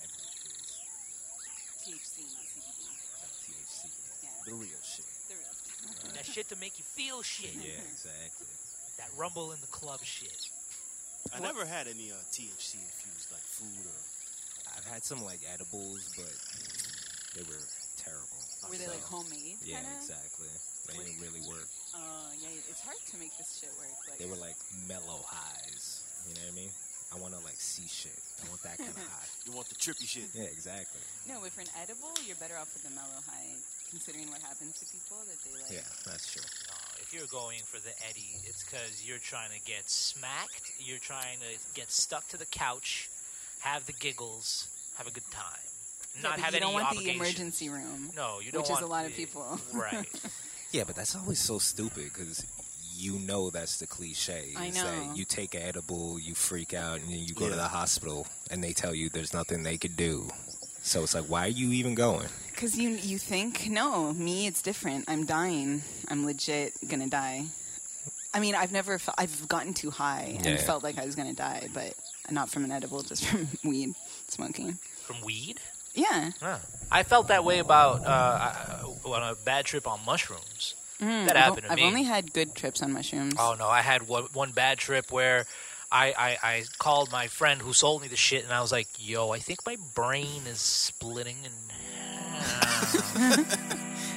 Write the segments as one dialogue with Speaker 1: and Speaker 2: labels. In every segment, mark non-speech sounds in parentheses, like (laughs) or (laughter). Speaker 1: E.
Speaker 2: shit to make you feel shit.
Speaker 1: Yeah, exactly.
Speaker 2: That rumble in the club shit.
Speaker 3: I never had any uh, THC infused like food or.
Speaker 1: I've had some like edibles, but they were terrible.
Speaker 4: Were they
Speaker 1: So,
Speaker 4: like homemade?
Speaker 1: Yeah,
Speaker 4: kinda?
Speaker 1: exactly. They
Speaker 4: Wait.
Speaker 1: didn't really work.
Speaker 4: Oh, yeah. It's hard to make this shit work. Like,
Speaker 1: They were like mellow highs. You know what I mean? I want to like see shit. I want that kind
Speaker 4: (laughs)
Speaker 1: of high.
Speaker 3: You want the trippy shit?
Speaker 1: Yeah, exactly.
Speaker 4: no, but for an edible, you're better off with the mellow high, considering what happens to people that they like.
Speaker 1: Yeah, that's true.
Speaker 2: No, if you're going for the Eddie, it's because you're trying to get smacked. You're trying to get stuck to the couch, have the giggles, have a good time,
Speaker 4: Yeah,
Speaker 2: not
Speaker 4: but
Speaker 2: have
Speaker 4: you
Speaker 2: any
Speaker 4: don't want
Speaker 2: obligation.
Speaker 4: the emergency room.
Speaker 2: No, you don't
Speaker 4: Which is
Speaker 2: want
Speaker 4: a lot of
Speaker 2: the-
Speaker 4: people.
Speaker 2: (laughs)
Speaker 4: (laughs)
Speaker 2: Right.
Speaker 1: Yeah, but that's always so stupid because you know that's the cliche.
Speaker 4: I
Speaker 1: is
Speaker 4: know.
Speaker 1: That you take an edible, you freak out, and then you go to
Speaker 3: Yeah.
Speaker 1: the hospital, and they tell you there's nothing they could do. So it's like, why are you even going?
Speaker 4: Because you you think no, me it's different. I'm dying. I'm legit gonna die. I mean, I've never fe- I've gotten too high and
Speaker 1: Yeah.
Speaker 4: felt like I was gonna die, but not from an edible, just from (laughs) weed smoking.
Speaker 2: From weed.
Speaker 4: Yeah,
Speaker 2: I felt that way about uh, I- I- on a bad trip on mushrooms. that
Speaker 4: Mm-hmm. I've,
Speaker 2: happened to me.
Speaker 4: I've only had good trips on mushrooms.
Speaker 2: Oh no, I had one, one bad trip where I, I I called my friend who sold me the shit, and I was like, "Yo, I think my brain is splitting." And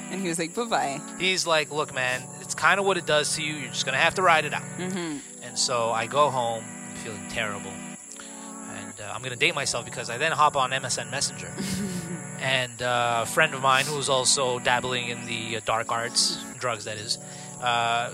Speaker 4: And he was like, bye bye.
Speaker 2: he's like, "Look, man, it's kind of what it does to you. You're just gonna have to ride it out."
Speaker 3: Mm-hmm.
Speaker 2: And so I go home feeling terrible, and uh, I'm gonna date myself because I then hop on MSN Messenger. And uh, a friend of mine who's also dabbling in the uh, dark arts, drugs that is, uh,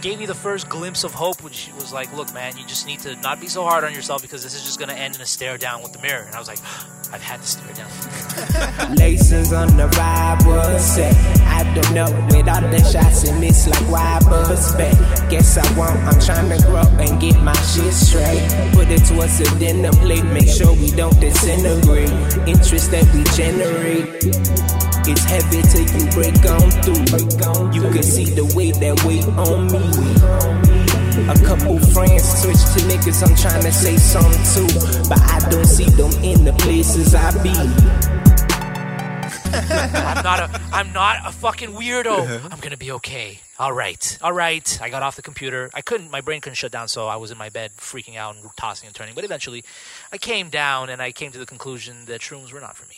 Speaker 2: gave me the first glimpse of hope, which was like, look, man, you just need to not be so hard on yourself because this is just going to end in a stare down with the mirror. And I was like, (gasps) I've had to stare down.
Speaker 5: Laces on the ride was set. I don't know with all the shots and miss like why I was back. Guess I won't. I'm trying to grow and get my shit straight. Put it towards the dinner plate. Make sure we don't disintegrate. Interest that we generate. It's heavy till you break on through. You can see the weight that weight on me. A couple friends switch to niggas I'm trying to say something to. But I don't see them in the places I be.
Speaker 2: I'm not
Speaker 3: (laughs)
Speaker 2: a, I'm not a fucking
Speaker 3: Uh-huh.
Speaker 2: weirdo. I'm going to be okay. All right. All right. I got off the computer. I couldn't, my brain couldn't shut down. So I was in my bed freaking out and tossing and turning. But eventually I came down and I came to the conclusion that shrooms were not for me.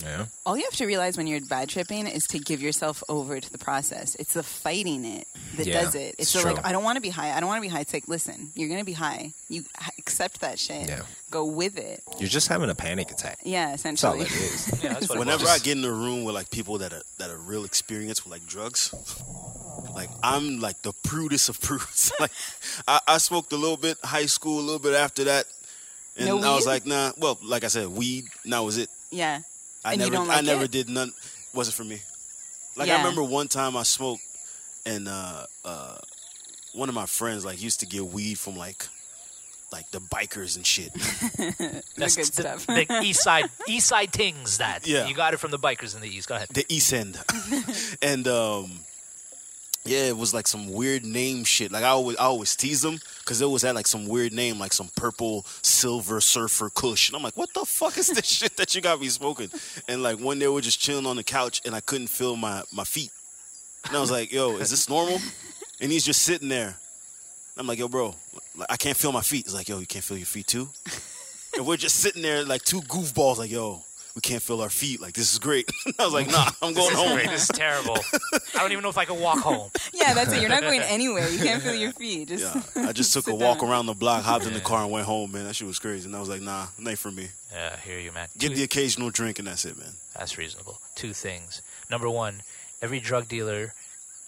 Speaker 1: Yeah.
Speaker 4: All you have to realize when you're bad tripping is to give yourself over to the process. It's the fighting it that
Speaker 1: Yeah,
Speaker 4: does it.
Speaker 1: it's
Speaker 4: It's the, like
Speaker 1: true.
Speaker 4: I don't want to be high. I don't want to be high. It's like listen, you're gonna be high. You h- accept that shit.
Speaker 1: Yeah.
Speaker 4: Go with it.
Speaker 1: You're just having a panic attack.
Speaker 4: Yeah,
Speaker 1: That's all
Speaker 4: essentially.
Speaker 1: it
Speaker 3: (laughs)
Speaker 1: is.
Speaker 2: Yeah, that's what it
Speaker 3: Whenever
Speaker 2: was.
Speaker 3: I get in a room with like people that are that are real experienced with like drugs, like I'm like the prudest of (laughs) prudes. like I, I smoked a little bit high school, a little bit after that, and
Speaker 4: No
Speaker 3: I was
Speaker 4: weed?
Speaker 3: like, nah. Well, like I said, weed. and That was it.
Speaker 4: (laughs) yeah.
Speaker 3: I
Speaker 4: And you
Speaker 3: never,
Speaker 4: don't
Speaker 3: I
Speaker 4: like
Speaker 3: never
Speaker 4: it?
Speaker 3: did none. Wasn't for me. Like
Speaker 4: Yeah.
Speaker 3: I remember one time I smoked, and uh, uh, one of my friends like used to get weed from like, like the bikers and shit.
Speaker 2: That's
Speaker 4: the good stuff.
Speaker 2: The,
Speaker 3: (laughs)
Speaker 2: east side, east side tings that.
Speaker 3: Yeah.
Speaker 2: You got it from the bikers in the east. Go ahead.
Speaker 3: the East End, (laughs) and um, yeah, it was like some weird name shit. Like I always, I always tease them because they always had like some weird name, like some purple silver surfer Kush, and I'm like, what the fuck is this (laughs) shit that you got me smoking? And like one day we're just chilling on the couch, and I couldn't feel my my feet, and I was like, yo, is this normal? And he's just sitting there. I'm like, yo, bro, like, I can't feel my feet. He's like, yo, you can't feel your
Speaker 2: (laughs)
Speaker 3: feet too. and we're just sitting there like two goofballs, like, yo. We can't feel our feet. Like this is great. (laughs) I was like, nah, I'm going home.
Speaker 2: Great, this is terrible. I don't even know if I can walk
Speaker 3: (laughs)
Speaker 2: home.
Speaker 4: Yeah, that's it. You're not going anywhere. You can't feel your feet. Just (laughs)
Speaker 3: Yeah,
Speaker 2: (laughs)
Speaker 3: I just took a
Speaker 4: Sit
Speaker 3: walk
Speaker 4: down.
Speaker 3: around the block, hopped in the car, and went home, man. That shit was crazy. And I was like, nah, it ain't for me.
Speaker 2: Yeah, I hear you, man.
Speaker 3: Get
Speaker 2: Two-
Speaker 3: the occasional drink, and that's it, man.
Speaker 2: that's reasonable. Two things. Number one, every drug dealer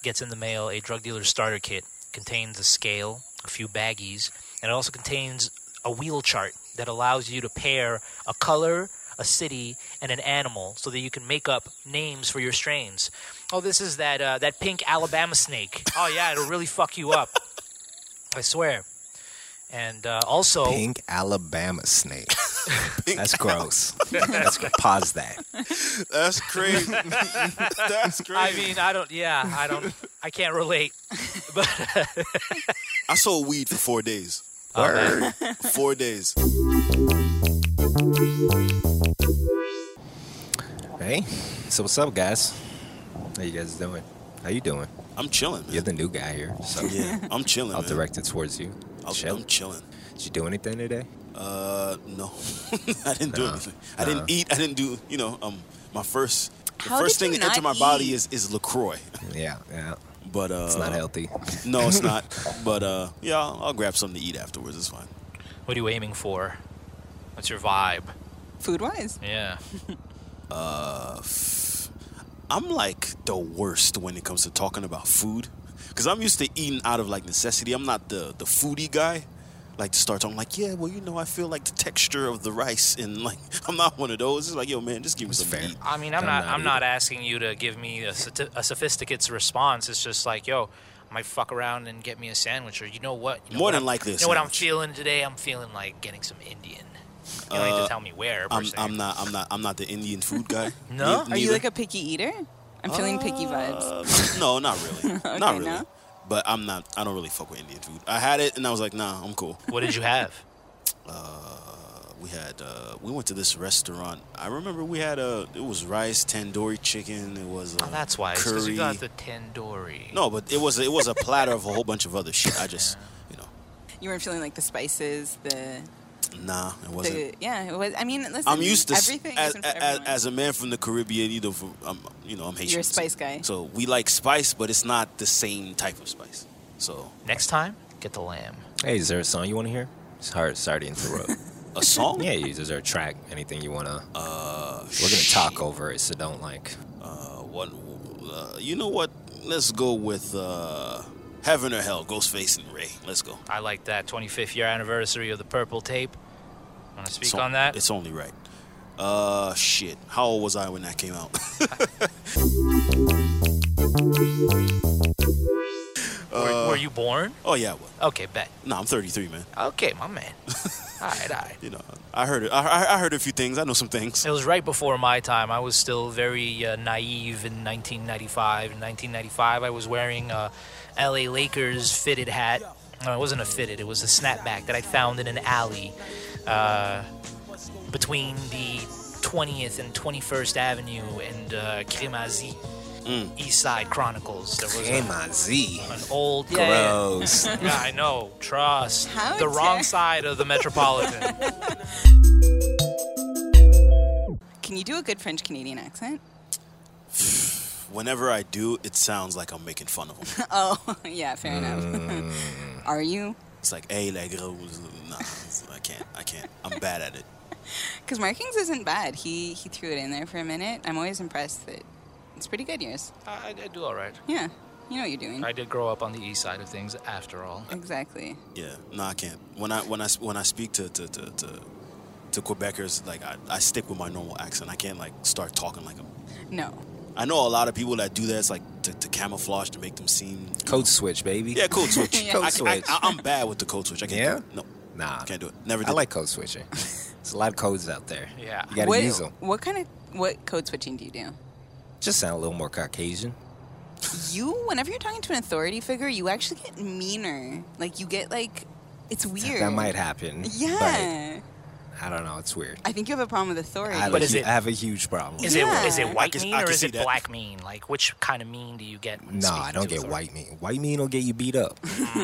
Speaker 2: gets in the mail a drug dealer's starter kit. Contains a scale, a few baggies, and it also contains a wheel chart that allows you to pair a color, a city, and an animal, so that you can make up names for your strains. Oh, this is that uh, that pink Alabama snake. Oh yeah, it'll really fuck you up. I swear. And uh, also,
Speaker 1: Pink Alabama
Speaker 3: (laughs)
Speaker 1: snake. That's gross. That's pause that.
Speaker 2: (laughs)
Speaker 3: That's crazy. (laughs) that's crazy.
Speaker 2: I
Speaker 3: I,
Speaker 2: mean, I don't. Yeah, I don't. I can't relate. But
Speaker 3: sold weed for four days.
Speaker 1: Word.
Speaker 3: Four days.
Speaker 1: Hey, so what's up, guys? How you guys doing? How you doing?
Speaker 3: I'm chilling, man.
Speaker 1: You're the new guy here, so
Speaker 3: yeah, I'm chilling.
Speaker 1: I'll
Speaker 3: man.
Speaker 1: direct it towards you.
Speaker 3: I'll-
Speaker 1: Chill.
Speaker 3: I'm chilling.
Speaker 1: Did you do anything today?
Speaker 3: Uh, no, (laughs) I didn't do
Speaker 1: Nah,
Speaker 3: anything. I didn't
Speaker 1: nah.
Speaker 3: eat. I didn't do. You know, um, my first, the
Speaker 4: How
Speaker 3: first
Speaker 4: did
Speaker 3: thing
Speaker 4: you
Speaker 3: to enter my
Speaker 4: not
Speaker 3: body
Speaker 4: eat?
Speaker 3: is is Lacroix. (laughs)
Speaker 1: Yeah, yeah.
Speaker 3: But uh,
Speaker 1: It's not healthy.
Speaker 3: No,
Speaker 1: (laughs)
Speaker 3: it's not. but uh, yeah, I'll, I'll grab something to eat afterwards. It's fine.
Speaker 2: What are you aiming for? What's your vibe?
Speaker 4: Food wise.
Speaker 2: Yeah.
Speaker 3: I'm like the worst when it comes to talking about food because I'm used to eating out of like necessity. I'm not the the foodie guy. Like to start talking like, yeah, well, you know, I feel like the texture of the rice, and like, (laughs) I'm not one of those. It's like, yo, man, just give me
Speaker 1: It's
Speaker 3: some
Speaker 1: fair.
Speaker 3: eat.
Speaker 2: I mean, I'm,
Speaker 1: I'm not
Speaker 2: not. I'm
Speaker 1: either.
Speaker 2: not asking you to give me a, sati- a sophisticated response. It's just like, yo, I might fuck around and get me a sandwich, or you know what? You know
Speaker 3: More
Speaker 2: what
Speaker 3: than
Speaker 2: I'm-
Speaker 3: likely a
Speaker 2: You know what I'm
Speaker 3: sandwich.
Speaker 2: feeling today? I'm feeling like getting some Indian. You don't need to tell me where. per
Speaker 3: Uh, I'm,
Speaker 2: se.
Speaker 3: I'm not, I'm not, I'm not the Indian food
Speaker 1: (laughs)
Speaker 3: guy.
Speaker 2: No?
Speaker 3: Ne-
Speaker 4: Are you
Speaker 3: neither.
Speaker 4: like a picky eater? I'm feeling picky vibes.
Speaker 3: Uh, no, not
Speaker 4: (laughs)
Speaker 3: really. not really.
Speaker 4: no?
Speaker 3: But I'm not. I don't really fuck with Indian food. I had it, and I was like, nah, I'm cool.
Speaker 2: What did you
Speaker 3: (laughs)
Speaker 2: have?
Speaker 3: Uh, we had. Uh, we went to this restaurant. I remember we had a. It was rice, tandoori chicken. It was. Uh,
Speaker 2: Oh, that's why. It's 'cause
Speaker 3: Curry.
Speaker 2: you got the tandoori.
Speaker 3: no, but it was. It was a platter of a whole bunch of other shit. I just, you know,
Speaker 4: You weren't feeling like the spices, the,
Speaker 3: nah, it wasn't.
Speaker 4: the yeah. It was, I mean, listen.
Speaker 3: I'm used to s-
Speaker 4: everything.
Speaker 3: as,
Speaker 4: isn't for
Speaker 3: as,
Speaker 4: everyone.
Speaker 3: as a man from the Caribbean, you know, from, I'm, you know, I'm Haitian.
Speaker 4: You're a
Speaker 3: so-
Speaker 4: spice guy.
Speaker 3: So we like spice, but it's not the same type of spice. So
Speaker 2: Next time, get the lamb.
Speaker 1: Hey, is there a song you want to hear? Sorry, sorry to (laughs) interrupt.
Speaker 3: a song.
Speaker 1: yeah, is there a track? Anything you wanna?
Speaker 3: Uh,
Speaker 1: We're gonna talk over it, so don't like.
Speaker 3: Uh, what? Uh, you know what? Let's go with uh, Heaven or Hell, Ghostface and Ray. Let's go.
Speaker 2: I like that 25th year anniversary of the purple tape. Want to speak
Speaker 3: It's on-
Speaker 2: on that?
Speaker 3: It's only right. Uh, shit. How old was I when that came out? (laughs)
Speaker 2: were, were you born?
Speaker 3: oh yeah, well,
Speaker 2: Okay, bet.
Speaker 3: no, I'm 33, man.
Speaker 2: Okay, my man. all right, all right.
Speaker 3: You know, I heard it. I, I- I heard a few things. I know some things.
Speaker 2: It was right before my time. I was still very uh, naive in 1995. In 1995, I was wearing a LA Lakers fitted hat. No, it wasn't a fitted, it was a snapback that I found in an alley uh, between the 20th and 21st Avenue and uh, Kremazie.
Speaker 4: Mm.
Speaker 2: East Side Chronicles. There was a-
Speaker 1: Z.
Speaker 2: an old
Speaker 4: Yeah, yeah.
Speaker 1: Gross.
Speaker 2: (laughs) yeah, I know. Trust.
Speaker 4: How
Speaker 2: the wrong
Speaker 4: dare-
Speaker 2: side of the Metropolitan. (laughs)
Speaker 4: Can you do a good French Canadian accent?
Speaker 3: (laughs) Whenever I do, it sounds like I'm making fun of them.
Speaker 4: Oh, (laughs) yeah, fair enough.
Speaker 1: Mm.
Speaker 4: (laughs) Are you?
Speaker 3: It's like, hey, like, uh, nah, it's- I can't. I can't. I'm bad at it.
Speaker 4: Because Markings isn't bad. He he threw it in there for a minute. I'm always impressed that it's pretty good yours.
Speaker 2: I, I do all right.
Speaker 4: Yeah, you know what you're doing.
Speaker 2: I did grow up on the east side of things, after all.
Speaker 4: Exactly.
Speaker 3: Yeah, no, I can't. When I when I when I speak to to to, to, to Quebecers, like I, I stick with my normal accent. I can't like start talking like them.
Speaker 4: No.
Speaker 3: I know a lot of people that do that. It's like to, to camouflage to make them seem.
Speaker 1: Code switch, baby.
Speaker 3: Yeah,
Speaker 1: (laughs)
Speaker 3: code switch.
Speaker 4: Yeah.
Speaker 3: (laughs) I-
Speaker 1: Code switch.
Speaker 3: I, am bad with the code switch. I can't.
Speaker 1: Yeah?
Speaker 3: Do it. No,
Speaker 1: Nah.
Speaker 3: can't do it. Never. Did
Speaker 1: I
Speaker 3: it.
Speaker 1: like code (laughs) switching. There's a lot of codes out there.
Speaker 2: Yeah.
Speaker 1: You gotta
Speaker 4: what,
Speaker 1: use them.
Speaker 4: What kind of what code switching do you do?
Speaker 1: Just sound a little more Caucasian.
Speaker 4: You whenever you're talking to an authority figure, you actually get meaner. Like you get like it's weird.
Speaker 1: That might happen.
Speaker 4: Yeah.
Speaker 1: But I don't know. It's weird.
Speaker 4: I think you have a problem with authority.
Speaker 1: I, have a
Speaker 2: But is
Speaker 1: hu-
Speaker 2: it-
Speaker 1: I have a huge problem.
Speaker 2: Is
Speaker 4: Yeah.
Speaker 2: it is it
Speaker 4: I
Speaker 2: white
Speaker 3: can-
Speaker 2: mean
Speaker 3: I
Speaker 2: or
Speaker 3: can
Speaker 2: is
Speaker 3: see
Speaker 2: it
Speaker 3: that.
Speaker 2: black mean? Like which kind of mean do you get? when
Speaker 1: No,
Speaker 2: speaking
Speaker 1: I don't
Speaker 2: to
Speaker 1: get
Speaker 2: authority?
Speaker 1: white meat. White meat will get you beat
Speaker 4: (laughs)
Speaker 1: up. you know what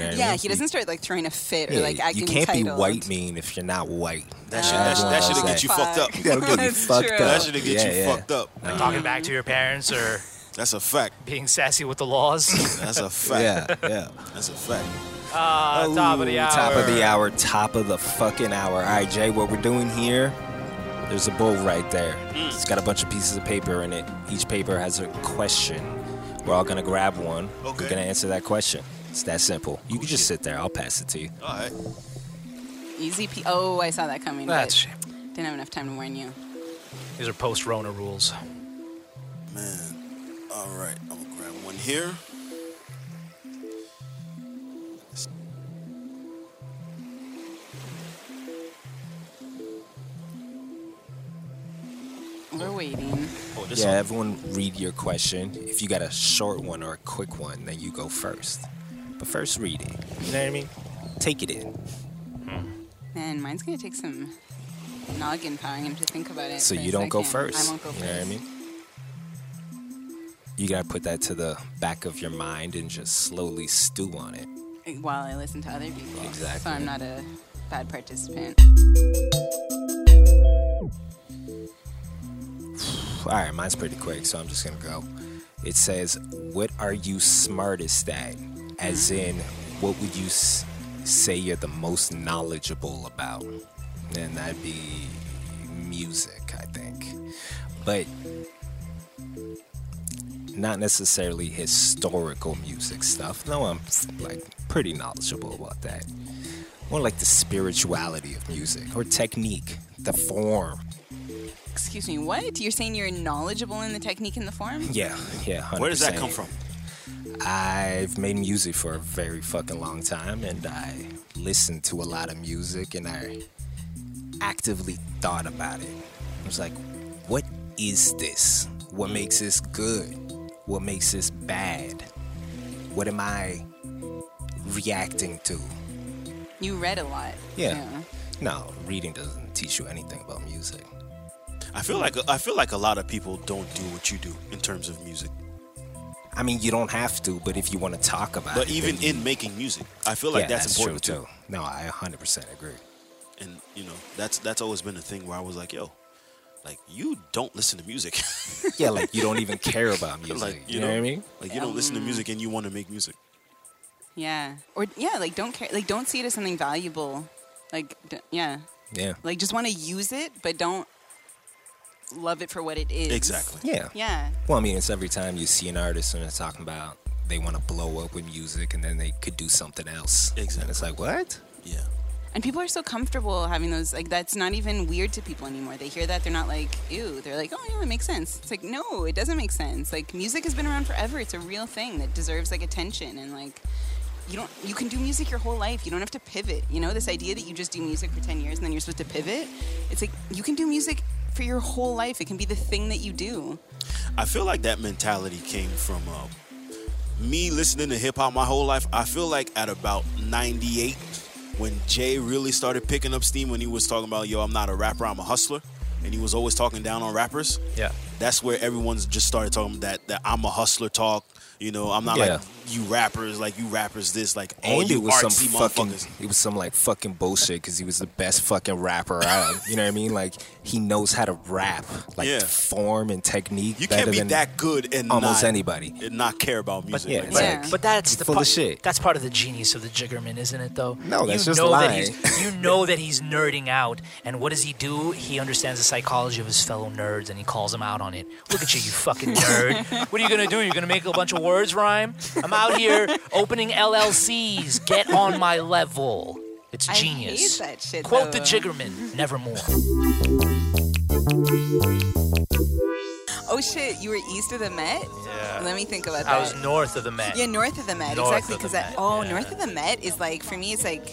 Speaker 1: I
Speaker 4: yeah,
Speaker 1: mean?
Speaker 4: he doesn't start like throwing a fit or
Speaker 1: Yeah,
Speaker 4: like acting
Speaker 1: You can't
Speaker 4: entitled.
Speaker 1: be white mean if you're not white.
Speaker 3: that shit. That, shit- that
Speaker 1: That's
Speaker 3: shit'll
Speaker 1: what
Speaker 3: get you fucked
Speaker 1: (laughs)
Speaker 3: up.
Speaker 1: That'll get
Speaker 3: (laughs)
Speaker 1: you
Speaker 4: That's
Speaker 1: fucked
Speaker 4: true.
Speaker 1: up.
Speaker 3: That shit'll get
Speaker 1: Yeah,
Speaker 3: you
Speaker 1: yeah.
Speaker 3: fucked up.
Speaker 2: Like talking back to your
Speaker 1: (laughs)
Speaker 2: parents or
Speaker 3: That's a fact.
Speaker 2: being sassy with the laws.
Speaker 3: That's a fact.
Speaker 1: Yeah, yeah.
Speaker 3: That's a fact.
Speaker 2: Uh, top of the
Speaker 1: Ooh,
Speaker 3: (laughs)
Speaker 2: hour.
Speaker 1: Top of the hour. Top of the fucking hour. All right, Jay, what we're doing here, there's a bowl right there.
Speaker 3: Mm.
Speaker 1: It's got a bunch of pieces of paper in it. Each paper has a question. We're all going to grab one.
Speaker 3: Okay. Oh,
Speaker 1: We're going to answer that question. It's that simple. You can just sit there. I'll pass it to you.
Speaker 3: All right.
Speaker 4: Easy. Pe- oh, I saw that coming. but
Speaker 2: That's a shame.
Speaker 4: Didn't have enough time to warn you.
Speaker 2: These are post Rona rules.
Speaker 3: Man. All right. I'm gonna grab one here.
Speaker 4: We're waiting.
Speaker 3: Oh, this
Speaker 1: Yeah, everyone read your question. If you got a short one or a quick one, then you go first. But first, read it. You know what I mean? Take it in.
Speaker 4: Man, mine's gonna take some noggin powering him to think about it.
Speaker 1: So
Speaker 4: for a
Speaker 1: you don't go
Speaker 4: second.
Speaker 1: first.
Speaker 4: I won't go
Speaker 1: you
Speaker 4: first.
Speaker 1: know what I mean? you gotta put that to the back of your mind and just slowly stew on it.
Speaker 4: while I listen to other people. So
Speaker 1: Exactly.
Speaker 4: I'm not a bad participant.
Speaker 1: All right, mine's pretty quick, so I'm just gonna go. It says, "What are you smartest at?" As in, what would you s- say you're the most knowledgeable about? And that'd be music, I think, but not necessarily historical music stuff. No, I'm like pretty knowledgeable about that. More like the spirituality of music or technique, the form.
Speaker 4: Excuse me, what? You're saying you're knowledgeable in the technique and the form?
Speaker 1: Yeah, yeah. 100%.
Speaker 3: Where does that come from?
Speaker 1: I've made music for a very fucking long time and I listened to a lot of music and I actively thought about it. I was like, what is this? What makes this good? What makes this bad? What am I reacting to?
Speaker 4: You read a lot.
Speaker 1: Yeah. No, reading doesn't teach you anything about music.
Speaker 3: I feel like I feel like a lot of people don't do what you do in terms of music.
Speaker 1: I mean, you don't have to, but if you want to talk about
Speaker 3: But
Speaker 1: it,
Speaker 3: even
Speaker 1: then you-
Speaker 3: in making music, I feel like
Speaker 1: Yeah,
Speaker 3: that's, important
Speaker 1: true
Speaker 3: too.
Speaker 1: too. No, I 100% agree.
Speaker 3: And you know, that's that's always been a thing where I was like, yo, like you don't listen to music. (laughs)
Speaker 1: Yeah, like you don't even care about music.
Speaker 3: like
Speaker 1: you, know, what I Mm. mean?
Speaker 3: Like you don't listen to music and you want to make music.
Speaker 4: Yeah. Or yeah, like don't care like don't see it as something valuable. Like d- yeah.
Speaker 1: Yeah.
Speaker 4: Like just want to use it but don't love it for what it is.
Speaker 3: Exactly.
Speaker 1: Yeah.
Speaker 4: Yeah.
Speaker 1: Well, I mean, it's every time you see an artist and they're talking about they want to blow up with music and then they could do something else. And it's
Speaker 3: Exactly.
Speaker 1: like, what?
Speaker 3: Yeah.
Speaker 4: And people are so comfortable having those like that's not even weird to people anymore. They hear that they're not like ew. They're like oh yeah, it makes sense. It's like no, it doesn't make sense. Like music has been around forever. It's a real thing that deserves like attention and like you don't you can do music your whole life. You don't have to pivot. You know this idea that you just do music for 10 years and then you're supposed to pivot. It's like you can do music for your whole life. It can be the thing that you do.
Speaker 3: I feel like that mentality came from uh, me listening to hip hop my whole life. I feel like at about 98, when Jay really started picking up steam, when he was talking about, yo, I'm not a rapper, I'm a hustler, and he was always talking down on rappers.
Speaker 2: Yeah.
Speaker 3: That's where everyone's just started talking that, that I'm a hustler talk. You know, I'm not
Speaker 1: Yeah.
Speaker 3: like you rappers, like you rappers this, like all
Speaker 1: And
Speaker 3: you
Speaker 1: it was some
Speaker 3: artsy
Speaker 1: fucking,
Speaker 3: motherfuckers.
Speaker 1: it was some like fucking bullshit because he was the best fucking rapper out. You know what I mean? Like he knows how to rap, like
Speaker 3: Yeah.
Speaker 1: form and technique.
Speaker 3: You
Speaker 1: better
Speaker 3: can't be
Speaker 1: than
Speaker 3: that good and
Speaker 1: almost
Speaker 3: not,
Speaker 1: anybody.
Speaker 3: and not care about music.
Speaker 1: yeah,
Speaker 3: like
Speaker 1: it's
Speaker 3: that.
Speaker 4: Yeah.
Speaker 1: like,
Speaker 2: But that's the
Speaker 1: full of
Speaker 2: part,
Speaker 1: shit.
Speaker 2: That's part of the genius of the Jiggerman, isn't it? Though
Speaker 1: No, that's
Speaker 2: you
Speaker 1: just
Speaker 2: know
Speaker 1: lying.
Speaker 2: That
Speaker 1: (laughs)
Speaker 2: he's, you know that he's nerding out, and what does he do? He understands the psychology of his fellow nerds, and he calls them out on it. Look at you, you
Speaker 1: (laughs)
Speaker 2: fucking nerd! What are you gonna do? You're gonna make a bunch of words rhyme? I'm out here opening LLCs. Get on my level. It's
Speaker 4: I
Speaker 2: genius.
Speaker 4: hate that shit,
Speaker 2: Quote the
Speaker 4: though.
Speaker 2: Jiggerman.
Speaker 4: (laughs)
Speaker 2: Nevermore.
Speaker 4: Oh shit, you were east of the Met?
Speaker 2: Yeah.
Speaker 4: Let me think about that.
Speaker 2: I was north of the Met.
Speaker 4: Yeah, north of the Met,
Speaker 2: North
Speaker 4: exactly.
Speaker 2: of the
Speaker 4: Because I
Speaker 2: Met,
Speaker 4: oh,
Speaker 2: yeah.
Speaker 4: north of the Met is like for me, it's like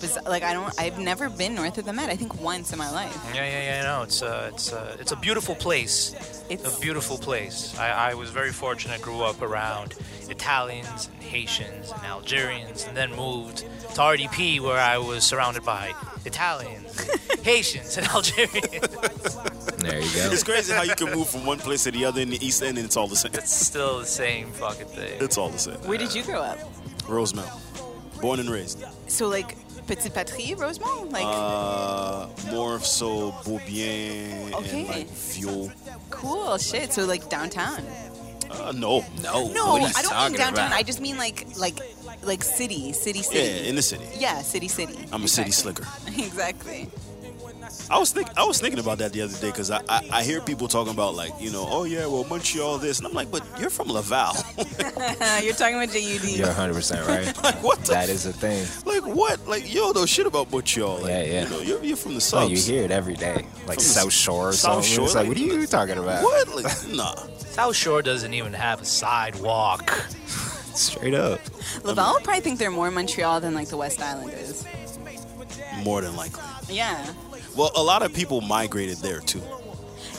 Speaker 4: bizar- like I don't, I've never been north of the Met. I think once in my life.
Speaker 2: Yeah, yeah, yeah. No, it's uh, it's uh, it's a beautiful place. It's
Speaker 4: It's-
Speaker 2: a beautiful place. I, I was very fortunate. Grew up around Italians and Haitians and Algerians, and then moved to RDP where I was surrounded by Italians, Haitians, and Algerians.
Speaker 1: There you go.
Speaker 3: It's crazy how you can move from one place to the other in the East End and it's all the same.
Speaker 2: It's still the same fucking thing.
Speaker 3: It's all the same.
Speaker 4: Where did you grow up?
Speaker 3: Rosemount. Born and raised.
Speaker 4: So like Petite Patrie, Rosemont, like
Speaker 3: Uh, more so Boubien
Speaker 4: Okay.
Speaker 3: and like Vieux.
Speaker 4: cool shit. So like downtown.
Speaker 3: Uh, no.
Speaker 1: no,
Speaker 4: No,
Speaker 1: what are you
Speaker 4: I don't
Speaker 1: talking
Speaker 4: mean downtown.
Speaker 1: about?
Speaker 4: I just mean like like like city, city,
Speaker 3: Yeah,
Speaker 4: city.
Speaker 3: in the city.
Speaker 4: Yeah, city, city.
Speaker 3: I'm a city slicker.
Speaker 4: (laughs) Exactly.
Speaker 3: I was think I was thinking about that the other day because I, I I hear people talking about like you know oh yeah well Montreal this and I'm like but you're from Laval (laughs)
Speaker 4: Uh, You're talking about JUD.
Speaker 1: You're 100% right.
Speaker 3: like what the
Speaker 1: that is a thing.
Speaker 3: like what like you don't know shit about Montreal like,
Speaker 1: Yeah, yeah.
Speaker 3: you know you're, you're from the
Speaker 1: Oh,
Speaker 3: south
Speaker 1: you hear it every day, like
Speaker 3: From
Speaker 1: South Shore or
Speaker 3: South
Speaker 1: something.
Speaker 3: Shore,
Speaker 1: it's like,
Speaker 3: like-
Speaker 1: what are you talking about?
Speaker 3: what like (laughs) nah
Speaker 2: South Shore doesn't even have a sidewalk.
Speaker 1: Straight up.
Speaker 4: Laval would probably think they're more Montreal than like the West Islanders.
Speaker 3: more than likely
Speaker 4: Yeah.
Speaker 3: well a lot of people migrated there too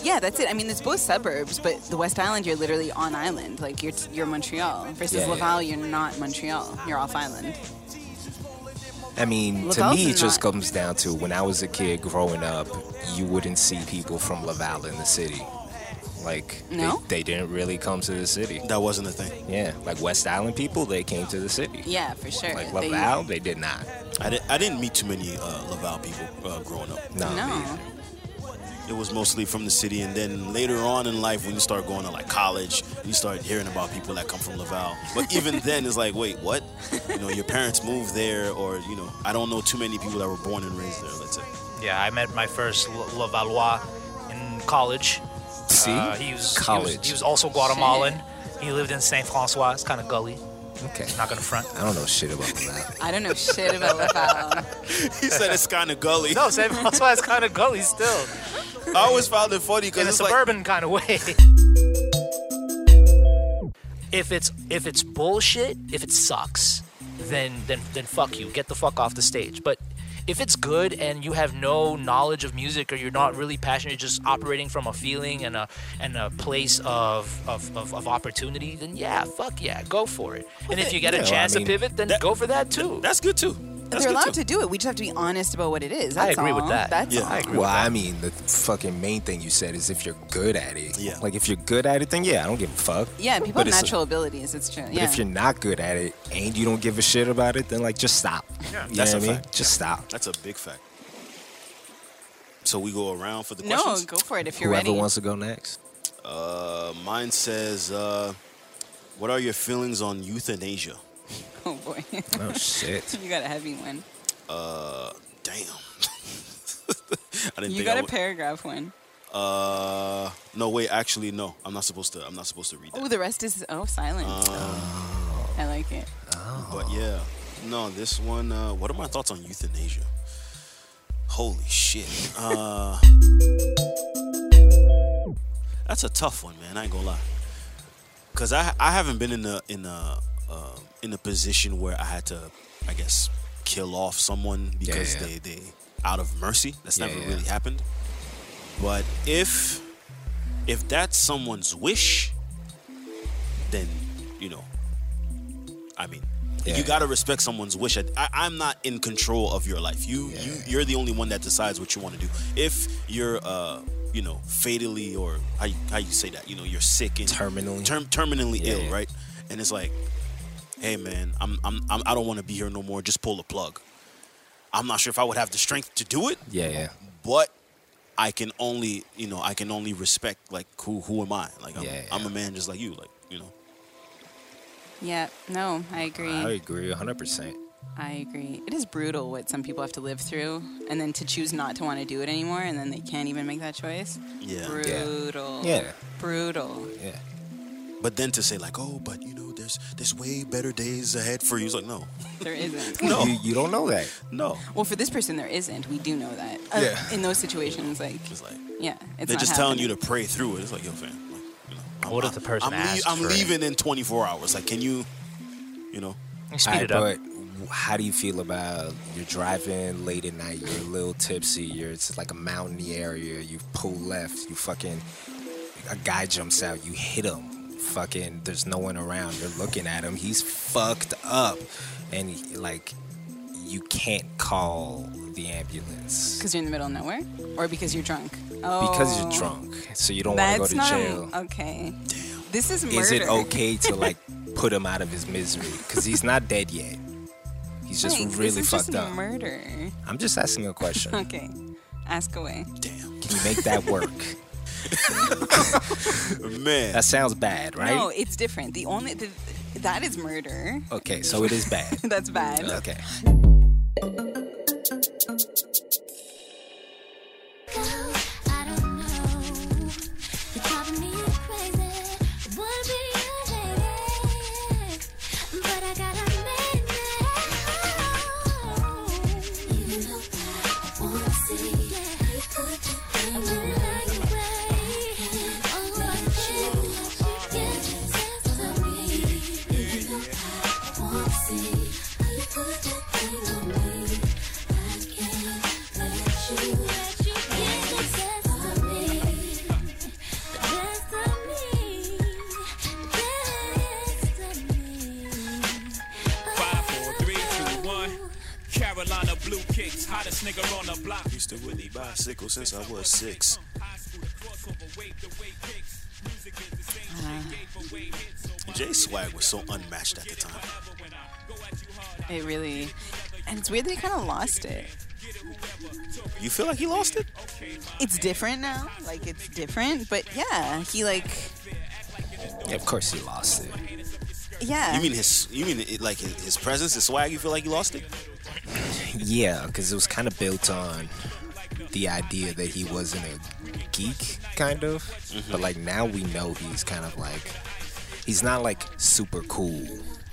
Speaker 4: Yeah, that's it. I mean, it's both suburbs, but the West Island, you're literally on island. Like, you're, you're Montreal. Versus
Speaker 1: Yeah, yeah.
Speaker 4: Laval, you're not Montreal. You're off island.
Speaker 1: I mean, to
Speaker 4: Laval's
Speaker 1: me, it just
Speaker 4: not-
Speaker 1: comes down to when I was a kid growing up, you wouldn't see people from Laval in the city. Like
Speaker 4: No?
Speaker 1: they, they didn't really come to the city.
Speaker 3: That wasn't a thing.
Speaker 1: Yeah, like West Island people, they came to the city.
Speaker 4: Yeah, for sure.
Speaker 1: Like
Speaker 4: They-
Speaker 1: Laval, they did not.
Speaker 3: I, di- I didn't meet too many uh, Laval people uh, growing up.
Speaker 1: No.
Speaker 4: No.
Speaker 3: It was mostly from the city, and then later on in life, when you start going to like college, you start hearing about people that come from Laval. But even then, it's like, wait, what? You know, your parents moved there, or you know, I don't know too many people that were born and raised there. Let's say.
Speaker 2: Yeah, I met my first L- Lavalois in college.
Speaker 1: See,
Speaker 2: Uh, he was He was,
Speaker 1: college.
Speaker 2: he was also Guatemalan. He lived in Saint Francois. It's kind of gully.
Speaker 1: okay.
Speaker 2: Not gonna front.
Speaker 1: I don't know shit about that.
Speaker 2: (laughs)
Speaker 4: I don't know shit about Laval.
Speaker 3: he said it's kind of gully.
Speaker 2: No, Saint Francois is kind of gully
Speaker 1: (laughs)
Speaker 2: still,
Speaker 3: (laughs) I always found it funny because
Speaker 2: in a
Speaker 3: it's like
Speaker 2: suburban kind of way. If it's if it's bullshit, if it sucks, then then then fuck you. Get the fuck off the stage. But if it's good and you have no knowledge of music or you're not really passionate, you're just operating from a feeling and a and a place of of, of, of opportunity, then yeah, fuck yeah, go for it. And if you get
Speaker 1: yeah,
Speaker 2: a
Speaker 1: well, I
Speaker 2: chance
Speaker 1: mean,
Speaker 2: to pivot, then
Speaker 3: that-
Speaker 2: go for that too.
Speaker 3: that's good too. That's
Speaker 4: They're
Speaker 3: good
Speaker 4: allowed
Speaker 3: too.
Speaker 4: to do it. We just have to be honest about what it is.
Speaker 2: I
Speaker 4: That's
Speaker 2: agree with
Speaker 4: all.
Speaker 2: that.
Speaker 4: That's
Speaker 3: Yeah,
Speaker 4: all.
Speaker 3: I
Speaker 1: Well, I mean, the fucking main thing you said is if you're good at it.
Speaker 3: Yeah.
Speaker 1: Like if you're good at it, then yeah, I don't give a fuck.
Speaker 4: Yeah, people
Speaker 1: But
Speaker 4: have
Speaker 1: it's-
Speaker 4: natural abilities. It's true.
Speaker 1: But
Speaker 4: yeah.
Speaker 1: if you're not good at it and you don't give a shit about it, then like just stop. Yeah, you
Speaker 3: that's
Speaker 1: know
Speaker 3: a
Speaker 1: what I mean?
Speaker 3: fact.
Speaker 1: Just stop.
Speaker 3: That's a big fact. So we go around for the
Speaker 4: no,
Speaker 3: questions.
Speaker 4: go for it if you're
Speaker 1: Whoever
Speaker 4: ready.
Speaker 1: wants to go next.
Speaker 3: Uh, mine says, uh, "What are your feelings on euthanasia?"
Speaker 4: (laughs) oh boy, (laughs) you
Speaker 1: Oh shit. (laughs)
Speaker 4: got a heavy one.
Speaker 3: Damn. (laughs) I didn't
Speaker 4: You
Speaker 3: think
Speaker 4: got
Speaker 3: I
Speaker 4: a
Speaker 3: would-
Speaker 4: paragraph one.
Speaker 3: Uh, no, wait. Actually, no. I'm not supposed to. I'm not supposed to read that.
Speaker 4: Oh, the rest is oh silent. I like it.
Speaker 3: But yeah, no. This one. Uh, what are my thoughts on euthanasia? Holy shit. Uh, that's a tough one, man. I ain't gonna lie. Cause I I haven't been in a in a uh, in a position where I had to, I guess, kill off someone because
Speaker 1: yeah.
Speaker 3: they they out of mercy. That's
Speaker 1: Yeah,
Speaker 3: never
Speaker 1: yeah.
Speaker 3: really happened. But if if that's someone's wish, then you know, I mean,
Speaker 1: Yeah.
Speaker 3: you gotta respect someone's wish. I, I, I'm not in control of your life. You you you're the only one that decides what you want to do. If you're uh you know fatally or how you, how you say that you know you're sick and
Speaker 1: Terminally.
Speaker 3: term, terminally
Speaker 1: Yeah,
Speaker 3: ill,
Speaker 1: yeah.
Speaker 3: right? And it's like, hey man, I'm I'm, I'm I don't want to be here no more. Just pull the plug. I'm not sure if I would have the strength to do it
Speaker 1: Yeah, yeah.
Speaker 3: but I can only you know I can only respect like who who am I like I'm,
Speaker 1: Yeah,
Speaker 3: I'm a
Speaker 1: yeah.
Speaker 3: man just like you like you know
Speaker 4: Yeah, no, I agree.
Speaker 1: I agree 100%.
Speaker 4: I agree. It is brutal what some people have to live through, and then to choose not to want to do it anymore, and then they can't even make that choice.
Speaker 3: yeah
Speaker 4: Brutal.
Speaker 1: Yeah.
Speaker 4: Brutal.
Speaker 1: Yeah.
Speaker 3: but then to say like oh but you know there's there's way better days ahead for you it's like no
Speaker 4: There isn't.
Speaker 3: No.
Speaker 1: You, you don't know that.
Speaker 3: no
Speaker 4: Well, for this person, there isn't. We do know that. Uh,
Speaker 1: Yeah.
Speaker 4: In those situations, like,
Speaker 3: it's like
Speaker 4: yeah, it's
Speaker 3: they're
Speaker 4: not
Speaker 3: just telling
Speaker 4: happening.
Speaker 3: you to pray through it it's like yo fam like, you know, I'm-
Speaker 2: What if
Speaker 3: I'm-
Speaker 2: the person
Speaker 3: I'm,
Speaker 2: asked
Speaker 3: I'm
Speaker 2: for it?
Speaker 3: leaving in 24 hours like can you you know
Speaker 2: Speed
Speaker 1: Alright,
Speaker 2: it up.
Speaker 1: But how do you feel about you're driving late at night, you're a little tipsy, you're it's like a mountainy area, you pull left, you fucking a guy jumps out, you hit him, fucking there's no one around, you're looking at him, he's fucked up. And he- like you can't call the ambulance.
Speaker 4: because you're in the middle of nowhere, or because you're drunk. Oh,
Speaker 1: Because you're drunk. So you don't want to go
Speaker 4: That's
Speaker 1: to
Speaker 4: not
Speaker 1: jail.
Speaker 4: okay. This is murder.
Speaker 1: Is it okay to
Speaker 4: (laughs)
Speaker 1: like put him out of his misery? Because he's not dead yet. He's just
Speaker 4: Like, this
Speaker 1: really
Speaker 4: is
Speaker 1: fucked
Speaker 4: just
Speaker 1: up.
Speaker 4: Murder.
Speaker 1: I'm just asking a question. Can
Speaker 4: Okay, ask away.
Speaker 3: damn
Speaker 1: you make that work?
Speaker 4: (laughs)
Speaker 3: man
Speaker 1: That sounds bad, right?
Speaker 4: No, it's different. The only the, that is murder. (laughs)
Speaker 1: Okay, so it is bad.
Speaker 4: That's bad.
Speaker 1: Okay.
Speaker 6: I don't know. You're driving me crazy. Wanna be your lady, but I gotta make it. You know I wanna see you put your love away. Oh, I can't get me. You know I wanna see you put your thing on me. I can't let you let you get the best of me, the best of me, best of me.
Speaker 7: Five, four, three, two, one. Carolina blue kicks, hottest nigga on the block.
Speaker 3: used to really bicycle since I was six
Speaker 7: High school, the crossover, wave the way kicks.
Speaker 4: Uh-huh.
Speaker 3: Jay Swag was so unmatched at the time.
Speaker 4: It really, and it's weird they kind of lost it.
Speaker 3: You feel like he lost it?
Speaker 4: It's different now, like it's different, but yeah, he like
Speaker 1: Yeah, of course he lost it. (laughs)
Speaker 4: yeah.
Speaker 3: You mean his? You mean it, like his, his presence, his swag? You feel like he lost it?
Speaker 1: Yeah, because it was kind of built on the idea that he wasn't a geek, kind of.
Speaker 4: Mm-hmm.
Speaker 1: But like now we know he's kind of like, he's not like super cool.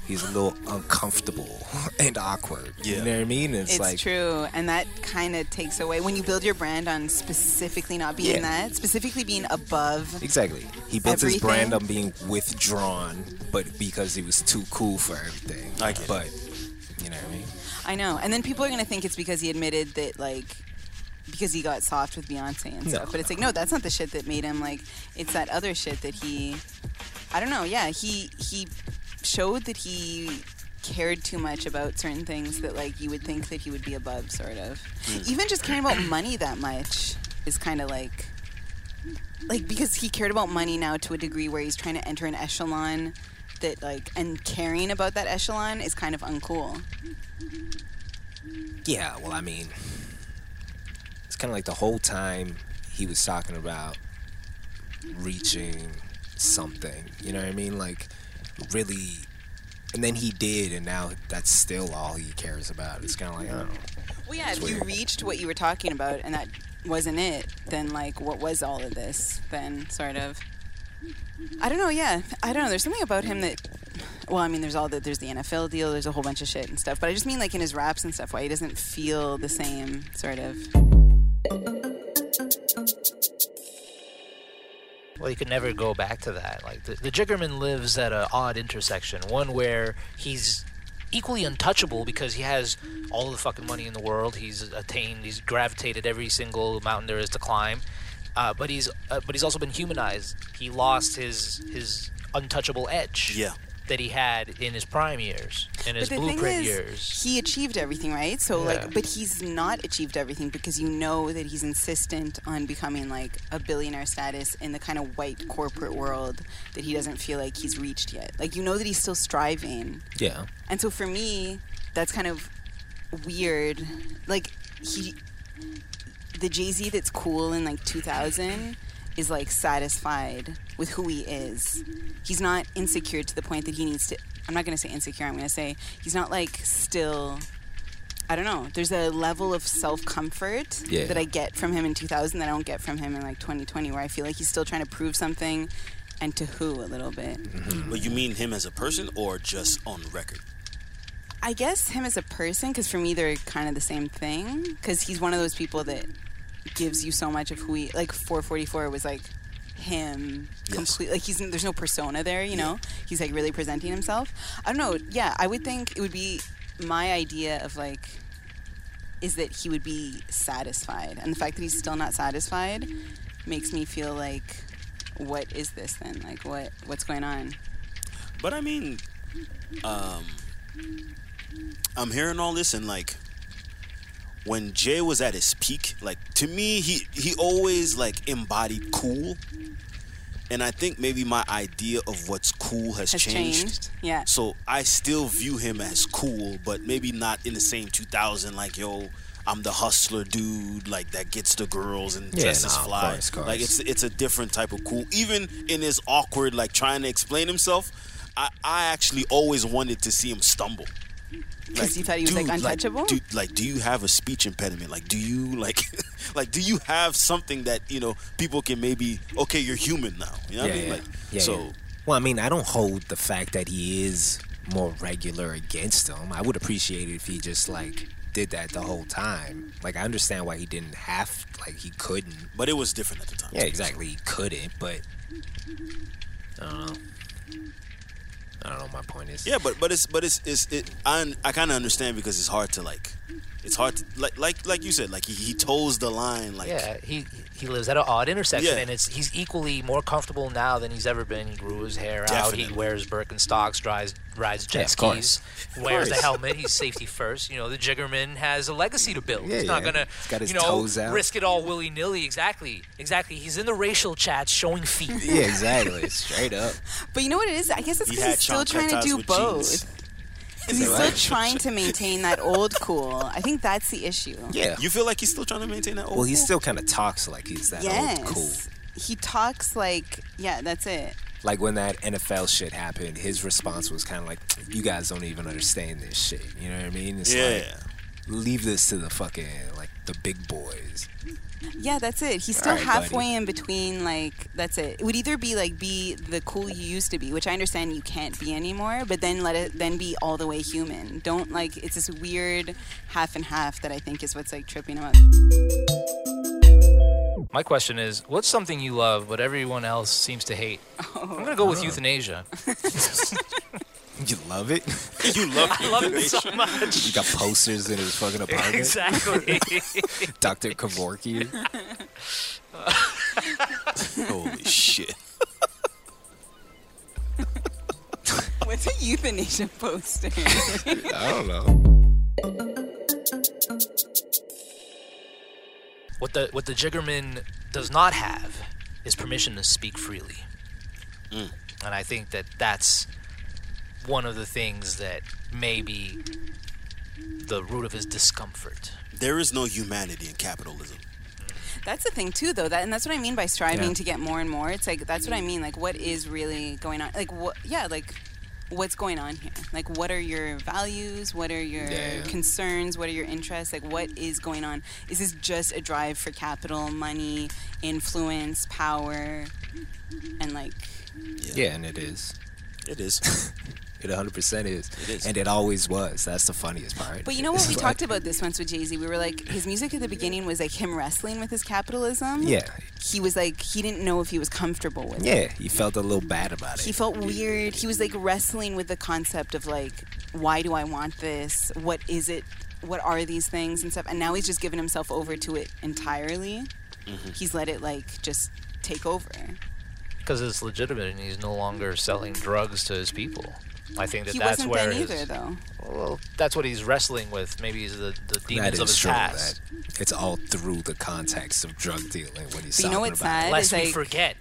Speaker 1: He's a little uncomfortable (laughs) and awkward.
Speaker 3: Yeah.
Speaker 1: You know what I mean? It's,
Speaker 4: it's
Speaker 1: like,
Speaker 4: true, and that kind of takes away when you build your brand on specifically not being
Speaker 1: Yeah.
Speaker 4: that, specifically being above.
Speaker 1: Exactly. He built his
Speaker 4: Everything.
Speaker 1: brand on being withdrawn, but because he was too cool for everything.
Speaker 3: I get it.
Speaker 1: but, you know what I mean?
Speaker 4: I know, and then people are gonna think it's because he admitted that like because he got soft with Beyonce and
Speaker 1: No,
Speaker 4: stuff, but it's like no, that's not the shit that made him like. It's that other shit that he, I don't know. Yeah, he he showed that he cared too much about certain things that like you would think that he would be above, sort of. Even just caring about money that much is kind of like like because he cared about money now to a degree where he's trying to enter an echelon that like and caring about that echelon is kind of uncool.
Speaker 1: Yeah, well, I mean, it's kind of like the whole time he was talking about reaching something. You know what I mean? Like, really. And then he did, and now that's still all he cares about. It's kind of like, oh,
Speaker 4: Well, yeah, if you reached what you were talking about and that wasn't it, then like what was all of this? Then sort of. I don't know. Yeah, I don't know. There's something about him that. Well, I mean, there's all the there's the NFL deal. There's a whole bunch of shit and stuff. But I just mean like in his raps and stuff, why he doesn't feel the same sort of.
Speaker 2: Well, you could never go back to that. Like the, the Jiggerman lives at an odd intersection, one where he's equally untouchable because he has all the fucking money in the world. He's attained, he's gravitated every single mountain there is to climb. Uh, but he's uh, but he's also been humanized. He lost his his untouchable edge.
Speaker 3: Yeah.
Speaker 2: That he had in his prime years, in his
Speaker 4: but the
Speaker 2: blueprint
Speaker 4: thing is,
Speaker 2: years.
Speaker 4: he achieved everything, right? So
Speaker 2: Yeah.
Speaker 4: like, but he's not achieved everything because you know that he's insistent on becoming like a billionaire status in the kind of white corporate world that he doesn't feel like he's reached yet. Like you know that he's still striving,
Speaker 1: yeah.
Speaker 4: and so for me, that's kind of weird. Like he, the Jay Z that's cool in like 2000 is like satisfied with who he is. He's not insecure to the point that he needs to. I'm not gonna say insecure. I'm gonna say he's not like still. I don't know. There's a level of self comfort
Speaker 1: Yeah.
Speaker 4: that I get from him in 2000 that I don't get from him in like 2020, where I feel like he's still trying to prove something and to who a little bit.
Speaker 3: But you mean him as a person or just on record?
Speaker 4: I guess him as a person, because for me they're kind of the same thing. Because he's one of those people that gives you so much of who he. Like 444 was like him
Speaker 3: Yes.
Speaker 4: complete. Like he's there's no persona there. You know, he's like really presenting himself. I don't know. Yeah, I would think it would be my idea of like is that he would be satisfied, and the fact that he's still not satisfied makes me feel like what is this then? Like what what's going on?
Speaker 3: But I mean, um, I'm hearing all this and like when Jay was at his peak, like to me, he he always like embodied cool. And I think maybe my idea of what's cool has,
Speaker 4: Has changed. Yeah.
Speaker 3: So I still view him as cool, but maybe not in the same 2000. Like, yo, I'm the hustler dude, like that gets the girls and
Speaker 1: Yeah,
Speaker 3: dresses
Speaker 1: nah, of
Speaker 3: fly.
Speaker 1: course, of course.
Speaker 3: Like it's it's a different type of cool. Even in his awkward, like trying to explain himself, I I actually always wanted to see him stumble.
Speaker 4: 'Cause you thought he was, like, untouchable?
Speaker 3: Like, dude, like, do you have a speech impediment? Like, do you like, (laughs) like, do you have something that you know people can maybe? Okay, you're human now. You know what I mean? Like,
Speaker 1: Yeah,
Speaker 3: so
Speaker 1: yeah. Well, I mean, I don't hold the fact that he is more regular against him. I would appreciate it if he just like did that the whole time. Like, I understand why he didn't have, like, he couldn't.
Speaker 3: but it was different at the time.
Speaker 1: Yeah, exactly. He couldn't, but I don't know. I don't know. what My point is,
Speaker 3: Yeah, but but it's but it's it's it. I I kind of understand because it's hard to like It's hard to like like like you said, like he, he toes the line like
Speaker 2: Yeah, he he lives at an odd intersection,
Speaker 3: Yeah.
Speaker 2: and it's he's equally more comfortable now than he's ever been. He grew his hair out.
Speaker 3: Definitely.
Speaker 2: He wears Birkenstocks, drives rides jet
Speaker 1: Yeah, of
Speaker 2: skis,
Speaker 1: course.
Speaker 2: wears the
Speaker 1: course.
Speaker 2: helmet. He's safety first. You know, the Jiggerman has a legacy to build.
Speaker 1: Yeah,
Speaker 2: he's not
Speaker 1: yeah.
Speaker 2: gonna
Speaker 1: He's got his
Speaker 2: you know
Speaker 1: toes out.
Speaker 2: risk it all willy nilly. Exactly, exactly. He's in the racial chats showing feet.
Speaker 1: Yeah, exactly. Straight up.
Speaker 4: But you know what it is? I guess it's
Speaker 3: he
Speaker 4: because he's
Speaker 3: had
Speaker 4: still
Speaker 3: Sean
Speaker 4: trying to
Speaker 3: Cutties
Speaker 4: do
Speaker 3: with
Speaker 4: both.
Speaker 3: jeans.
Speaker 4: 'Cause he's still trying to maintain that old cool. I think that's the issue.
Speaker 1: Yeah.
Speaker 3: You feel like he's still trying to maintain that old
Speaker 1: well, he
Speaker 3: cool?
Speaker 1: still kind of talks like he's that
Speaker 4: Yes.
Speaker 1: old cool.
Speaker 4: He talks like, yeah, that's it.
Speaker 1: Like when that NFL shit happened, his response was kind of like, "You guys don't even understand this shit." You know what I mean? It's
Speaker 3: Yeah.
Speaker 1: like leave this to the fucking like the big boys. (laughs)
Speaker 4: Yeah, that's it. He's still
Speaker 1: All right,
Speaker 4: halfway
Speaker 1: buddy.
Speaker 4: in between. Like, that's it. It would either be like be the cool you used to be, which I understand you can't be anymore, but then let it then be all the way human. Don't like it's this weird half and half that I think is what's like tripping him up.
Speaker 2: (laughs)
Speaker 4: (laughs)
Speaker 2: My question is, what's something you love but everyone else seems to hate? I'm gonna go with euthanasia.
Speaker 1: You love it?
Speaker 3: you love
Speaker 2: (laughs) I love it so much.
Speaker 1: You got posters in his fucking apartment.
Speaker 2: exactly. (laughs)
Speaker 1: Dr. Kavorky.
Speaker 3: holy shit.
Speaker 4: What's a euthanasia poster?
Speaker 1: I don't know.
Speaker 2: What the what the Jiggerman does not have is permission to speak freely,
Speaker 1: Mm.
Speaker 2: and I think that that's one of the things that may be the root of his discomfort.
Speaker 3: There is no humanity in capitalism.
Speaker 4: That's the thing too, though. That and that's what I mean by striving
Speaker 1: Yeah.
Speaker 4: to get more and more. It's like that's what I mean. Like, what is really going on? Like, what? Yeah, like what's going on here? Like, what are your values? What are your
Speaker 1: Yeah, yeah.
Speaker 4: concerns? What are your interests? Like, what is going on? Is this just a drive for capital, money, influence, power, and like?
Speaker 1: Yeah, and it is.
Speaker 3: It is.
Speaker 1: It 100% is. It
Speaker 3: is.
Speaker 1: And it always was. That's the funniest part.
Speaker 4: But you know what?
Speaker 1: It's
Speaker 4: We
Speaker 1: like-
Speaker 4: talked about this once with Jay Z. We were like, his music at the beginning was like him wrestling with his capitalism.
Speaker 1: Yeah.
Speaker 4: He was like, he didn't know if he was comfortable with it.
Speaker 1: Yeah, he felt a little bad about it.
Speaker 4: he felt weird. He was like wrestling with the concept of like, why do I want this? What is it? What are these things and stuff? And now he's just given himself over to it entirely.
Speaker 2: Mm-hmm.
Speaker 4: He's let it like just take over.
Speaker 2: because it's legitimate and he's no longer selling drugs to his people. I think that
Speaker 4: he
Speaker 2: that's
Speaker 4: wasn't
Speaker 2: where
Speaker 4: then
Speaker 2: his-
Speaker 4: either, though.
Speaker 2: well, that's what he's wrestling with. Maybe he's the, the
Speaker 1: that
Speaker 2: demons
Speaker 1: is
Speaker 2: of his
Speaker 1: true.
Speaker 2: past.
Speaker 1: That it's all through the context of drug dealing when he's
Speaker 4: But you know
Speaker 1: talking
Speaker 4: what's
Speaker 1: about
Speaker 4: sad?
Speaker 1: it.
Speaker 4: That
Speaker 2: Lest
Speaker 4: is
Speaker 2: we
Speaker 4: like-
Speaker 2: forget.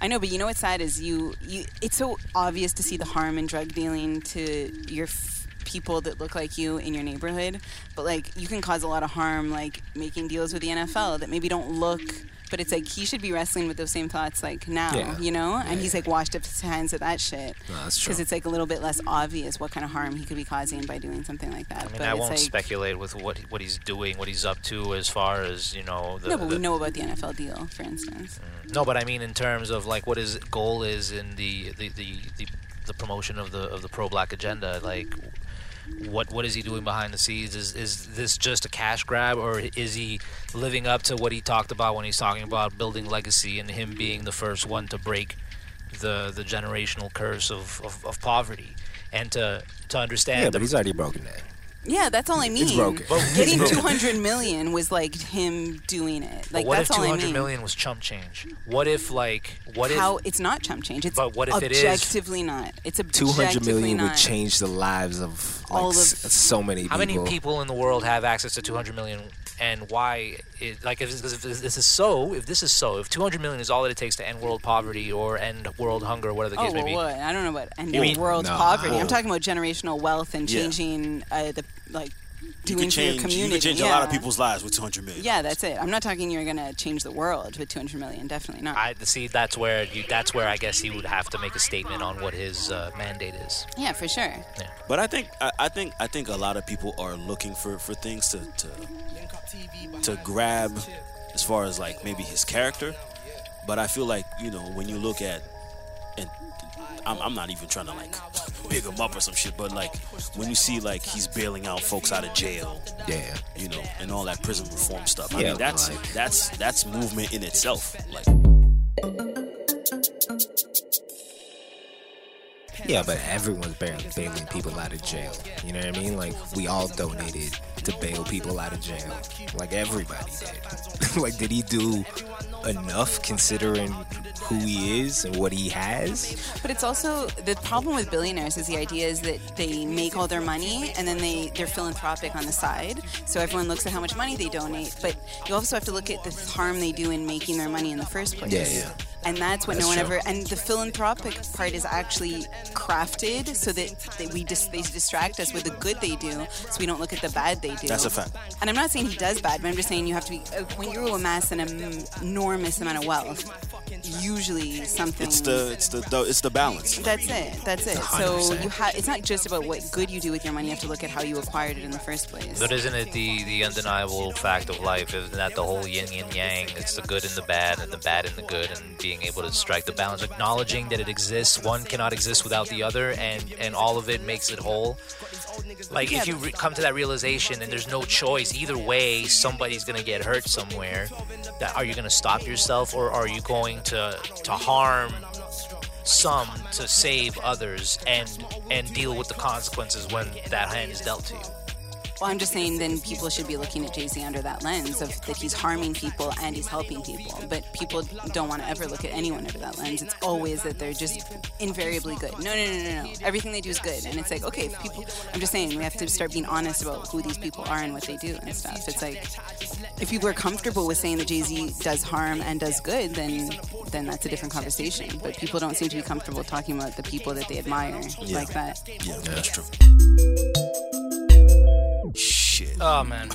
Speaker 4: I know, but you know what's sad is you. You. It's so obvious to see the harm in drug dealing to your f- people that look like you in your neighborhood, but like you can cause a lot of harm, like making deals with the NFL that maybe don't look. But it's like he should be wrestling with those same thoughts like now,
Speaker 1: Yeah.
Speaker 4: you know. And
Speaker 1: Yeah,
Speaker 4: he's
Speaker 1: yeah.
Speaker 4: like washed up his hands of that shit
Speaker 1: No, that's true.
Speaker 4: because it's like a little bit less obvious what kind of harm he could be causing by doing something like that.
Speaker 2: I mean,
Speaker 4: but
Speaker 2: I
Speaker 4: it's
Speaker 2: won't
Speaker 4: like,
Speaker 2: speculate with what what he's doing, what he's up to, as far as you know. The,
Speaker 4: No, but we
Speaker 2: the-
Speaker 4: know about the NFL deal, for instance.
Speaker 2: No, but I mean in terms of like what his goal is in the the, the, the, the promotion of the of the pro black agenda. Like, what what is he doing behind the scenes? Is is this just a cash grab, or is he living up to what he talked about when he's talking about building legacy and him being the first one to break the the generational curse of, of, of poverty and to to understand
Speaker 1: Yeah,
Speaker 2: the
Speaker 1: but he's already broken that.
Speaker 4: Yeah, that's all I mean.
Speaker 1: broken. But it's
Speaker 4: Getting 200 million was like him doing it. Like
Speaker 2: but what
Speaker 4: that's
Speaker 2: if
Speaker 4: all
Speaker 2: two
Speaker 4: I
Speaker 2: hundred
Speaker 4: mean.
Speaker 2: million was chump change? What if like what
Speaker 4: How
Speaker 2: if
Speaker 4: it's not chump change. It's
Speaker 2: But what if it is-
Speaker 4: objectively not. It's
Speaker 1: Two
Speaker 4: objectively
Speaker 1: hundred million
Speaker 4: not.
Speaker 1: would change the lives of like,
Speaker 4: All of-
Speaker 1: s- so many
Speaker 2: how
Speaker 1: people.
Speaker 2: many people in the world have access to 200 million and why it, like if, this- if this is so if this is so if 200 million is all that it takes to end world poverty or end world hunger whatever the
Speaker 4: Oh
Speaker 2: case
Speaker 4: well,
Speaker 2: may be
Speaker 4: what? I don't know what and
Speaker 2: You mean-
Speaker 4: world
Speaker 1: No.
Speaker 4: poverty. I'm
Speaker 1: Well-
Speaker 4: talking about generational wealth and
Speaker 3: Yeah.
Speaker 4: changing uh, the like
Speaker 3: You
Speaker 4: doing
Speaker 3: can
Speaker 4: for your
Speaker 3: change
Speaker 4: community.
Speaker 3: you can change
Speaker 4: yeah.
Speaker 3: a lot of people's lives with 200 million.
Speaker 4: Yeah, that's it. I'm not talking you're gonna change the world with 200 million. Definitely not.
Speaker 2: I see that's where you, that's where I guess he would have to make a statement on what his uh, mandate is
Speaker 4: yeah, for sure.
Speaker 3: But I think I, I think I think a lot of people are looking for for things to to to grab as far as like maybe his character. But I feel like you know when you look at and I'm, I'm not even trying to like (laughs) big him up or some shit, but like when you see like he's bailing out folks out of jail,
Speaker 1: Yeah.
Speaker 3: you know, and all that prison reform stuff. I
Speaker 1: Yeah,
Speaker 3: mean that's
Speaker 1: like-
Speaker 3: that's that's movement in itself. Like
Speaker 1: Yeah, but everyone's bar- bailing people out of jail. You know what I mean? Like we all donated to bail people out of jail. Like everybody did. (laughs) like did he do enough considering who he is and what he has?
Speaker 4: But it's also the problem with billionaires is the idea is that they make all their money and then they they're philanthropic on the side. So everyone looks at how much money they donate, but you also have to look at the harm they do in making their money in the first place.
Speaker 1: Yeah, yeah.
Speaker 4: And that's what
Speaker 1: That's
Speaker 4: no one
Speaker 1: true.
Speaker 4: ever. And the philanthropic part is actually crafted so that they, we just they distract us with the good they do, so we don't look at the bad they do.
Speaker 3: That's a fact.
Speaker 4: And I'm not saying he does bad, but I'm just saying you have to be uh, when you amass an em- enormous amount of wealth. Usually, something
Speaker 3: It's the it's the, the it's the balance.
Speaker 4: that's it. That's it. So
Speaker 1: 100%.
Speaker 4: you have. It's not just about what good you do with your money. You have to look at how you acquired it in the first place.
Speaker 2: But isn't it the, the undeniable fact of life? Isn't that the whole yin and yang? It's the good and the bad, and the bad and the good, and being able to strike the balance, acknowledging that it exists. One cannot exist without the other, and, and all of it makes it whole. Like, if you re- come to that realization and there's no choice, either way, somebody's going to get hurt somewhere. That, are you going to stop yourself, or are you going to, to harm some to save others and, and deal with the consequences when that hand is dealt to you?
Speaker 4: Well, I'm just saying then people should be looking at Jay Z under that lens of that he's harming people and he's helping people. But people don't want to ever look at anyone under that lens. It's always that they're just invariably good. No, no, no, no, no. Everything they do is good. And it's like, okay, if people, I'm just saying we have to start being honest about who these people are and what they do and stuff. It's like, if you were comfortable with saying that Jay Z does harm and does good, then then that's a different conversation. But people don't seem to be comfortable talking about the people that they admire like that.
Speaker 3: Yeah, that's true. Shit.
Speaker 2: Oh man.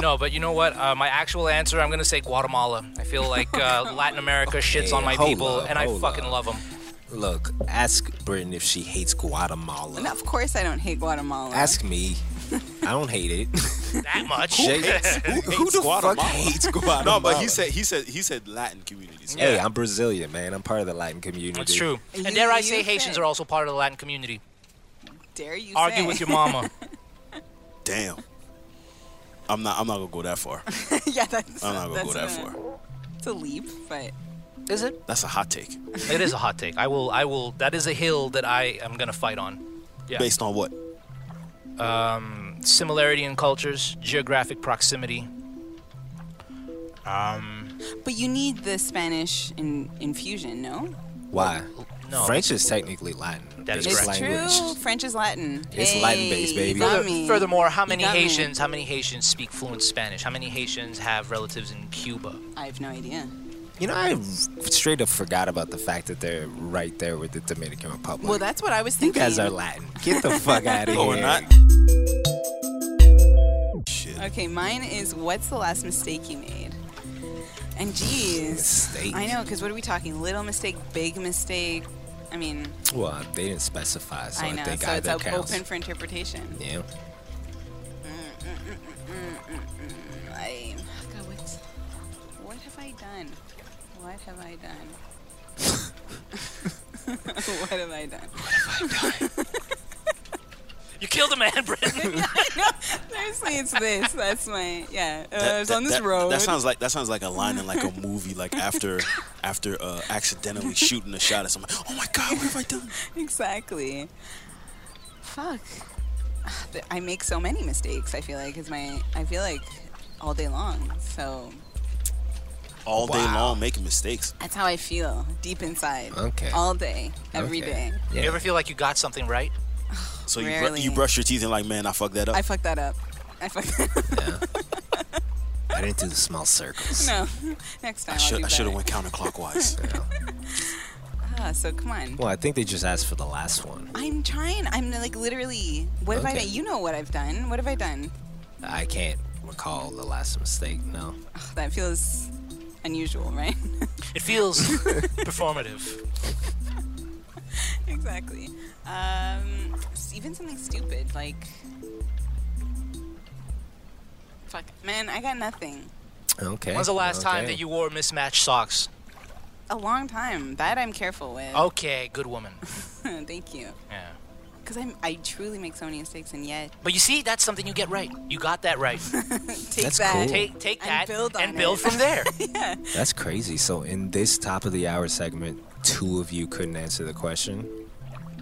Speaker 2: No, but you know what? Uh, my actual answer, I'm gonna say Guatemala. I feel like uh, Latin America shits on my
Speaker 1: hold
Speaker 2: people,
Speaker 1: up,
Speaker 2: and I
Speaker 1: hold
Speaker 2: fucking
Speaker 1: up.
Speaker 2: love 'em. love
Speaker 1: Look, ask Britain if she hates Guatemala.
Speaker 4: And of course, I don't hate Guatemala.
Speaker 1: Ask me. I don't hate
Speaker 2: (laughs)
Speaker 1: it.
Speaker 2: them that much.
Speaker 1: Jay-
Speaker 2: (laughs)
Speaker 1: (laughs) who, who
Speaker 3: hates
Speaker 1: the
Speaker 3: Guatemala?
Speaker 1: fuck hates Guatemala?
Speaker 3: (laughs) No, but he said he said he said Latin communities.
Speaker 1: Hey, I'm Brazilian, man. I'm part of the Latin community.
Speaker 2: It's true.
Speaker 4: You-
Speaker 2: And dare I
Speaker 4: you
Speaker 2: say, Haitians
Speaker 4: said-
Speaker 2: are also part of the Latin community.
Speaker 4: Dare you
Speaker 2: Argue
Speaker 4: say.
Speaker 2: with your mama.
Speaker 3: Damn. I'm not I'm not gonna go that far.
Speaker 4: (laughs) yeah, that's
Speaker 3: I'm not gonna
Speaker 4: that's
Speaker 3: go that
Speaker 4: a-
Speaker 3: far.
Speaker 4: It's a leap, but
Speaker 2: Is it?
Speaker 3: That's a hot take.
Speaker 2: It is a hot take. I will. I will. That is a hill that I am gonna fight on. Yeah.
Speaker 3: Based on what?
Speaker 2: Similarity in cultures, geographic proximity.
Speaker 4: but you need the Spanish in, infusion, no?
Speaker 1: Why?
Speaker 2: No.
Speaker 1: French is technically Latin.
Speaker 2: That is
Speaker 1: It's
Speaker 2: correct.
Speaker 1: language.
Speaker 4: True. French is Latin.
Speaker 1: It's
Speaker 4: hey,
Speaker 1: Latin-based, baby.
Speaker 4: you got
Speaker 2: Further-
Speaker 4: me.
Speaker 2: furthermore, how
Speaker 4: You
Speaker 2: many
Speaker 4: got me.
Speaker 2: Haitians? How many Haitians speak fluent Spanish? How many Haitians have relatives in Cuba?
Speaker 4: I have no idea.
Speaker 1: You know, I straight up forgot about the fact that they're right there with the Dominican Republic.
Speaker 4: Well, that's what I was
Speaker 1: you
Speaker 4: thinking.
Speaker 1: guys are Latin. Get the fuck out of
Speaker 3: (laughs) Oh,
Speaker 1: here.
Speaker 3: we're not.
Speaker 4: Okay, mine is what's the last mistake you made? And geez,
Speaker 1: Mistake.
Speaker 4: I know because what are we talking? Little mistake, big mistake. I mean,
Speaker 1: Well, they didn't specify, so I,
Speaker 4: I know,
Speaker 1: think
Speaker 4: so it's
Speaker 1: either
Speaker 4: up-
Speaker 1: counts.
Speaker 4: open for interpretation.
Speaker 1: (laughs) Yeah.
Speaker 4: I, God, what's, what have I done? What have I
Speaker 3: (laughs)
Speaker 4: done? (laughs) what have I done?
Speaker 2: You killed a man, Britain.
Speaker 4: Seriously, it's this. That's my yeah. Uh,
Speaker 3: That-
Speaker 4: it's
Speaker 3: that-
Speaker 4: on this
Speaker 3: that-
Speaker 4: road.
Speaker 3: That sounds like that sounds like a line in like a movie, like after after uh, accidentally shooting a shot at somebody. Oh my god, what have I done?
Speaker 4: exactly. Fuck. Th- I make so many mistakes. I feel like is my. I feel like all day long. So
Speaker 3: All day long making mistakes.
Speaker 4: that's how I feel deep inside.
Speaker 1: Okay.
Speaker 4: All day, every day.
Speaker 1: Okay. Yeah.
Speaker 2: You ever feel like you got something right?
Speaker 3: So you, br-
Speaker 4: Rarely.
Speaker 3: you brush your teeth and like, man, I fucked that up.
Speaker 4: I fucked that up. I fucked (laughs) that up.
Speaker 1: I didn't do the small circles.
Speaker 4: no. Next time
Speaker 3: I
Speaker 4: I will
Speaker 3: should
Speaker 4: do
Speaker 3: I should have
Speaker 4: better.
Speaker 3: went counterclockwise.
Speaker 4: (laughs)
Speaker 1: You know.
Speaker 4: Ah, so come on.
Speaker 1: Well, I think they just asked for the last one.
Speaker 4: I'm trying. I'm like literally. What have I
Speaker 1: Okay.
Speaker 4: done? You know what I've done. What have I done?
Speaker 1: I can't recall the last mistake. No.
Speaker 4: Ugh, that feels unusual, right? (laughs)
Speaker 2: It feels performative.
Speaker 4: exactly. Um, s- even something stupid like. Fuck, man, I got nothing.
Speaker 1: Okay.
Speaker 2: When's the last time
Speaker 1: Okay.
Speaker 2: that you wore mismatched socks?
Speaker 4: A long time. That I'm careful with.
Speaker 1: Oh.
Speaker 2: Okay, good woman.
Speaker 4: (laughs) Thank you.
Speaker 2: Yeah.
Speaker 4: Because I I truly make so many mistakes, and yet
Speaker 2: But you see, that's something you get right. You got that
Speaker 4: (laughs)
Speaker 2: right.
Speaker 4: take
Speaker 1: That's
Speaker 4: that.
Speaker 1: cool.
Speaker 2: Take take
Speaker 4: And
Speaker 2: that
Speaker 4: build on
Speaker 2: and build
Speaker 4: it.
Speaker 2: from
Speaker 4: (laughs)
Speaker 2: there.
Speaker 1: That's crazy. So in this top of the hour segment, two of you couldn't answer the question.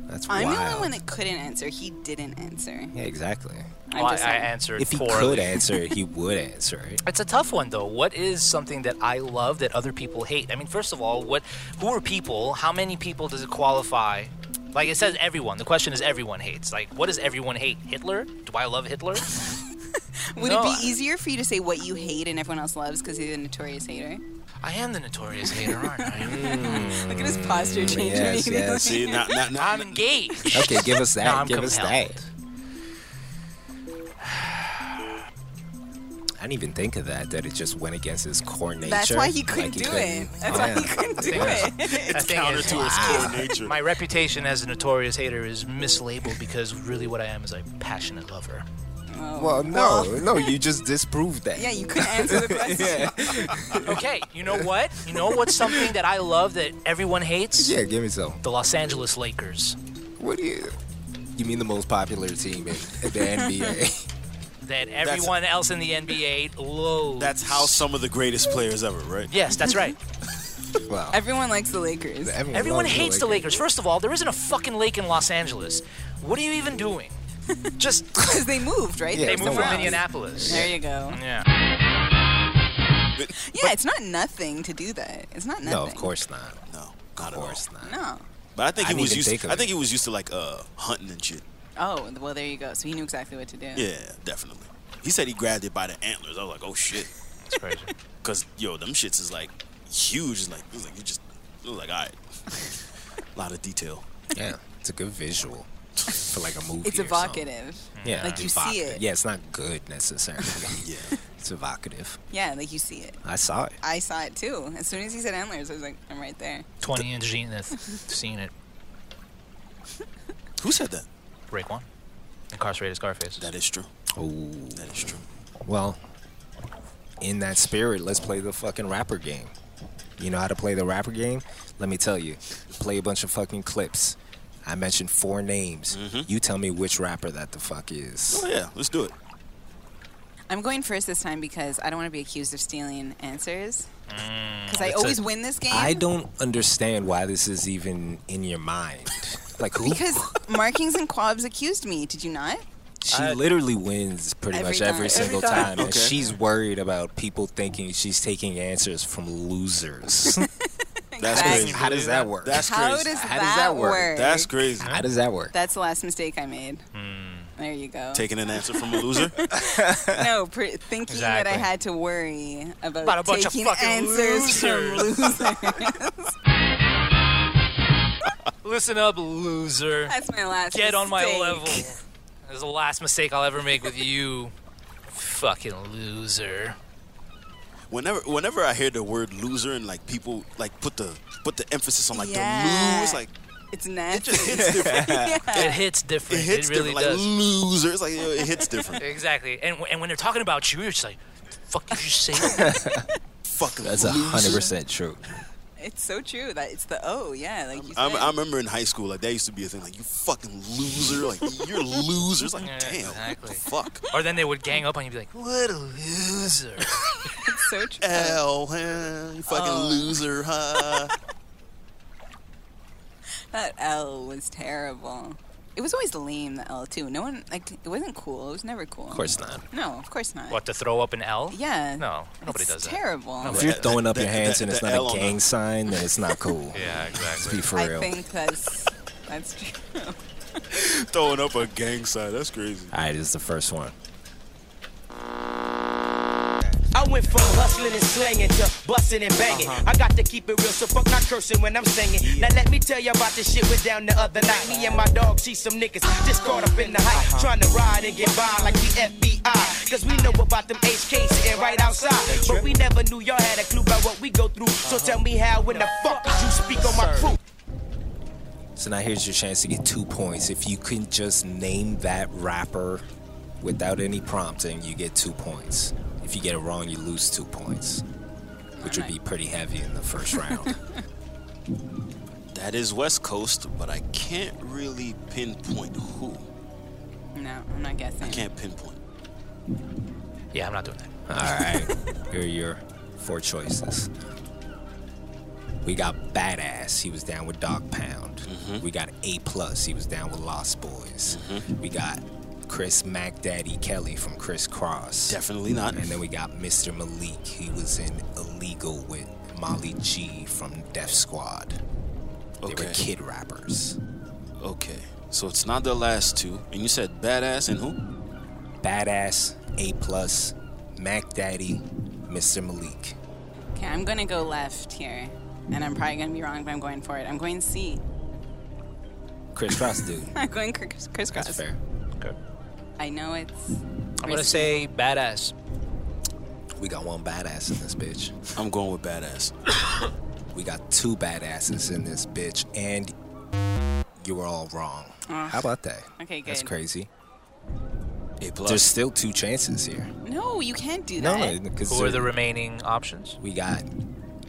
Speaker 1: That's
Speaker 4: I'm
Speaker 1: wild.
Speaker 4: the only one that couldn't answer. He didn't answer.
Speaker 1: yeah, exactly.
Speaker 4: I'm
Speaker 2: Well, I,
Speaker 4: just
Speaker 2: I
Speaker 4: saying.
Speaker 2: answered
Speaker 1: If he
Speaker 2: poorly.
Speaker 1: could answer
Speaker 4: (laughs)
Speaker 1: it, he would answer it.
Speaker 2: It's a tough one though. What is something that I love that other people hate? I mean, first of all, what who are people? How many people does it qualify? Like it says everyone. The question is everyone hates. Like what does everyone hate? Hitler? Do I love Hitler?
Speaker 4: (laughs) Would
Speaker 2: No,
Speaker 4: it
Speaker 2: I-
Speaker 4: be easier for you to say what you hate and everyone else loves because he's a notorious hater?
Speaker 2: I am the notorious hater, aren't
Speaker 4: (laughs)
Speaker 2: I?
Speaker 4: Look at his posture
Speaker 1: Mm,
Speaker 4: changing.
Speaker 1: yes,
Speaker 4: immediately.
Speaker 1: yes.
Speaker 3: See, now, now, now,
Speaker 2: I'm engaged.
Speaker 1: Okay, give us
Speaker 2: Now
Speaker 1: that.
Speaker 2: I'm
Speaker 1: give us
Speaker 2: compelled.
Speaker 1: that. (sighs) I didn't even think of that. That it just went against his core nature.
Speaker 4: (laughs) That's why he couldn't
Speaker 1: Like,
Speaker 4: do it.
Speaker 1: couldn't- Oh,
Speaker 4: That's why he couldn't do it.
Speaker 2: That thing
Speaker 3: counter
Speaker 2: is-
Speaker 3: to its
Speaker 4: (laughs)
Speaker 3: core nature.
Speaker 2: my reputation as a notorious hater is mislabeled because really what I am is a passionate lover.
Speaker 1: (laughs) Well, no, no, you just disproved that. (laughs)
Speaker 4: (laughs) Yeah, you couldn't answer the question.
Speaker 2: Okay, you know what? You know what's something that I love that everyone hates?
Speaker 1: Yeah, give me some.
Speaker 2: The Los Angeles Lakers.
Speaker 1: What do you? You mean the most popular team in the
Speaker 4: (laughs)
Speaker 1: NBA?
Speaker 2: That everyone else in the NBA loathes.
Speaker 3: that's how some of the greatest players ever, right?
Speaker 2: Yes, that's (laughs) right.
Speaker 1: well,
Speaker 4: Everyone likes the Lakers.
Speaker 1: everyone,
Speaker 2: Everyone
Speaker 1: loves
Speaker 2: hates the Lakers. First of all, there isn't a fucking lake in Los Angeles. What are you even (laughs) doing? Just
Speaker 4: Because they moved, right?
Speaker 1: Yeah,
Speaker 2: they
Speaker 1: it's
Speaker 2: moved
Speaker 1: no
Speaker 2: from
Speaker 1: lie.
Speaker 2: Indianapolis.
Speaker 4: There you go.
Speaker 2: Yeah.
Speaker 4: Yeah, it's not nothing to do that. It's not nothing.
Speaker 1: No, of course not.
Speaker 3: No, not
Speaker 1: Of
Speaker 3: at all.
Speaker 1: course not.
Speaker 4: No.
Speaker 3: But I think
Speaker 1: I
Speaker 3: he
Speaker 1: didn't
Speaker 3: was
Speaker 1: even
Speaker 3: used.
Speaker 1: think of
Speaker 3: I
Speaker 1: it.
Speaker 3: think he was used to like uh hunting and shit.
Speaker 4: Oh, well, there you go. So he knew exactly what to do.
Speaker 3: Yeah, definitely. He said he grabbed it by the antlers. I was like, oh shit,
Speaker 2: It's crazy.
Speaker 3: because yo, them shits is like huge. It's like it was like you just it was like all right,
Speaker 1: (laughs)
Speaker 3: a lot of detail.
Speaker 1: Yeah, it's a good visual for like a movie.
Speaker 4: It's
Speaker 1: or something.
Speaker 4: evocative.
Speaker 1: Yeah,
Speaker 4: Like, you see
Speaker 1: evocative.
Speaker 4: it.
Speaker 1: Yeah, it's not good necessarily. (laughs)
Speaker 3: Yeah,
Speaker 1: it's evocative.
Speaker 4: Yeah, like you see it.
Speaker 1: I saw it.
Speaker 4: I saw it too. As soon as he said antlers, I was like, I'm right there.
Speaker 2: 20 inch zenith. Seen it.
Speaker 3: who said that?
Speaker 2: Break one. Incarcerated Scarface.
Speaker 3: That is true.
Speaker 1: Oh,
Speaker 3: That is true.
Speaker 1: well. In that spirit, let's play the fucking rapper game. You know how to play the rapper game? Let me tell you. Play a bunch of fucking clips. I mentioned four names. You tell me which rapper that the fuck is.
Speaker 3: Oh yeah, let's do it.
Speaker 4: I'm going first this time because I don't want to be accused of stealing answers. Because I
Speaker 2: Mm. It's a-
Speaker 4: always win this game.
Speaker 2: (laughs)
Speaker 1: I don't understand why this is even in your mind. (laughs) Like who?
Speaker 4: Because Markings and Quabs accused me. Did you not?
Speaker 1: she
Speaker 2: I-
Speaker 1: literally wins pretty
Speaker 4: Every
Speaker 1: much
Speaker 4: time.
Speaker 1: every
Speaker 4: Every
Speaker 1: single
Speaker 2: time.
Speaker 1: time, and
Speaker 3: Okay.
Speaker 1: she's worried about people thinking she's taking answers from losers.
Speaker 3: That's
Speaker 4: Exactly.
Speaker 3: crazy.
Speaker 1: How does that work?
Speaker 3: That's
Speaker 4: How
Speaker 3: crazy.
Speaker 4: does,
Speaker 1: How
Speaker 4: that
Speaker 1: does that work?
Speaker 3: That's crazy.
Speaker 1: How does that work?
Speaker 4: That's the last mistake I made.
Speaker 2: Hmm.
Speaker 4: There you go.
Speaker 3: Taking an answer from
Speaker 1: (laughs)
Speaker 3: a loser.
Speaker 4: (laughs) no, pr- thinking that I
Speaker 2: Exactly.
Speaker 4: had to worry about,
Speaker 2: About a bunch of
Speaker 4: taking
Speaker 2: fucking
Speaker 4: answers
Speaker 2: losers.
Speaker 4: from losers.
Speaker 2: Listen up, loser.
Speaker 4: (laughs) That's my last.
Speaker 2: Get on my
Speaker 4: mistake.
Speaker 2: level. That's the last mistake I'll ever make with you. Fucking loser.
Speaker 3: whenever whenever I hear the word loser and like people like put the put the emphasis on like
Speaker 4: Yeah.
Speaker 3: the lose, like
Speaker 4: It's natural.
Speaker 3: (laughs) it's different.
Speaker 2: It hits different.
Speaker 3: It hits
Speaker 2: really
Speaker 3: different.
Speaker 2: does.
Speaker 3: Like loser, it's like yo, it hits (laughs) different.
Speaker 2: Exactly. And, w- and when they're talking about you, you're just like, fuck did you
Speaker 3: (laughs)
Speaker 2: say?
Speaker 3: Fucking
Speaker 1: That's
Speaker 3: loser.
Speaker 1: hundred percent true.
Speaker 4: It's so true that it's the oh yeah like you
Speaker 3: I,
Speaker 4: said.
Speaker 3: I remember in high school, like that used to be a thing. Like you fucking loser, like you're a loser. It's like
Speaker 2: Yeah,
Speaker 3: damn,
Speaker 2: exactly.
Speaker 3: what the fuck?
Speaker 2: or then they would gang up on you and be like, what a loser.
Speaker 4: it's so true.
Speaker 3: Hell, huh? you fucking
Speaker 2: Oh.
Speaker 3: loser,
Speaker 2: (laughs)
Speaker 3: huh?
Speaker 4: That L was terrible. It was always lame the L too. No one like it wasn't cool. It was never cool.
Speaker 1: Of course not.
Speaker 4: No, of course not.
Speaker 2: what, to throw up an L?
Speaker 4: Yeah.
Speaker 2: No, nobody
Speaker 4: it's
Speaker 2: does that.
Speaker 4: terrible.
Speaker 2: No,
Speaker 1: If you're throwing up
Speaker 3: that-
Speaker 1: your hands
Speaker 3: that-
Speaker 1: and it's
Speaker 3: that
Speaker 1: not
Speaker 3: L
Speaker 1: a
Speaker 3: on
Speaker 1: gang
Speaker 3: the-
Speaker 1: sign, then it's not
Speaker 3: (laughs)
Speaker 1: cool.
Speaker 2: Yeah,
Speaker 1: Let's
Speaker 2: exactly.
Speaker 1: be for
Speaker 4: I
Speaker 1: real.
Speaker 4: think that's that's true.
Speaker 3: Throwing up a gang sign. That's crazy.
Speaker 1: All right, this is the first one.
Speaker 8: I went from hustling and slanging to busting and banging. I got to keep it real, so fuck my cursing when I'm singing. Now let me tell you about the shit went down the other night. Me and my dog, she some niggas just caught up in the hype, trying to ride and get by like the FBI. Cause we know about them HKs sitting right outside, but we never knew y'all had a clue about what we go through. So tell me how, when the fuck did you speak on my crew?
Speaker 1: So now here's your chance to get two points. If you can just name that rapper without any prompting, you get two points. If you get it wrong, you lose two points, which would be pretty heavy in the first round.
Speaker 3: That is West Coast, but I can't really pinpoint who.
Speaker 4: No, I'm not guessing.
Speaker 3: I can't pinpoint.
Speaker 2: Yeah, I'm not doing that.
Speaker 1: All right, here are your four choices. We got Badass. He was down with Dog Pound.
Speaker 3: Mm-hmm.
Speaker 1: We got A Plus. He was down with Lost Boys. We got Chris Mac Daddy Kelly from Chris Cross.
Speaker 3: Definitely not.
Speaker 1: And then we got Mr. Malik. He was in Illegal with Molly G from Def Squad. They
Speaker 3: Okay.
Speaker 1: were kid rappers.
Speaker 3: Okay. So it's not the last two. And you said badass and who?
Speaker 1: Badass, A Plus, Mac Daddy, Mr. Malik.
Speaker 4: Okay, I'm gonna go left here, and I'm probably gonna be wrong, but I'm going for it. I'm going C. (laughs)
Speaker 1: Chris Cross, dude.
Speaker 4: I'm going criss- crisscross.
Speaker 1: That's fair.
Speaker 4: I know it's.
Speaker 2: I'm gonna say badass.
Speaker 1: We got one badass in this bitch.
Speaker 3: I'm going with badass.
Speaker 1: We got two badasses in this bitch, and you were all wrong. How about that?
Speaker 4: Ah. Okay, good.
Speaker 1: That's crazy.
Speaker 3: A plus.
Speaker 1: There's still two chances here.
Speaker 4: No, you can't do
Speaker 1: No,
Speaker 4: that.
Speaker 1: no, because
Speaker 2: Who are the remaining options?
Speaker 1: we got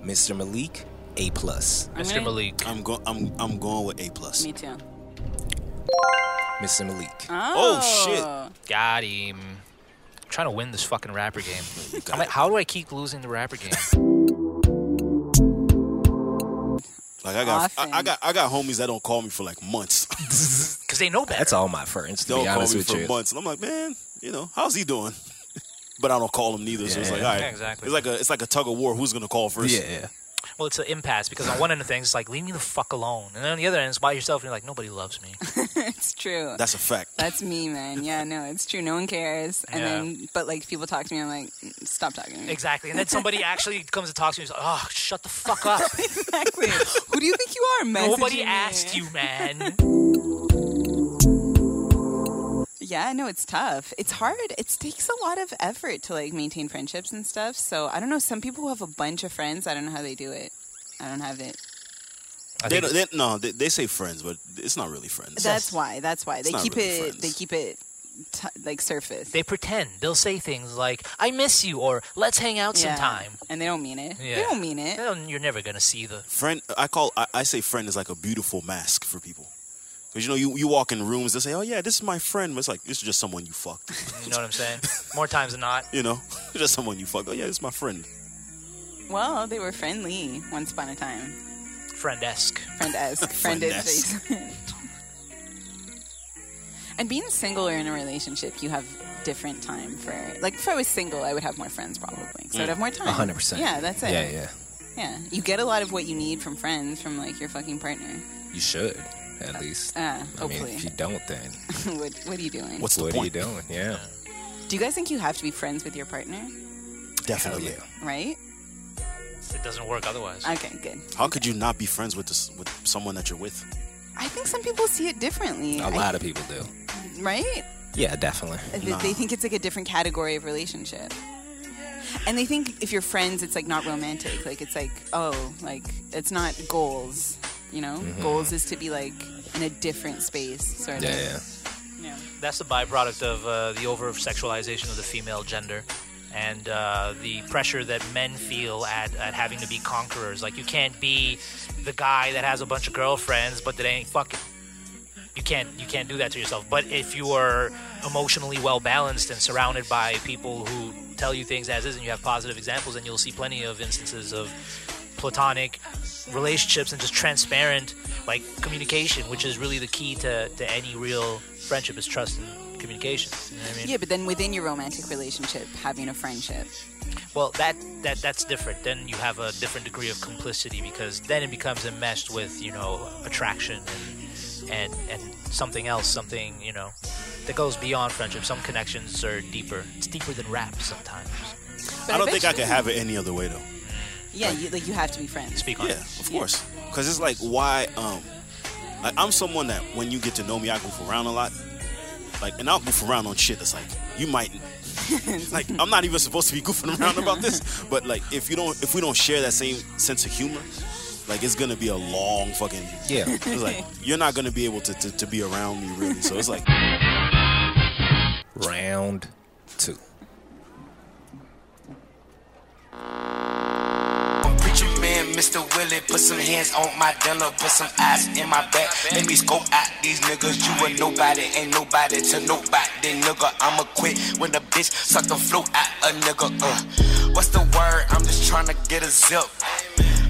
Speaker 1: Mr. Malik, A plus.
Speaker 4: I'm
Speaker 2: Mr.
Speaker 4: gonna-
Speaker 2: Malik.
Speaker 3: I'm going. I'm I'm going with A plus.
Speaker 4: Me too.
Speaker 1: Mr. Malik.
Speaker 4: Ah.
Speaker 3: Oh,
Speaker 4: shit.
Speaker 2: Got him. I'm trying to win this fucking rapper
Speaker 3: (laughs)
Speaker 2: game. I'm like, how do I keep losing the rapper game?
Speaker 3: Like I got
Speaker 4: Often.
Speaker 3: I, I got I got homies that don't call me for like
Speaker 1: (laughs)
Speaker 3: months.
Speaker 2: Because they know better.
Speaker 1: That's all my friends. To
Speaker 3: don't
Speaker 1: be
Speaker 3: call
Speaker 1: honest
Speaker 3: me
Speaker 1: with
Speaker 3: for
Speaker 1: you,
Speaker 3: months, and I'm like, man, you know, how's he doing? (laughs) but I don't call him neither. So it's like, all right,
Speaker 2: Yeah, exactly.
Speaker 3: It's like a it's like a tug of war. Who's gonna call first?
Speaker 1: yeah,
Speaker 2: Well, it's an impasse because on one end of things, it's like, leave me the fuck alone. And then on the other end, it's by yourself, and you're like, nobody loves
Speaker 4: (laughs)
Speaker 2: me.
Speaker 4: It's true.
Speaker 3: that's a fact.
Speaker 4: That's me, man. Yeah, no, it's true. No one cares. And
Speaker 2: Yeah.
Speaker 4: then, but like people talk to me, I'm like, "Mm, stop talking to me.
Speaker 2: Exactly.
Speaker 4: (laughs)
Speaker 2: And then somebody actually comes and talks to you and is like, oh, shut the fuck up.
Speaker 4: Exactly. (laughs) Who do you think you are, messaging
Speaker 2: Nobody
Speaker 4: me?
Speaker 2: asked you, man.
Speaker 4: Yeah, no, it's tough. It's hard. It takes a lot of effort to like maintain friendships and stuff. So I don't know. Some people who have a bunch of friends, I don't know how they do it. I don't have it.
Speaker 2: I
Speaker 3: They,
Speaker 2: think
Speaker 3: don't- they, no, they, they say friends, but it's not really friends.
Speaker 4: That's why. That's why they
Speaker 3: not
Speaker 4: keep
Speaker 3: really
Speaker 4: it.
Speaker 3: friends.
Speaker 4: They keep it t- like surface.
Speaker 2: they pretend. They'll say things like, I miss you, or let's hang out
Speaker 4: Yeah.
Speaker 2: sometime.
Speaker 4: and they don't mean it. They
Speaker 2: Yeah.
Speaker 4: don't mean it.
Speaker 2: Well, You're never going to see the.
Speaker 3: friend. I call I, I say friend is like a beautiful mask for people. Because you know you, you walk in rooms they say oh yeah this is my friend but it's like this is just someone you fucked
Speaker 2: (laughs) You know what I'm saying? More times than not.
Speaker 3: (laughs) you know (laughs) just someone you fucked oh yeah this is my friend
Speaker 4: Well, they were friendly once upon a time.
Speaker 2: Friend esque.
Speaker 1: (laughs)
Speaker 4: friend esque, friended
Speaker 3: Friend-esque.
Speaker 4: face. (laughs) and being single or in a relationship, you have different time for like if I was single, I would have more friends probably, so I'd have more time.
Speaker 1: Mm. hundred percent.
Speaker 4: Yeah, that's it.
Speaker 1: Yeah, yeah.
Speaker 4: Yeah. you get a lot of what you need from friends from like your fucking partner.
Speaker 1: You should at least.
Speaker 4: Uh,
Speaker 1: I mean,
Speaker 4: hopefully.
Speaker 1: if you don't, then
Speaker 4: (laughs) what, what are you doing?
Speaker 3: what's
Speaker 1: what
Speaker 3: the
Speaker 1: are you
Speaker 3: point
Speaker 1: doing? Yeah,
Speaker 4: Do you guys think you have to be friends with your partner?
Speaker 1: hell
Speaker 3: definitely
Speaker 1: yeah.
Speaker 4: Right?
Speaker 2: It doesn't work otherwise.
Speaker 4: Okay, good.
Speaker 3: how could you not be friends with this with someone that you're with
Speaker 4: I think some people see it differently.
Speaker 1: A lot of people do.
Speaker 4: I, right?
Speaker 1: Yeah, definitely.
Speaker 4: They- They think it's like a different category of relationship. And they think if you're friends, it's like not romantic. Like it's like, oh, like it's not goals. You know, goals is to be like in a different space, sort
Speaker 1: Yeah,
Speaker 4: of.
Speaker 1: yeah.
Speaker 4: Yeah.
Speaker 2: That's the byproduct of uh, the over sexualization of the female gender and uh, the pressure that men feel at, at having to be conquerors. Like, you can't be the guy that has a bunch of girlfriends, but that ain't fucking. You can't you can't do that to yourself. But if you are emotionally well balanced and surrounded by people who tell you things as is, and you have positive examples, then you'll see plenty of instances of platonic relationships and just transparent like communication, which is really the key to, to any real friendship is trust and communication. You know what I mean?
Speaker 4: Yeah, but then within your romantic relationship, having a friendship.
Speaker 2: Well, that, that that's different. Then you have a different degree of complicity because then it becomes enmeshed with you know attraction and and, and something else, something you know that goes beyond friendship. Some connections are deeper. It's deeper than rap sometimes.
Speaker 4: But
Speaker 3: I don't
Speaker 4: bet
Speaker 3: think
Speaker 4: you-
Speaker 3: I could have it any other way though
Speaker 4: Yeah, you, like you have to be friends.
Speaker 2: Speak on
Speaker 3: Yeah,
Speaker 2: it.
Speaker 3: of course. Because it's like why um like I'm someone that when you get to know me, I goof around a lot. Like, and I'll goof around on shit that's like you might. like, I'm not even supposed to be goofing around about this, but like, if you don't, if we don't share that same sense of humor, like it's gonna be a long fucking.
Speaker 1: Yeah.
Speaker 3: It's like you're not gonna be able to to, to be around me really. So it's like
Speaker 1: Round two.
Speaker 9: Preacher man, Mr. Willie, put some hands on my dinner, put some eyes in my back. Let me scope out these niggas. You a nobody, ain't nobody to nobody, nigga. I'ma quit when the bitch suck the flow out a nigga. Uh, what's the word? I'm just tryna get a zip.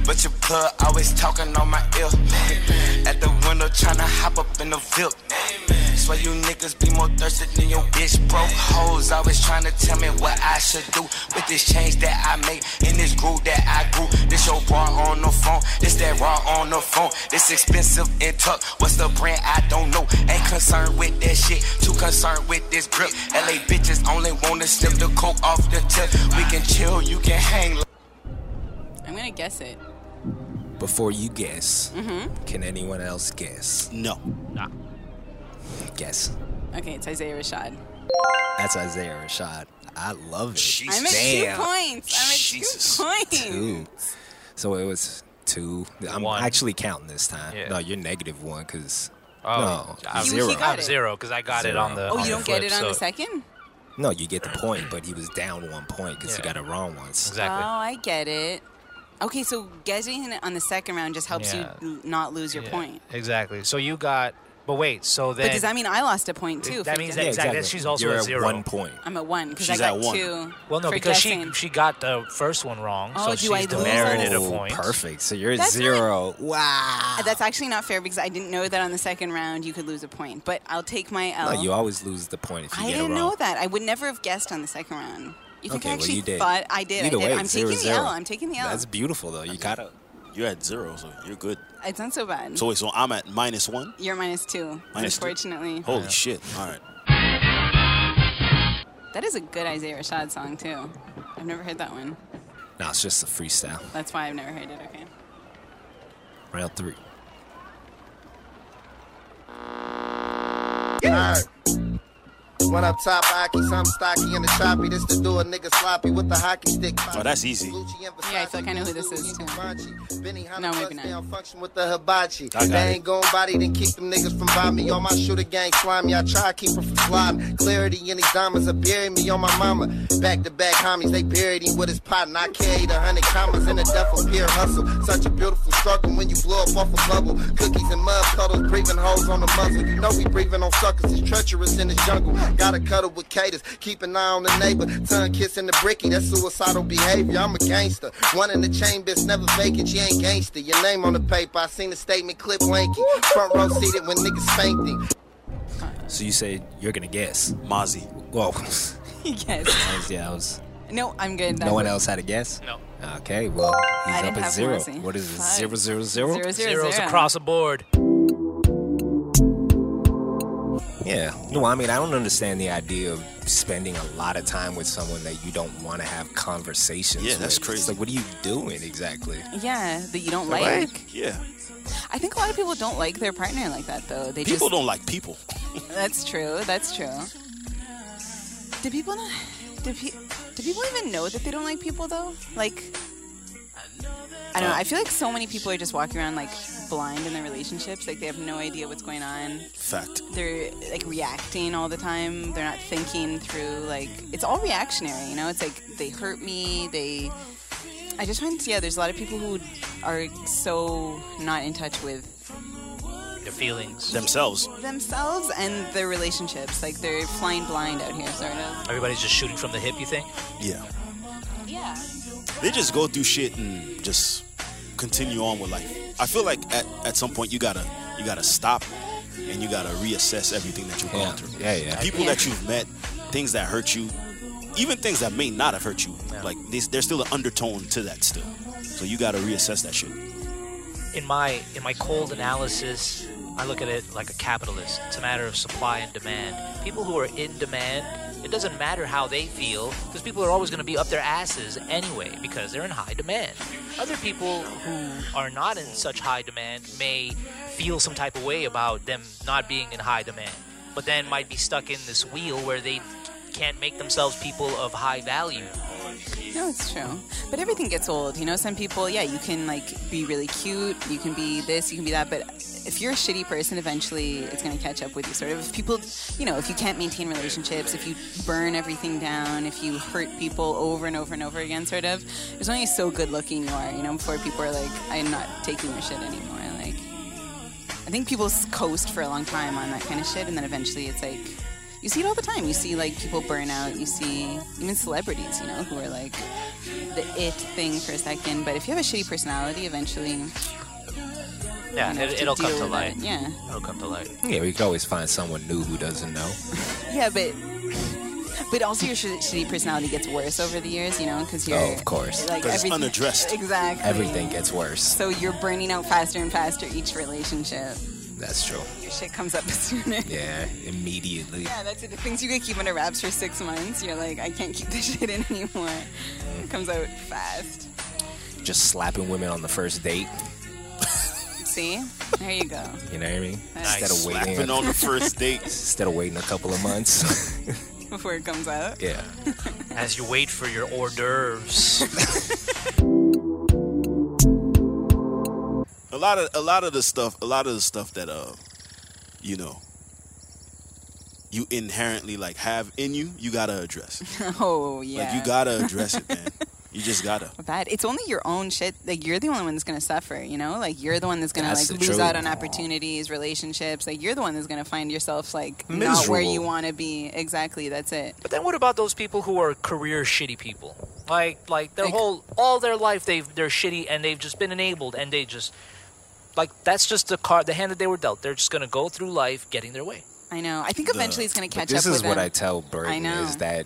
Speaker 9: But your plug always talking on my ear. At the window tryna hop up in the VIP. Swear you niggas be more thirsty than your bitch, bro. Hoes always tryna tell me what I should do with this change that I made in this groove that I grew. This your bar on the phone, this that raw on the phone. This expensive and tuck. What's the brand? I don't know. Ain't concerned with that shit, too concerned with this grip. LA bitches only wanna slip the coke off the tip. We can chill, you can hang.
Speaker 4: I'm gonna guess it.
Speaker 1: Before you guess, can anyone else guess?
Speaker 3: No.
Speaker 1: Guess.
Speaker 4: Okay, it's Isaiah Rashad.
Speaker 1: That's Isaiah Rashad. I love it.
Speaker 3: Jesus.
Speaker 4: I'm at
Speaker 1: Damn.
Speaker 4: two points. I'm at
Speaker 3: Jesus.
Speaker 4: two points.
Speaker 1: Two. So it was two. I'm
Speaker 2: One.
Speaker 1: actually counting this time.
Speaker 2: Yeah.
Speaker 1: No, you're negative one because.
Speaker 2: Oh,
Speaker 1: no,
Speaker 2: I'm
Speaker 4: He- he
Speaker 1: zero.
Speaker 4: got
Speaker 2: I'm
Speaker 4: it.
Speaker 2: zero because I got it
Speaker 1: Zero.
Speaker 2: on the.
Speaker 4: Oh,
Speaker 2: on
Speaker 4: you
Speaker 2: the
Speaker 4: don't get
Speaker 2: flip,
Speaker 4: it on
Speaker 2: so-
Speaker 4: the second?
Speaker 1: No, you get the point, but he was down one point because he
Speaker 2: Yeah.
Speaker 1: got it wrong once.
Speaker 2: Exactly.
Speaker 4: Oh, I get it. Okay, so getting it on the second round just helps
Speaker 2: Yeah.
Speaker 4: you l- not lose your
Speaker 2: Yeah,
Speaker 4: point.
Speaker 2: Exactly. So you got. But wait. So then.
Speaker 4: But does that mean I lost a point too?
Speaker 2: That
Speaker 4: for
Speaker 2: means
Speaker 4: guessing?
Speaker 2: that- exactly. She's also
Speaker 1: You're
Speaker 2: at
Speaker 1: at
Speaker 2: zero.
Speaker 1: one point.
Speaker 4: I'm at one because I
Speaker 3: She's
Speaker 4: got
Speaker 3: at one.
Speaker 4: two.
Speaker 2: well, no,
Speaker 4: for
Speaker 2: because
Speaker 4: guessing.
Speaker 2: she she got the first one wrong,
Speaker 4: Oh,
Speaker 2: so
Speaker 4: do I
Speaker 2: she's
Speaker 4: lose
Speaker 2: demerited a
Speaker 4: on-
Speaker 1: Oh,
Speaker 2: point.
Speaker 1: perfect. So you're at
Speaker 4: That's
Speaker 1: zero. Wow.
Speaker 4: Uh, That's actually not fair because I didn't know that on the second round you could lose a point. But I'll take my L.
Speaker 1: No, you always lose the point if you
Speaker 4: I
Speaker 1: get it
Speaker 4: didn't
Speaker 1: wrong.
Speaker 4: know that. I would never have guessed on the second round. You think
Speaker 1: Okay,
Speaker 4: I
Speaker 1: well,
Speaker 4: actually
Speaker 1: you did.
Speaker 4: thought I did?
Speaker 1: Either
Speaker 4: I
Speaker 1: way,
Speaker 4: did. I'm
Speaker 1: it's zero,
Speaker 4: taking the
Speaker 1: zero.
Speaker 4: L. I'm taking the L.
Speaker 1: That's beautiful, though. You got to.
Speaker 3: You're at zero, so you're good.
Speaker 4: it's not so bad.
Speaker 3: So wait, so I'm at minus one?
Speaker 4: You're minus two,
Speaker 3: Minus two.
Speaker 4: unfortunately.
Speaker 3: Holy shit. All right.
Speaker 4: That is a good Isaiah Rashad song too. I've never heard that one.
Speaker 1: No, it's just a freestyle.
Speaker 4: That's why I've never heard it. Okay.
Speaker 1: Round three.
Speaker 10: When I'm top hockey, some stocky in the choppy. This to do a nigga sloppy with the hockey stick.
Speaker 3: Oh, that's easy.
Speaker 4: Yeah, I feel kinda who this is, too. No, maybe not.
Speaker 10: Function with the hibachi.
Speaker 3: I got
Speaker 10: They
Speaker 3: it.
Speaker 10: ain't gon' body, then keep them niggas from by me. All my shooter gang slimy, I try to keep them from sliding. Clarity in these diamonds are bury me on my mama. Back to back homies, they buried him with his pot, and I carried a hundred commas in the duffel. Pure hustle, such a beautiful struggle when you blow up off a bubble. Cookies and mud cuddles, breathing holes on the muzzle. You know we breathing on suckers, it's treacherous in the jungle. Gotta cuddle with caters, keep an eye on the neighbor. Tongue kissing the bricky, that's suicidal behavior. I'm a gangster, one in the chamber, it's never vacant. You ain't gangster, your name on the paper. I seen the statement clip lanky, front row seated when niggas spanked him.
Speaker 1: So you say you're going to guess.
Speaker 3: Mozzie.
Speaker 1: (laughs) Well,
Speaker 4: yes.
Speaker 1: yeah, I was.
Speaker 4: No, I'm good.
Speaker 1: No one else had a guess?
Speaker 2: No.
Speaker 1: Okay, well, he's
Speaker 4: I
Speaker 1: up
Speaker 4: didn't
Speaker 1: at
Speaker 4: have
Speaker 1: zero.
Speaker 4: Morrissey.
Speaker 1: What is it?
Speaker 4: Fuck.
Speaker 1: Zero, zero, zero?
Speaker 4: Zero, zero,
Speaker 2: Zeros
Speaker 4: zero.
Speaker 2: across the board.
Speaker 1: Yeah. No, I mean, I don't understand the idea of spending a lot of time with someone that you don't want to have conversations
Speaker 3: Yeah,
Speaker 1: with.
Speaker 3: that's
Speaker 1: It's
Speaker 3: crazy.
Speaker 1: like, what are you doing exactly?
Speaker 4: Yeah, that you don't like.
Speaker 3: Yeah.
Speaker 4: I think a lot of people don't like their partner like that though. They
Speaker 3: People
Speaker 4: just
Speaker 3: don't like people.
Speaker 4: That's true. That's true. Do people not? Do, pe- do people even know that they don't like people though? Like, I don't know. I feel like so many people are just walking around like blind in their relationships. Like they have no idea what's going on.
Speaker 3: Fact.
Speaker 4: They're like reacting all the time. They're not thinking through. Like it's all reactionary. You know, it's like they hurt me. They. I just find yeah. There's a lot of people who are so not in touch with
Speaker 2: Your feelings.
Speaker 3: Themselves.
Speaker 4: themselves and their relationships. Like they're flying blind out here, sort of.
Speaker 2: Everybody's just shooting from the hip. You think?
Speaker 3: Yeah.
Speaker 4: Yeah.
Speaker 3: They just go through shit and just continue on with life. I feel like at, at some point you gotta you gotta stop and you gotta reassess everything that you've
Speaker 1: Yeah.
Speaker 3: gone through.
Speaker 1: Yeah, yeah.
Speaker 3: People
Speaker 4: Yeah.
Speaker 3: that you've met, things that hurt you, even things that may not have hurt you, like there's, there's still an undertone to that still. So you gotta reassess that shit.
Speaker 2: In my in my cold analysis, I look at it like a capitalist. It's a matter of supply and demand. People who are in demand, it doesn't matter how they feel because people are always going to be up their asses anyway because they're in high demand. Other people who are not in such high demand may feel some type of way about them not being in high demand, but then might be stuck in this wheel where they can't make themselves people of high value.
Speaker 4: No, it's true. But everything gets old. You know, some people, yeah, you can like be really cute, you can be this, you can be that, but if you're a shitty person, eventually it's going to catch up with you, sort of. If people, you know, if you can't maintain relationships, if you burn everything down, if you hurt people over and over and over again, sort of, there's only so good looking you are, you know, before people are like, I'm not taking your shit anymore. Like, I think people s- coast for a long time on that kind of shit, and then eventually it's like, you see it all the time. You see like people burn out. You see even celebrities, you know, who are like the it thing for a second. But if you have a shitty personality, eventually,
Speaker 2: Yeah,
Speaker 4: You have
Speaker 2: it,
Speaker 4: to
Speaker 2: it'll come
Speaker 4: deal
Speaker 2: to
Speaker 4: with
Speaker 2: light.
Speaker 4: it, yeah.
Speaker 2: it'll come to light.
Speaker 1: Yeah, we could always find someone new who doesn't know.
Speaker 4: yeah, but. But also, your sh- shitty personality gets worse over the years, you know, because you're
Speaker 1: Oh, of course.
Speaker 4: like
Speaker 1: 'Cause it's
Speaker 4: everything-
Speaker 1: unaddressed.
Speaker 4: Exactly.
Speaker 1: Everything gets worse.
Speaker 4: So you're burning out faster and faster each relationship.
Speaker 1: That's true.
Speaker 4: Your shit comes up (laughs) sooner.
Speaker 1: Yeah, immediately.
Speaker 4: Yeah, that's it. The things you could keep under wraps for six months, you're like, I can't keep this (laughs) shit in anymore. It comes out fast.
Speaker 1: Just slapping women on the first date.
Speaker 4: See? There you go.
Speaker 1: You know what I mean?
Speaker 4: Nice.
Speaker 3: Slapping on the
Speaker 4: (laughs)
Speaker 3: first date.
Speaker 1: Instead of waiting a couple of months. (laughs)
Speaker 4: Before it comes out.
Speaker 1: yeah.
Speaker 2: As you wait for your hors d'oeuvres.
Speaker 3: a lot of a lot of the stuff a lot of the stuff that uh you know you inherently like have in you you gotta address
Speaker 4: oh, yeah.
Speaker 3: like you
Speaker 4: (laughs)
Speaker 3: gotta address it man you just gotta
Speaker 4: Bad. It's only your own shit. Like you're the only one that's gonna suffer. You know, like you're the one that's gonna
Speaker 1: That's
Speaker 4: like
Speaker 1: the
Speaker 4: lose
Speaker 1: truth.
Speaker 4: out on opportunities, relationships. Like you're the one that's gonna find yourself like not where
Speaker 2: Miserable.
Speaker 4: you want to be. Exactly. That's it.
Speaker 2: but then what about those people who are career shitty people? Like like their whole all their life they've they're shitty and they've just been enabled and they just like that's just the card the hand that they were dealt. They're just gonna go through life getting their way.
Speaker 4: I know. I think
Speaker 2: The-
Speaker 4: eventually it's gonna
Speaker 1: But
Speaker 4: catch
Speaker 1: this
Speaker 4: up
Speaker 1: is
Speaker 4: with
Speaker 1: what
Speaker 4: them.
Speaker 1: I tell Burton
Speaker 4: I know.
Speaker 1: is that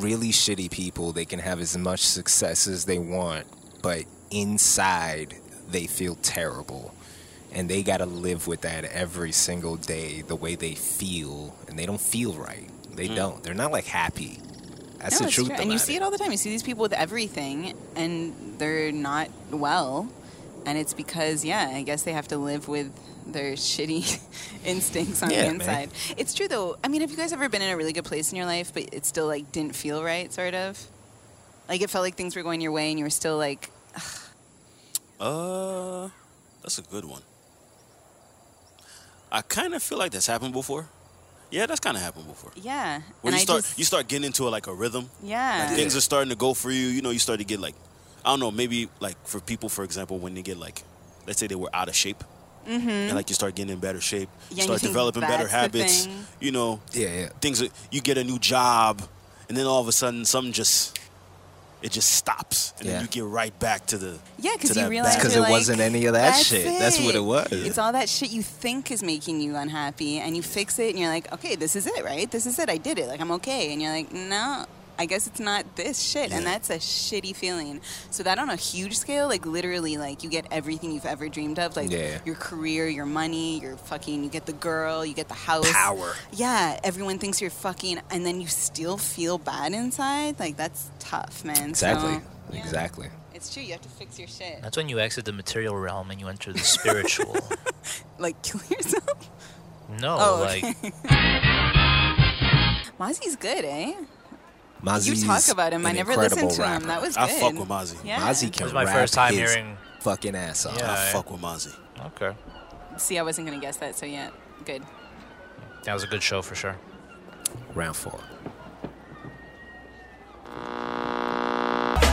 Speaker 1: really shitty people they can have as much success as they want, but inside they feel terrible. And they gotta live with that every single day, the way they feel, and they don't feel right. They
Speaker 3: Mm-hmm.
Speaker 4: Mm.
Speaker 1: don't. They're not like happy. That's
Speaker 4: No,
Speaker 1: the truth.
Speaker 4: it's true. And you
Speaker 1: about
Speaker 4: see it all the time. You see these people with everything, and they're not well. And it's because, yeah, I guess they have to live with their (laughs) shitty instincts on
Speaker 11: Yeah,
Speaker 4: the
Speaker 11: man.
Speaker 4: inside. It's true, though. I mean, have you guys ever been in a really good place in your life, but it still like didn't feel right, sort of? Like it felt like things were going your way, and you were still like,
Speaker 3: uh that's a good one i kind of feel like that's happened before yeah that's kind of happened before
Speaker 4: yeah.
Speaker 3: when
Speaker 4: and
Speaker 3: you
Speaker 4: I
Speaker 3: start
Speaker 4: just,
Speaker 3: you start getting into like a rhythm
Speaker 4: yeah.
Speaker 3: Like, things are starting to go for you. You know, you start to get like, I don't know, maybe like for people, for example, when they get like, let's say they were out of shape,
Speaker 4: Mm-hmm.
Speaker 3: and like you start getting in better shape,
Speaker 4: Yeah, and you
Speaker 3: start
Speaker 4: think
Speaker 3: developing better
Speaker 4: that's the
Speaker 3: habits.
Speaker 4: thing.
Speaker 3: You know,
Speaker 1: yeah, yeah,
Speaker 3: things. That, you get a new job, and then all of a sudden, something just, it just stops, and
Speaker 1: Yeah.
Speaker 3: then you get right back to the
Speaker 4: Yeah,
Speaker 3: to
Speaker 4: because
Speaker 3: that
Speaker 4: you realize
Speaker 3: bad-
Speaker 1: Because it wasn't any of that shit. That's what it was.
Speaker 4: It's all that shit you think is making you unhappy, and you fix it, and you're like, okay, this is it, right? This is it. I did it. Like I'm okay, and you're like, no, I guess it's not this shit, and
Speaker 11: Yeah.
Speaker 4: that's a shitty feeling. So that on a huge scale, like literally, like you get everything you've ever dreamed of, like
Speaker 11: Yeah.
Speaker 4: your career, your money, your fucking, you get the girl, you get the house,
Speaker 11: Power.
Speaker 4: Yeah, everyone thinks you're fucking, and then you still feel bad inside. Like that's tough, man.
Speaker 2: Exactly.
Speaker 4: So, yeah.
Speaker 1: Exactly.
Speaker 4: It's true. You have to fix your shit.
Speaker 2: That's when you exit the material realm and you enter the (laughs) spiritual.
Speaker 4: Like (laughs) kill yourself.
Speaker 2: No, (laughs)
Speaker 4: Oh,
Speaker 2: like
Speaker 4: okay. Mozzie's good, eh?
Speaker 1: Mozzie's
Speaker 4: you talk about him. I
Speaker 1: an
Speaker 4: never listened
Speaker 1: incredible
Speaker 4: to
Speaker 1: rapper.
Speaker 4: him. That was good. Yeah.
Speaker 1: Mozzie can
Speaker 2: It was my
Speaker 1: rap
Speaker 2: first time
Speaker 1: his
Speaker 2: hearing-
Speaker 1: fucking ass off.
Speaker 2: Yeah, I yeah. fuck
Speaker 3: with Mozzie.
Speaker 2: Okay.
Speaker 4: See, I wasn't gonna guess that, so yeah, good.
Speaker 2: That was a good show for sure.
Speaker 1: Round four.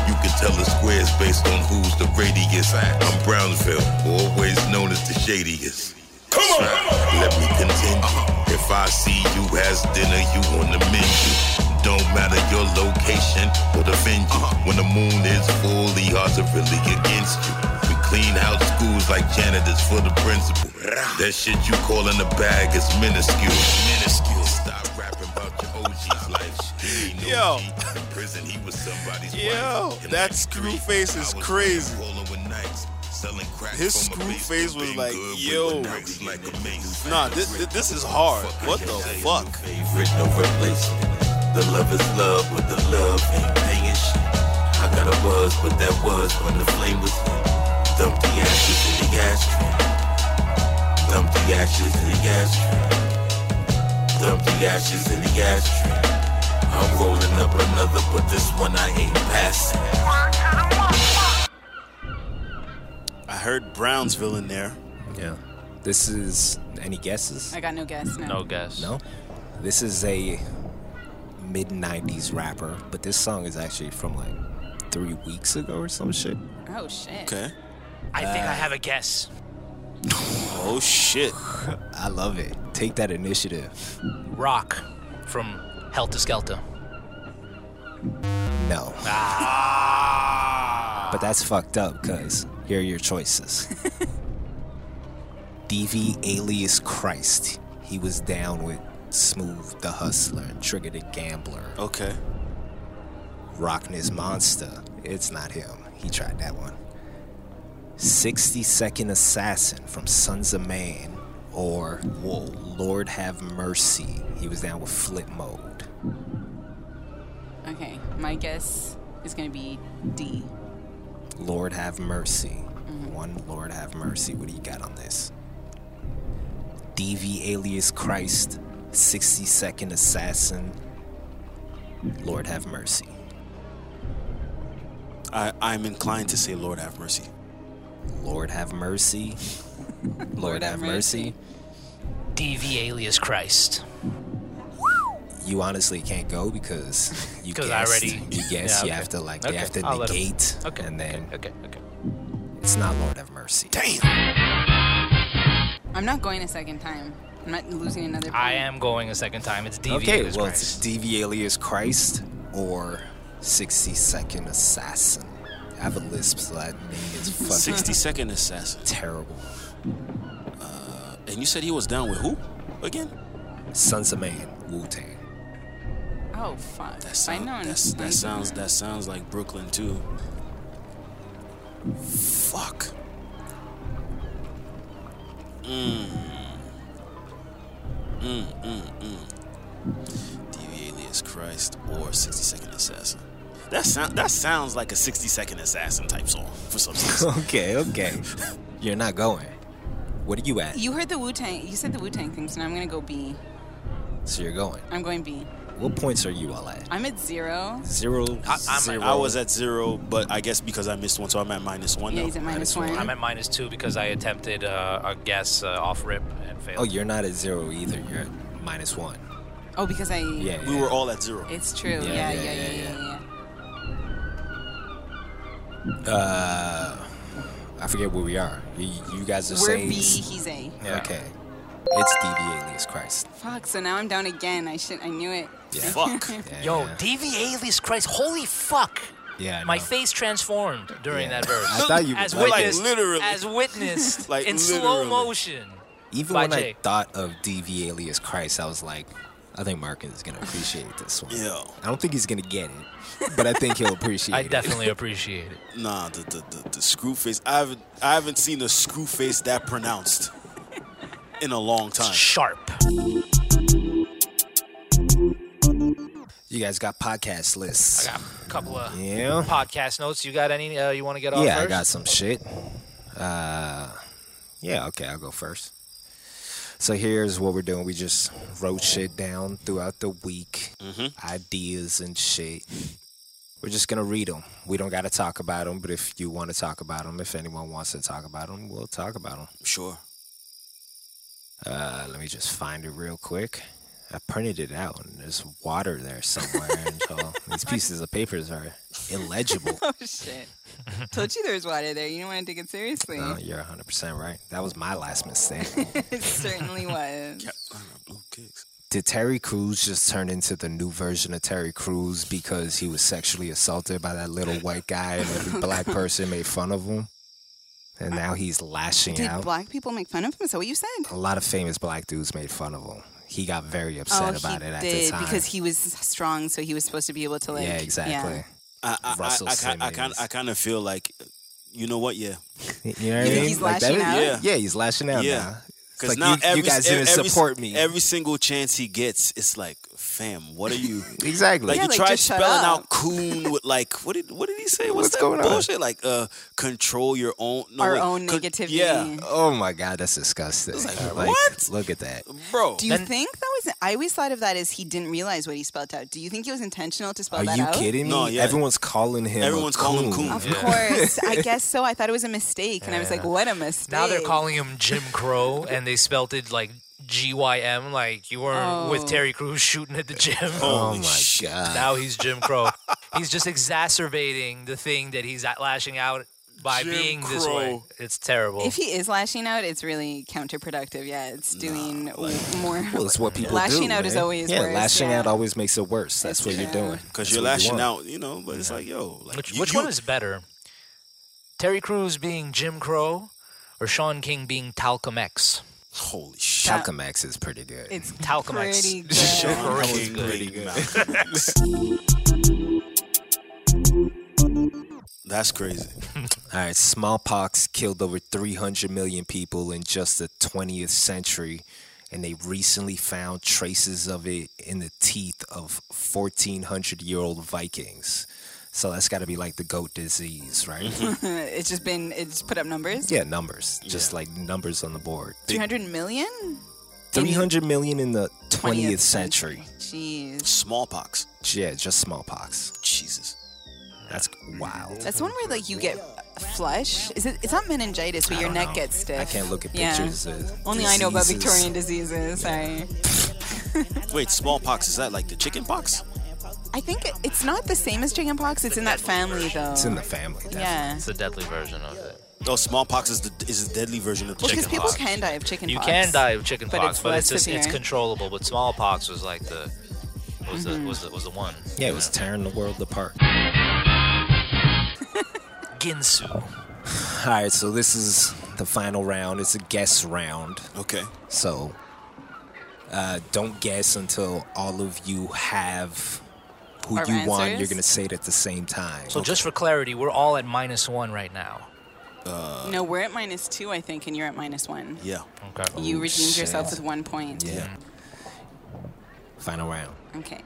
Speaker 12: You can tell the squares based on who's the radius. I'm Brownsville, always known as the shadiest. Come on, let me continue. Uh-huh. If I see you has dinner, you on the menu. Don't matter your location or the venue. When the moon is full, the odds are really against you. We clean out schools like janitors for the principal. That shit you call in the bag is minuscule. Minuscule. Stop rapping about your OG's life. He ain't no
Speaker 3: Yo.
Speaker 12: G. In prison, he was somebody's
Speaker 3: Yo,
Speaker 12: wife.
Speaker 3: that screw face is crazy.
Speaker 12: Rolling nights, selling crack
Speaker 3: His
Speaker 12: from a
Speaker 3: screw
Speaker 12: basement,
Speaker 3: face was
Speaker 12: being
Speaker 3: like,
Speaker 12: good with
Speaker 3: yo,
Speaker 12: what knocks like a mace.
Speaker 3: nah, this this is hard. What the fuck?
Speaker 12: Favorite, no replacement. The love is love, but the love ain't paying shit. I got a buzz, but that was when the flame was lit. Dump the ashes in the ashtray. Dump the ashes in the ashtray. Dump the ashes in the ashtray. I'm rolling up another, but this one I ain't passing.
Speaker 3: I heard Brownsville in there.
Speaker 1: Yeah. This is any guesses?
Speaker 4: I got no guess. No.
Speaker 2: guess.
Speaker 1: No. This is a mid '90s rapper, but this song is actually from like three weeks ago or some shit.
Speaker 4: Oh shit.
Speaker 2: I think
Speaker 1: Uh,
Speaker 2: I have a guess.
Speaker 3: Oh shit.
Speaker 1: I love it. Take that initiative.
Speaker 2: Rock from Helter Skelter.
Speaker 1: No.
Speaker 2: Ah.
Speaker 1: But that's fucked up, cuz here are your choices. (laughs) DV alias Christ. He was down with Smooth the Hustler and Trigger the Gambler.
Speaker 3: Okay.
Speaker 1: Rockness Monster. It's not him. He tried that one. 60 Second Assassin from Sons of Man. Or, whoa, Lord Have Mercy. He was down with Flip Mode.
Speaker 4: Okay, my guess is going to be D.
Speaker 1: Lord have mercy. One Lord have mercy. What do you got on this? DV alias Christ, 60 second assassin. Lord have mercy.
Speaker 3: I, I'm inclined to say Lord have mercy.
Speaker 1: Lord have (laughs) mercy. Lord, have mercy.
Speaker 2: DV alias Christ.
Speaker 1: You honestly can't go
Speaker 2: (laughs)
Speaker 1: because you
Speaker 2: 'Cause
Speaker 1: guessed.
Speaker 2: I already-
Speaker 1: you guess
Speaker 2: (laughs) Yeah,
Speaker 1: you
Speaker 2: okay.
Speaker 1: have to like
Speaker 2: Okay,
Speaker 1: they have to
Speaker 2: I'll let 'em-
Speaker 1: negate
Speaker 2: okay,
Speaker 1: and then
Speaker 2: okay, okay.
Speaker 1: it's not Lord have mercy. Damn.
Speaker 4: I'm not going a second time. I'm not losing another.
Speaker 2: I am going a second time. It's DV
Speaker 1: okay,
Speaker 2: alias
Speaker 1: well,
Speaker 2: Christ.
Speaker 1: it's DV alias Christ or 60 Second Assassin. I have a lisp, so that name
Speaker 2: (laughs)
Speaker 1: is fucking
Speaker 3: 60 Second Assassin.
Speaker 1: terrible.
Speaker 3: And you said he was down with who again?
Speaker 1: Sons of Man, Wu Tang.
Speaker 4: Oh fuck!
Speaker 3: That, sound,
Speaker 4: I know.
Speaker 3: that's, that sounds that sounds like Brooklyn too. Fuck. Mm. Mm, mm, mm. DV alias Christ or 60 Second Assassin. That, sound, that sounds like a 60 Second Assassin type song for some reason.
Speaker 1: okay, okay. (laughs) You're not going. What are you at?
Speaker 4: You heard the Wu Tang. You said the Wu Tang thing, so now I'm gonna go B.
Speaker 1: So you're going.
Speaker 4: I'm going B.
Speaker 1: What points are you all at?
Speaker 4: I'm at zero.
Speaker 1: Zero.
Speaker 3: I,
Speaker 1: zero.
Speaker 3: I was at zero, but I guess because I missed one, so I'm at minus one
Speaker 4: Yeah,
Speaker 3: now.
Speaker 4: he's at minus one.
Speaker 2: I'm at minus two because I attempted uh, a guess uh, off rip and failed.
Speaker 1: Oh, you're not at zero either. You're at minus one.
Speaker 4: oh, because I.
Speaker 1: Yeah.
Speaker 3: We were all at zero.
Speaker 4: It's
Speaker 1: Yeah,
Speaker 4: true. Yeah, yeah,
Speaker 1: yeah,
Speaker 4: yeah, yeah.
Speaker 1: yeah,
Speaker 4: yeah,
Speaker 1: Uh, I forget where we are. You, you guys are
Speaker 4: We're
Speaker 1: saying.
Speaker 4: B. He's A.
Speaker 2: Yeah.
Speaker 1: Okay. It's DV alias Christ.
Speaker 4: Fuck. So now I'm down again. I should. I knew it.
Speaker 1: Yeah.
Speaker 4: (laughs)
Speaker 3: Fuck.
Speaker 1: Yeah,
Speaker 2: Yo,
Speaker 1: yeah.
Speaker 2: DV alias Christ. Holy fuck.
Speaker 1: Yeah, I
Speaker 2: My
Speaker 1: know.
Speaker 2: face transformed during
Speaker 1: Yeah.
Speaker 2: that verse.
Speaker 1: I thought you
Speaker 2: (laughs) as
Speaker 1: would like
Speaker 2: witnessed,
Speaker 3: it. Literally.
Speaker 1: (laughs)
Speaker 2: As witnessed
Speaker 3: Like,
Speaker 2: in
Speaker 3: literally.
Speaker 2: slow motion.
Speaker 1: Even
Speaker 2: by
Speaker 1: when I
Speaker 2: Jay.
Speaker 1: thought of DV alias Christ, I was like, I think Marcus is gonna appreciate this one.
Speaker 3: Yo.
Speaker 1: I don't think he's gonna get it, but I think he'll appreciate
Speaker 2: (laughs) I
Speaker 1: it.
Speaker 2: definitely appreciate it.
Speaker 3: Nah, the, the, the, the screw face. I haven't, I haven't seen a screw face that pronounced in a long time.
Speaker 2: Sharp.
Speaker 1: You guys got podcast
Speaker 2: I
Speaker 1: lists.
Speaker 2: got a couple of
Speaker 1: Yeah.
Speaker 2: podcast notes. You got any uh, you want to get off
Speaker 1: yeah, I
Speaker 2: first?
Speaker 1: got some shit. Uh, yeah, okay, I'll go first. So here's what we're doing. We just wrote shit down throughout the week,
Speaker 3: Mm-hmm.
Speaker 1: ideas and shit. We're just gonna read them. We don't gotta talk about them, but if you want to talk about them, if anyone wants to talk about them, we'll talk about them.
Speaker 3: Sure.
Speaker 1: Uh, let me just find it real quick. I printed it out, and there's water there somewhere. (laughs) and so these pieces of papers are illegible.
Speaker 4: (laughs) Oh shit! Told you there was water there. You didn't want to take it seriously.
Speaker 1: No, Uh, you're 100% right. That was my last mistake.
Speaker 4: (laughs) it
Speaker 1: (laughs)
Speaker 4: certainly was.
Speaker 3: Blue kicks.
Speaker 1: Did Terry Crews just turn into the new version of Terry Crews because he was sexually assaulted by that little white guy and
Speaker 4: (laughs)
Speaker 1: every black person made fun of him? And now he's lashing
Speaker 4: Did
Speaker 1: out.
Speaker 4: black people make fun of him? Is that what you said?
Speaker 1: a lot of famous black dudes made fun of him. He got very upset about
Speaker 4: Oh, he
Speaker 1: it at
Speaker 4: did
Speaker 1: the time.
Speaker 4: because he was strong, so he was supposed to be able to like.
Speaker 1: yeah, exactly.
Speaker 3: I, I,
Speaker 1: Russell
Speaker 3: I, I, I, kind,
Speaker 1: Simmons.
Speaker 3: I kind of feel like, you know what?
Speaker 1: You
Speaker 3: Yeah.
Speaker 1: know what I
Speaker 4: You think
Speaker 1: mean?
Speaker 4: he's
Speaker 1: Like, that
Speaker 4: lashing
Speaker 1: is-
Speaker 4: out?
Speaker 1: Yeah. he's lashing out
Speaker 3: Yeah.
Speaker 1: now. It's
Speaker 3: Because
Speaker 1: like,
Speaker 3: now
Speaker 1: you,
Speaker 3: every, e,
Speaker 1: you guys
Speaker 3: every,
Speaker 1: didn't
Speaker 3: every-
Speaker 1: support me.
Speaker 3: Every single chance he gets, it's like, fam, what
Speaker 1: (laughs)
Speaker 3: are you? (laughs)
Speaker 1: exactly.
Speaker 3: Like
Speaker 4: Yeah,
Speaker 3: you
Speaker 4: like,
Speaker 3: tried
Speaker 4: just shut
Speaker 3: spelling
Speaker 4: up.
Speaker 3: out coon with like what did what did he say? What's,
Speaker 1: What's
Speaker 3: that
Speaker 1: going on?
Speaker 3: bullshit? Like uh, control your own no,
Speaker 4: Our
Speaker 3: wait,
Speaker 4: own
Speaker 3: con-
Speaker 4: negativity.
Speaker 3: Yeah,
Speaker 1: oh my God, that's disgusting. Like,
Speaker 3: what?
Speaker 1: Look at that.
Speaker 3: bro.
Speaker 4: Do you think that was? I always thought of that as he didn't realize what he spelled out. Do you think it was intentional to spell
Speaker 1: Are
Speaker 4: that
Speaker 1: you
Speaker 4: out?
Speaker 1: kidding me?
Speaker 3: No, yeah.
Speaker 1: Everyone's calling him. a
Speaker 3: Everyone's calling him
Speaker 1: coon.
Speaker 3: coon.
Speaker 4: Of
Speaker 1: (laughs)
Speaker 4: course, I guess so. I thought it was a mistake, and I was like, "What a mistake!"
Speaker 2: Now they're calling him Jim Crow
Speaker 4: (laughs)
Speaker 2: and they spelt it like G Y M like you weren't with
Speaker 4: Oh.
Speaker 2: Terry Crews shooting at the gym. (laughs)
Speaker 1: Oh
Speaker 3: Holy
Speaker 1: my
Speaker 3: shit.
Speaker 1: god!
Speaker 2: Now he's Jim Crow. he's just exacerbating the thing that he's at- lashing out by
Speaker 3: Jim
Speaker 2: being this way.
Speaker 3: Crow.
Speaker 2: It's terrible.
Speaker 4: If he is lashing out, it's really counterproductive. Yeah, it's doing w- more.
Speaker 1: Well, it's what people
Speaker 4: lashing
Speaker 1: do,
Speaker 4: out
Speaker 1: man.
Speaker 4: is always
Speaker 1: yeah,
Speaker 4: worse.
Speaker 1: lashing
Speaker 4: yeah.
Speaker 1: out always makes it worse. That's what you're doing.
Speaker 3: Because
Speaker 1: That's
Speaker 3: you're
Speaker 1: what you
Speaker 3: lashing
Speaker 1: want.
Speaker 3: out, you know, but it's like, yo, like
Speaker 2: which
Speaker 3: you-
Speaker 2: which
Speaker 3: you-
Speaker 2: one is better? Terry Crews being Jim Crow or Sean King being Talcum X?
Speaker 3: Holy
Speaker 1: shit. Talcum X is pretty good.
Speaker 4: (laughs) It's
Speaker 2: Talcum
Speaker 1: (laughs)
Speaker 2: X.
Speaker 4: pretty good.
Speaker 2: Jim Crow is
Speaker 3: Sean King
Speaker 2: good.
Speaker 3: being Malcolm X. (laughs) That's crazy.
Speaker 1: All right, smallpox killed over 300 million people in just the 20th century, and they recently found traces of it in the teeth of 1,400 year old Vikings. So that's got to be like the goat disease, right?
Speaker 3: Mm-hmm.
Speaker 4: Uh, it's just been. It's put up numbers.
Speaker 1: yeah, numbers, just like numbers on the board.
Speaker 4: Three hundred million.
Speaker 1: 300 million in the 20th century.
Speaker 4: Jeez.
Speaker 3: Smallpox.
Speaker 1: Yeah, just smallpox.
Speaker 3: Jesus.
Speaker 1: That's wild.
Speaker 4: That's one where like you get flush. Is it? It's not meningitis, but your neck gets stiff.
Speaker 1: I can't look at
Speaker 4: Yeah.
Speaker 1: pictures. Of
Speaker 4: Only I know about
Speaker 1: diseases.
Speaker 4: Victorian diseases. Sorry.
Speaker 3: Wait, smallpox is that like the chicken pox?
Speaker 4: I think it- it's not the same as chickenpox. It's in that family though.
Speaker 3: It's in the family, definitely.
Speaker 4: Yeah.
Speaker 2: It's the deadly version of it.
Speaker 3: No, smallpox is the is the deadly version of
Speaker 4: Well, because
Speaker 3: chicken
Speaker 4: people
Speaker 3: pox.
Speaker 4: can die of chickenpox.
Speaker 2: You can die of chicken
Speaker 4: But
Speaker 2: pox,
Speaker 4: it's
Speaker 2: but it's
Speaker 4: less
Speaker 2: just, it's
Speaker 4: severe.
Speaker 2: controllable. But smallpox was like the was
Speaker 4: Mm-hmm.
Speaker 2: the was the was the one.
Speaker 1: Yeah, it was tearing the world apart.
Speaker 2: Ginsu.
Speaker 1: All right, so this is the final round. It's a guess round.
Speaker 3: Okay.
Speaker 1: So uh, don't guess until all of you have who
Speaker 2: Our
Speaker 1: you want.
Speaker 2: answers?
Speaker 1: You're going to say it at the same time.
Speaker 2: So just for clarity, we're all at minus one right now. Uh,
Speaker 4: No, we're at minus two, I think, and you're at minus one.
Speaker 3: Yeah.
Speaker 2: Okay.
Speaker 4: You redeemed
Speaker 1: Oh, shit.
Speaker 4: yourself with one point.
Speaker 1: Yeah. Final round.
Speaker 4: Okay.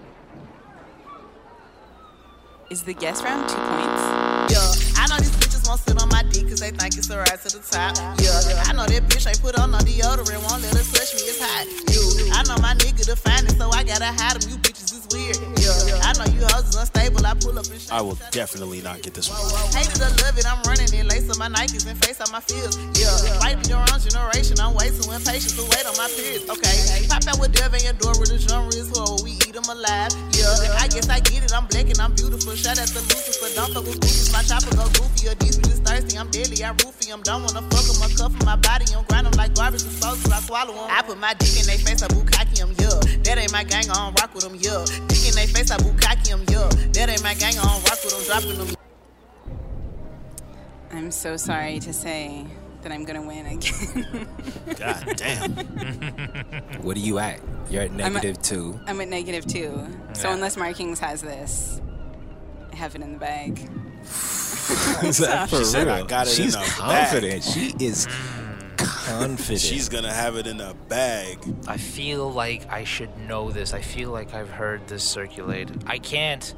Speaker 4: Is the guess round two points?
Speaker 11: Yeah, I know these bitches won't sit on my dick cause they think it's a rise to the top. Yeah, I know that bitch ain't put on no deodorant, won't let her touch me, it's hot. You, I know my nigga the finest, so I gotta hide him, you bitches is weird. Yeah, I know you hoes is unstable, I pull up and shit.
Speaker 3: I will definitely not get this one.
Speaker 11: Hate it or love it, I'm running it, lace up my Nikes and face out my fears. Yeah, fight your own generation, I'm way too impatient to wait on my peers. Okay, pop out with Dev and your door with the genre is horror, we eat 'em alive. Yeah, I guess I get it, I'm black and I'm beautiful. Shout out to Lucifer, don't fuck with goofies, my chopper go goofy. Or these bitches thirsty, I'm deadly, I roofie 'em. Don't wanna fuck 'em, I cuff 'em, my body, I'm grind 'em like garbage disposal, I swallow 'em. I put my dick in they face, I bukkake 'em, yeah. That ain't my gang, I don't rock with 'em, yeah. Dick in they face, I bukkake 'em, yeah. That ain't my gang, I don't rock with 'em, dropping 'em.
Speaker 4: I'm so sorry to say that I'm gonna win again. (laughs)
Speaker 3: God damn.
Speaker 1: What are you at? You're at negative two.
Speaker 4: I'm at negative two. So
Speaker 1: Yeah.
Speaker 4: unless Markings has this, I have it in the bag.
Speaker 1: (laughs) Is that
Speaker 3: She
Speaker 1: for
Speaker 3: said,
Speaker 1: real?
Speaker 3: "I got it
Speaker 1: She's
Speaker 3: in the
Speaker 1: confident.
Speaker 3: bag."
Speaker 1: She is Mm. confident.
Speaker 3: She's gonna have it in a bag.
Speaker 2: I feel like I should know this. I feel like I've heard this circulate. I can't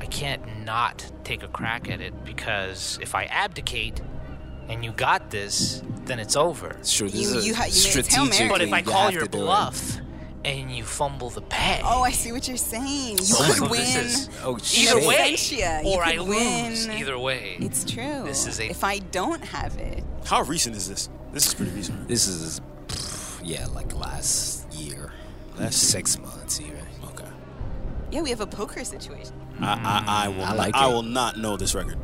Speaker 2: I can't not take a crack at it because if I abdicate and you got this, then it's over.
Speaker 1: Sure, this You- is a you ha- you made
Speaker 4: Hail strategic Mary.
Speaker 2: But if I
Speaker 4: you
Speaker 2: call
Speaker 4: have
Speaker 2: your
Speaker 4: to do it.
Speaker 2: bluff and you fumble the bag,
Speaker 4: Oh, I see what you're saying. You
Speaker 2: Oh my
Speaker 4: could
Speaker 2: God,
Speaker 4: win.
Speaker 2: this is- oh,
Speaker 4: in
Speaker 2: Either way,
Speaker 4: absentia. You
Speaker 2: or I
Speaker 4: could win.
Speaker 2: lose. Either way,
Speaker 4: It's true.
Speaker 2: This is a
Speaker 4: If I don't have it,
Speaker 3: How recent is this? This is pretty recent.
Speaker 1: This is, pff, yeah, like last year. Last six months, even.
Speaker 3: Okay.
Speaker 4: yeah, we have a poker situation.
Speaker 3: I, I, I will.
Speaker 1: I
Speaker 3: I,
Speaker 1: like
Speaker 3: I
Speaker 1: it.
Speaker 3: will not know this record.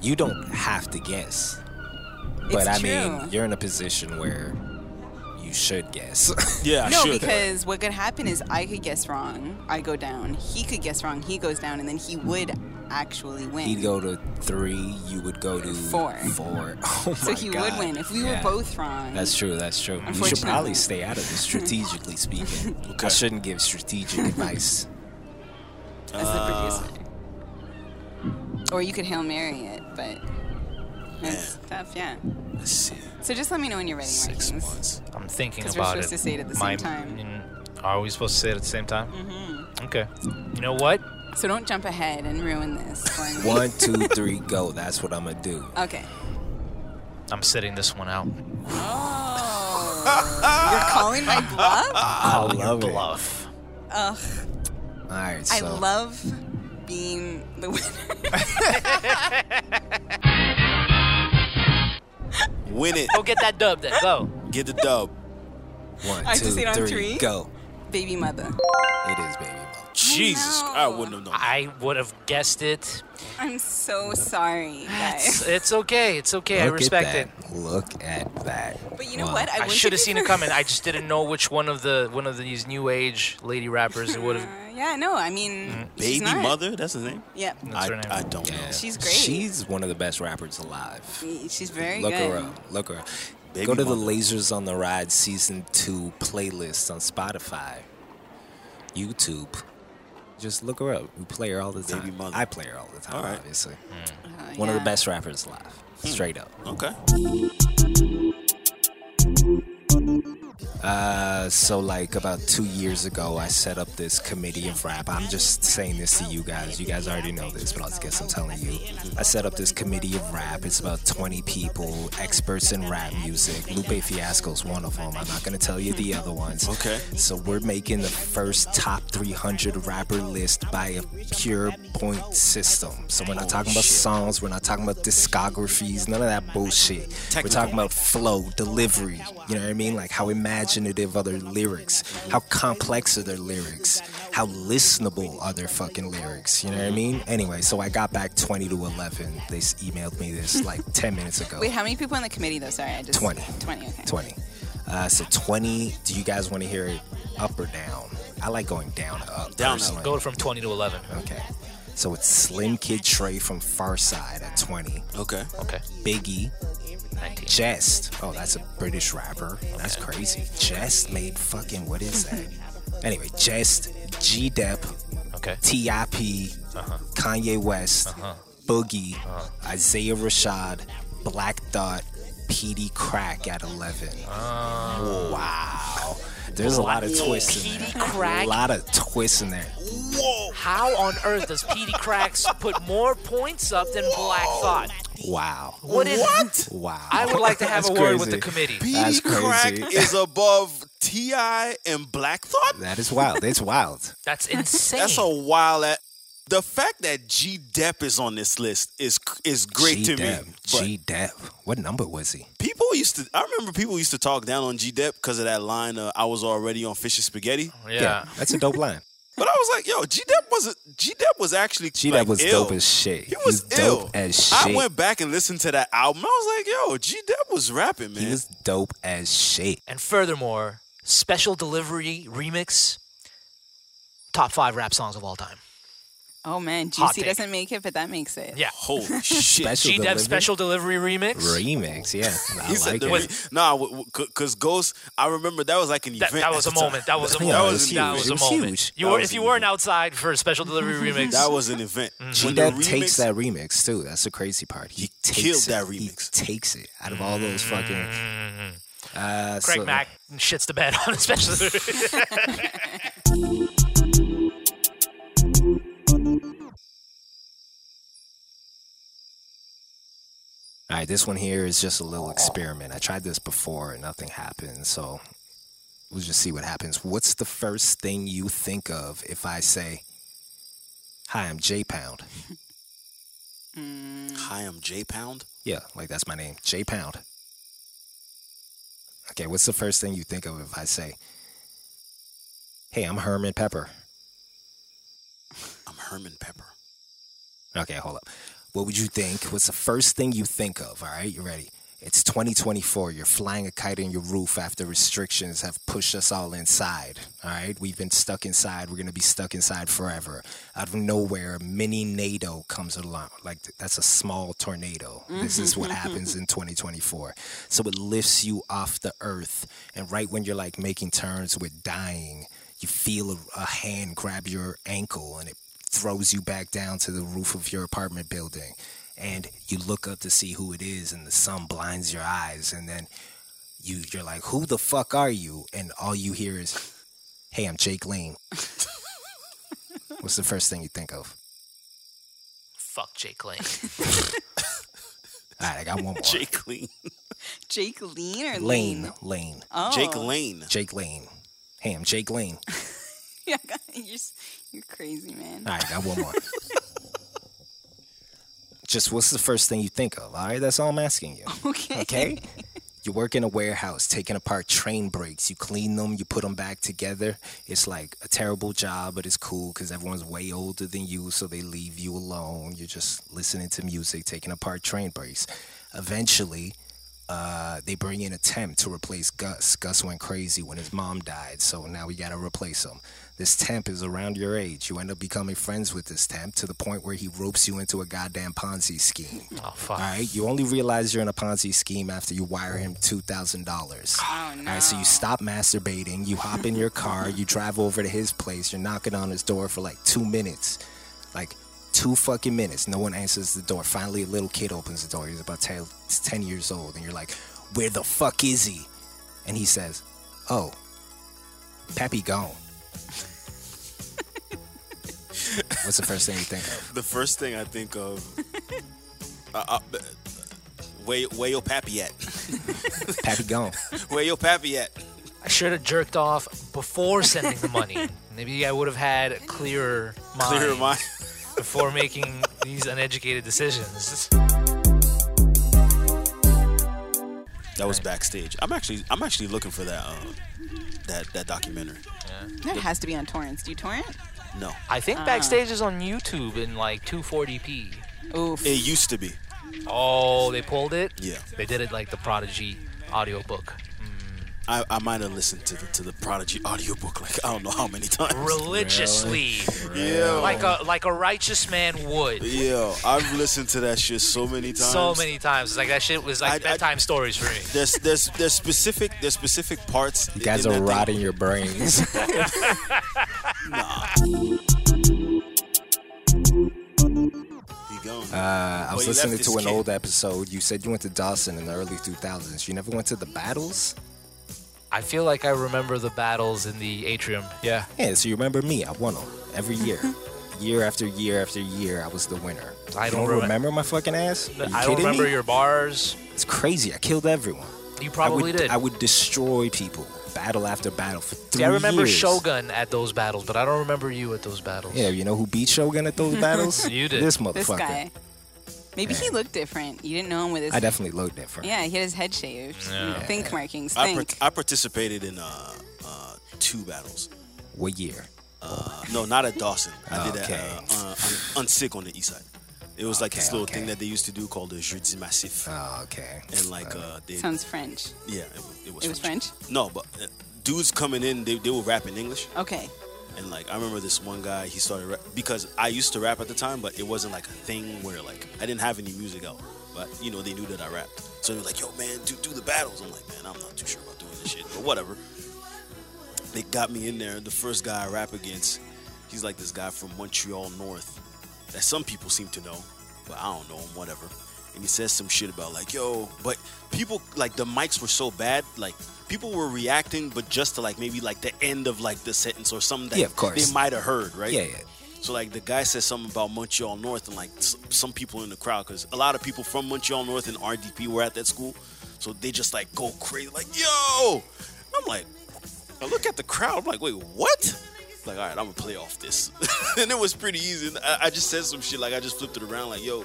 Speaker 1: You don't have to guess. But
Speaker 4: It's
Speaker 1: I
Speaker 4: true.
Speaker 1: mean, you're in a position where you should guess.
Speaker 3: yeah,
Speaker 4: no, because what could happen is I could guess wrong, I go down. He could guess wrong, he goes down, and then he would actually win.
Speaker 1: He'd go to three, you would go to
Speaker 4: Four.
Speaker 1: Four. (laughs) Oh
Speaker 4: so
Speaker 1: my
Speaker 4: he
Speaker 1: God.
Speaker 4: would win if we
Speaker 1: Yeah.
Speaker 4: were both wrong.
Speaker 1: That's true. That's true. You should
Speaker 4: Unfortunately.
Speaker 1: probably stay out of this, strategically
Speaker 4: (laughs)
Speaker 1: speaking. I shouldn't give strategic advice.
Speaker 4: As the producer. Or you could hail mary it, but that's tough. Yeah.
Speaker 3: Let's see.
Speaker 4: So just let me know when you're ready, Six
Speaker 3: months.
Speaker 2: I'm thinking
Speaker 4: 'Cause
Speaker 2: about
Speaker 4: we're
Speaker 2: it.
Speaker 4: supposed to say it at the
Speaker 2: My-
Speaker 4: same time.
Speaker 2: mm, Are we supposed to say it at the same time?
Speaker 4: Mm-hmm.
Speaker 2: Okay. You know what?
Speaker 4: So don't jump ahead and ruin this. For me.
Speaker 1: (laughs) One, two, three, go. That's what I'm gonna do.
Speaker 4: Okay.
Speaker 2: I'm sitting this one out.
Speaker 4: You're calling my bluff?
Speaker 1: I love it. All
Speaker 4: Ugh.
Speaker 1: right.
Speaker 4: I
Speaker 1: So
Speaker 4: love being the (laughs) winner.
Speaker 3: Win it.
Speaker 2: Go get that dub then. Go.
Speaker 3: Get the dub.
Speaker 1: One,
Speaker 4: I have to
Speaker 1: two,
Speaker 4: say it on
Speaker 1: three,
Speaker 4: three?
Speaker 1: go.
Speaker 4: Baby mother.
Speaker 1: It is, baby.
Speaker 3: Jesus, I wouldn't have known.
Speaker 2: I would have guessed it.
Speaker 4: I'm so sorry, guys.
Speaker 2: It's, it's okay. It's okay. I
Speaker 1: Look at
Speaker 2: respect
Speaker 1: that.
Speaker 2: it.
Speaker 1: Look at that.
Speaker 4: But you know what? I
Speaker 2: I,
Speaker 4: wouldn't
Speaker 2: should have
Speaker 4: be
Speaker 2: seen it
Speaker 4: for-
Speaker 2: coming.
Speaker 4: (laughs)
Speaker 2: I just didn't know which one of the one of these new age lady rappers it would have.
Speaker 4: Uh, Yeah, no, I mean, she's
Speaker 2: Baby
Speaker 4: not.
Speaker 2: mother?
Speaker 3: That's his name.
Speaker 4: Yep.
Speaker 2: That's her name.
Speaker 3: I don't know.
Speaker 4: She's great.
Speaker 1: She's one of the best rappers alive.
Speaker 4: She's very
Speaker 1: Look
Speaker 4: good.
Speaker 1: her up. Look her up.
Speaker 3: Baby
Speaker 1: Go to the
Speaker 3: mother.
Speaker 1: Lasers on the Ride Season 2 playlist on Spotify, YouTube. Just look her up. We play her all the time. I play her all the time, obviously.
Speaker 4: Oh,
Speaker 1: One of the best rappers alive. Straight up.
Speaker 3: Okay.
Speaker 1: Uh, so like about two years ago, I set up this committee of rap. I'm just saying this to you guys. You guys already know this, but I guess I'm telling you. I set up this committee of rap. It's about 20 people, experts in rap music. Lupe Fiasco's one of them. I'm not gonna tell you the other ones.
Speaker 3: Okay.
Speaker 1: So we're making the first top 300 rapper list by a pure point system. So we're not talking about songs. We're not talking about discographies. None of that bullshit. We're
Speaker 3: Technical.
Speaker 1: talking about flow, delivery. You know what I mean? Like how imaginative are their lyrics? How complex are their lyrics? How listenable are their fucking lyrics? You know what I mean? Anyway, so I got back 20 to 11. They s- emailed me this like 10 minutes ago.
Speaker 4: Wait, how many people on the committee though? Sorry, I just
Speaker 1: 20.
Speaker 4: 20. Okay.
Speaker 1: 20. Uh, so 20. Do you guys want to hear it up or down? I like going down to up.
Speaker 2: Down
Speaker 1: personally.
Speaker 2: Go from 20 to 11.
Speaker 1: Okay. So it's Slim Kid Trey from Far Side at 20.
Speaker 3: Okay.
Speaker 2: Okay.
Speaker 1: Biggie. Jest. Oh, that's a British rapper. That's crazy. Jest made fucking what is that? anyway, Jest, G Dep,
Speaker 2: okay.
Speaker 1: T.I.P., Kanye West, Boogie, Isaiah Rashad, Black Dot, PD Crack at 11. Wow. There's a lot of
Speaker 2: Whoa.
Speaker 1: twists in
Speaker 2: Petey
Speaker 1: there.
Speaker 2: Crack?
Speaker 1: A lot of twists in there.
Speaker 2: Whoa! How on earth does PD Cracks put more points up than Black Thought?
Speaker 1: Wow.
Speaker 2: What is- What?
Speaker 1: Wow.
Speaker 2: I would like to have a
Speaker 1: That's
Speaker 2: word with the
Speaker 1: crazy.
Speaker 2: committee.
Speaker 1: That's
Speaker 3: PD Crack
Speaker 1: crazy.
Speaker 3: is above Ti and Black Thought.
Speaker 1: That is wild. It's wild.
Speaker 2: (laughs) That's insane.
Speaker 3: That's a wild. At- the fact that G Dep is on this list is is great to
Speaker 1: G-Dep.
Speaker 3: me. But
Speaker 1: G-Dep. What number was he?
Speaker 3: people used to. I remember people used to talk down on G Dep because of that line. Uh, I was already on fish and spaghetti.
Speaker 2: Oh,
Speaker 1: That's a dope line.
Speaker 3: But I was like, yo, G Dep wasn't. G Dep was actually
Speaker 1: G
Speaker 3: like,
Speaker 1: Dep was
Speaker 3: ill.
Speaker 1: dope as shit. He
Speaker 3: was
Speaker 1: dope
Speaker 3: ill.
Speaker 1: as shit.
Speaker 3: I went back and listened to that album. I was like, yo, G Dep was rapping, man.
Speaker 1: He was dope as shit.
Speaker 2: And furthermore, special delivery remix, top five rap songs of all time.
Speaker 4: Oh man,
Speaker 2: Hot
Speaker 4: Juicy
Speaker 2: take.
Speaker 4: doesn't make it, but that makes it.
Speaker 2: Yeah.
Speaker 3: (laughs) Holy shit.
Speaker 1: Special
Speaker 2: G Dep
Speaker 1: delivery?
Speaker 2: special delivery remix.
Speaker 1: Remix, yeah. I
Speaker 3: (laughs) He said
Speaker 1: like
Speaker 3: the
Speaker 1: it.
Speaker 3: re- Nah, because Ghost, I remember that was like an
Speaker 2: That,
Speaker 3: event.
Speaker 2: that
Speaker 3: at
Speaker 2: was
Speaker 3: the
Speaker 2: a moment.
Speaker 3: time.
Speaker 2: That was a (laughs)
Speaker 1: Yeah,
Speaker 2: moment.
Speaker 1: it was
Speaker 2: that
Speaker 1: huge.
Speaker 2: was
Speaker 1: It
Speaker 2: a
Speaker 1: was
Speaker 2: moment.
Speaker 1: huge.
Speaker 2: You
Speaker 1: That
Speaker 2: were,
Speaker 1: was
Speaker 2: if you weren't outside for special (laughs) delivery remix,
Speaker 3: That was an event.
Speaker 1: G
Speaker 3: When the
Speaker 1: Dep takes
Speaker 3: remix-
Speaker 1: that remix too. That's the crazy part. He, takes
Speaker 3: killed
Speaker 1: it.
Speaker 3: that Mm-hmm.
Speaker 1: remix. He takes it out of all those fucking. Uh,
Speaker 2: Craig
Speaker 1: so-
Speaker 2: Mack shits the bed on a special delivery.
Speaker 1: All right, this one here is just a little experiment. I tried this before and nothing happened, so we'll just see what happens. What's the first thing you think of if I say, "Hi, I'm J Pound"?
Speaker 3: Hi, I'm J Pound.
Speaker 1: Yeah, like that's my name, J Pound. Okay, what's the first thing you think of if I say, "Hey, I'm Herman Pepper"?
Speaker 3: I'm Herman Pepper.
Speaker 1: Okay, hold up. What would you think? What's the first thing you think of? All right, you ready? It's 2024. You're flying a kite in your roof after restrictions have pushed us all inside. All right, we've been stuck inside. We're gonna be stuck inside forever. Out of nowhere, a mini NATO comes along. Like that's a small tornado. This is what happens in 2024. So it lifts you off the earth, and right when you're like making turns with dying, you feel a, a hand grab your ankle, and it throws you back down to the roof of your apartment building and you look up to see who it is and the sun blinds your eyes and then you you're like who the fuck are you and all you hear is hey i'm jake lane what's the first thing you think of
Speaker 2: (laughs) Fuck Jake Lane.
Speaker 1: all right i got one more
Speaker 3: (laughs) Jake Lane.
Speaker 4: Jake Lean or Lean?
Speaker 1: lane lane
Speaker 4: Oh. Jake
Speaker 3: Lane
Speaker 1: jake lane hey i'm jake lane
Speaker 4: (laughs) Yeah, God, you're, s- you're crazy, man.
Speaker 1: all right i got one more just what's the first thing you think of all right that's all i'm asking you
Speaker 4: Okay.
Speaker 1: okay You work in a warehouse, taking apart train brakes. You clean them, you put them back together. It's like a terrible job, but it's cool because everyone's way older than you, so they leave you alone. You're just listening to music, taking apart train brakes. Eventually, uh, they bring in a temp to replace Gus. Gus went crazy when his mom died, so now we gotta replace him. This temp is around your age. You end up becoming friends with this temp to the point where he ropes you into a goddamn Ponzi scheme.
Speaker 2: Oh fuck!
Speaker 1: All right, you only realize you're in a Ponzi scheme after you wire him two thousand dollars. All right, so you stop masturbating. You hop in your car. You drive over to his place. You're knocking on his door for like two minutes, like two fucking minutes. No one answers the door. Finally, a little kid opens the door. He's about 10, 10 years old, and you're like, "Where the fuck is he?" And he says, "Oh, Pappy gone." What's the first thing you think of?
Speaker 3: The first thing I think (laughs) of, uh, uh, where where your pappy at? (laughs)
Speaker 1: Pappy gone.
Speaker 3: Where your pappy at?
Speaker 2: I should have jerked off before sending the money. (laughs) Maybe I would have had a clearer mind,
Speaker 3: Clearer mind.
Speaker 2: before making these uneducated decisions.
Speaker 3: That was backstage. I'm actually I'm actually looking for that uh, that that documentary.
Speaker 4: That has to be on torrents. Do you torrent?
Speaker 3: No,
Speaker 2: I think
Speaker 4: Ah.
Speaker 2: backstage is on YouTube in like 240p.
Speaker 4: Oof.
Speaker 3: It used to be.
Speaker 2: Oh, they pulled it.
Speaker 3: Yeah.
Speaker 2: They did it like the Prodigy audiobook.
Speaker 3: I, I might have listened to the to the Prodigy audiobook like I don't know how many (laughs) times.
Speaker 2: Religiously.
Speaker 3: Yeah.
Speaker 2: Like a like a righteous man would.
Speaker 3: Yo, I've listened to that shit so many times.
Speaker 2: So many times. It's like that shit was like bedtime stories for me.
Speaker 3: There's there's there's specific there's specific parts.
Speaker 1: You guys
Speaker 3: in
Speaker 1: are
Speaker 3: that thing-
Speaker 1: rotting your brains.
Speaker 3: He gone.
Speaker 1: Uh, I
Speaker 3: Well,
Speaker 1: was
Speaker 3: he
Speaker 1: listening
Speaker 3: left
Speaker 1: to
Speaker 3: his
Speaker 1: an
Speaker 3: kid.
Speaker 1: old episode. You said you went to Dawson in the early 2000s. You never went to the battles?
Speaker 2: I feel like I remember the battles in the atrium. Yeah.
Speaker 1: Yeah, so you remember me. I won them every
Speaker 2: (laughs)
Speaker 1: year. year after year after year, I was the winner.
Speaker 2: I
Speaker 1: You
Speaker 2: don't
Speaker 1: don't
Speaker 2: remem-
Speaker 1: remember, my fucking ass? Are you
Speaker 2: I don't
Speaker 1: kidding
Speaker 2: remember
Speaker 1: me?
Speaker 2: your bars.
Speaker 1: It's crazy. I killed everyone.
Speaker 2: You
Speaker 1: I
Speaker 2: probably
Speaker 1: would,
Speaker 2: did.
Speaker 1: I would destroy people battle after battle for three
Speaker 2: See, I remember
Speaker 1: years.
Speaker 2: Shogun at those battles, but I don't remember you at those battles.
Speaker 1: Yeah, you know who beat Shogun at those
Speaker 2: (laughs)
Speaker 1: battles?
Speaker 2: You did.
Speaker 1: This motherfucker.
Speaker 4: This guy. Maybe he looked different. You didn't know him with his.
Speaker 1: I definitely looked different.
Speaker 4: Yeah, he had his head shaved. Mm,
Speaker 1: Yeah.
Speaker 4: Think markings.
Speaker 3: I,
Speaker 4: Think.
Speaker 3: part- I participated in uh, uh, two battles.
Speaker 1: What year?
Speaker 3: Uh, no, not at Dawson. I did that
Speaker 1: Okay.
Speaker 3: uh, uh, on, on Sick on the east side. It was like this
Speaker 1: Okay,
Speaker 3: little
Speaker 1: okay.
Speaker 3: thing that they used to do called the Jeudi Massif.
Speaker 1: Oh, okay.
Speaker 3: And like uh, they
Speaker 4: Sounds French.
Speaker 3: yeah, it, wa- it was
Speaker 4: It was French.
Speaker 3: No, but uh, dudes coming in, they, they were rapping English.
Speaker 4: Okay.
Speaker 3: And like I remember this one guy, he started rap- because I used to rap at the time, but it wasn't like a thing where like I didn't have any music out. But you know they knew that I rapped, so they were like, "Yo, man, do do the battles." I'm like, "Man, I'm not too sure about doing this shit, but whatever." They got me in there. The first guy I rap against, he's like this guy from Montreal North that some people seem to know, but I don't know him. Whatever. And he says some shit about like, "Yo," but people like the mics were so bad, like people were reacting, but just to like maybe like the end of like the sentence or something that
Speaker 1: Yeah, of course.
Speaker 3: they might have heard, right?
Speaker 1: Yeah, yeah.
Speaker 3: So like the guy said something about Montreal North and like s- some people in the crowd because a lot of people from Montreal North and RDP were at that school, so they just like go crazy like yo. I'm like, I look at the crowd. I'm like, wait, what? Like, all right, I'm gonna play off this, (laughs) and it was pretty easy. And I, I just said some shit like I just flipped it around like yo.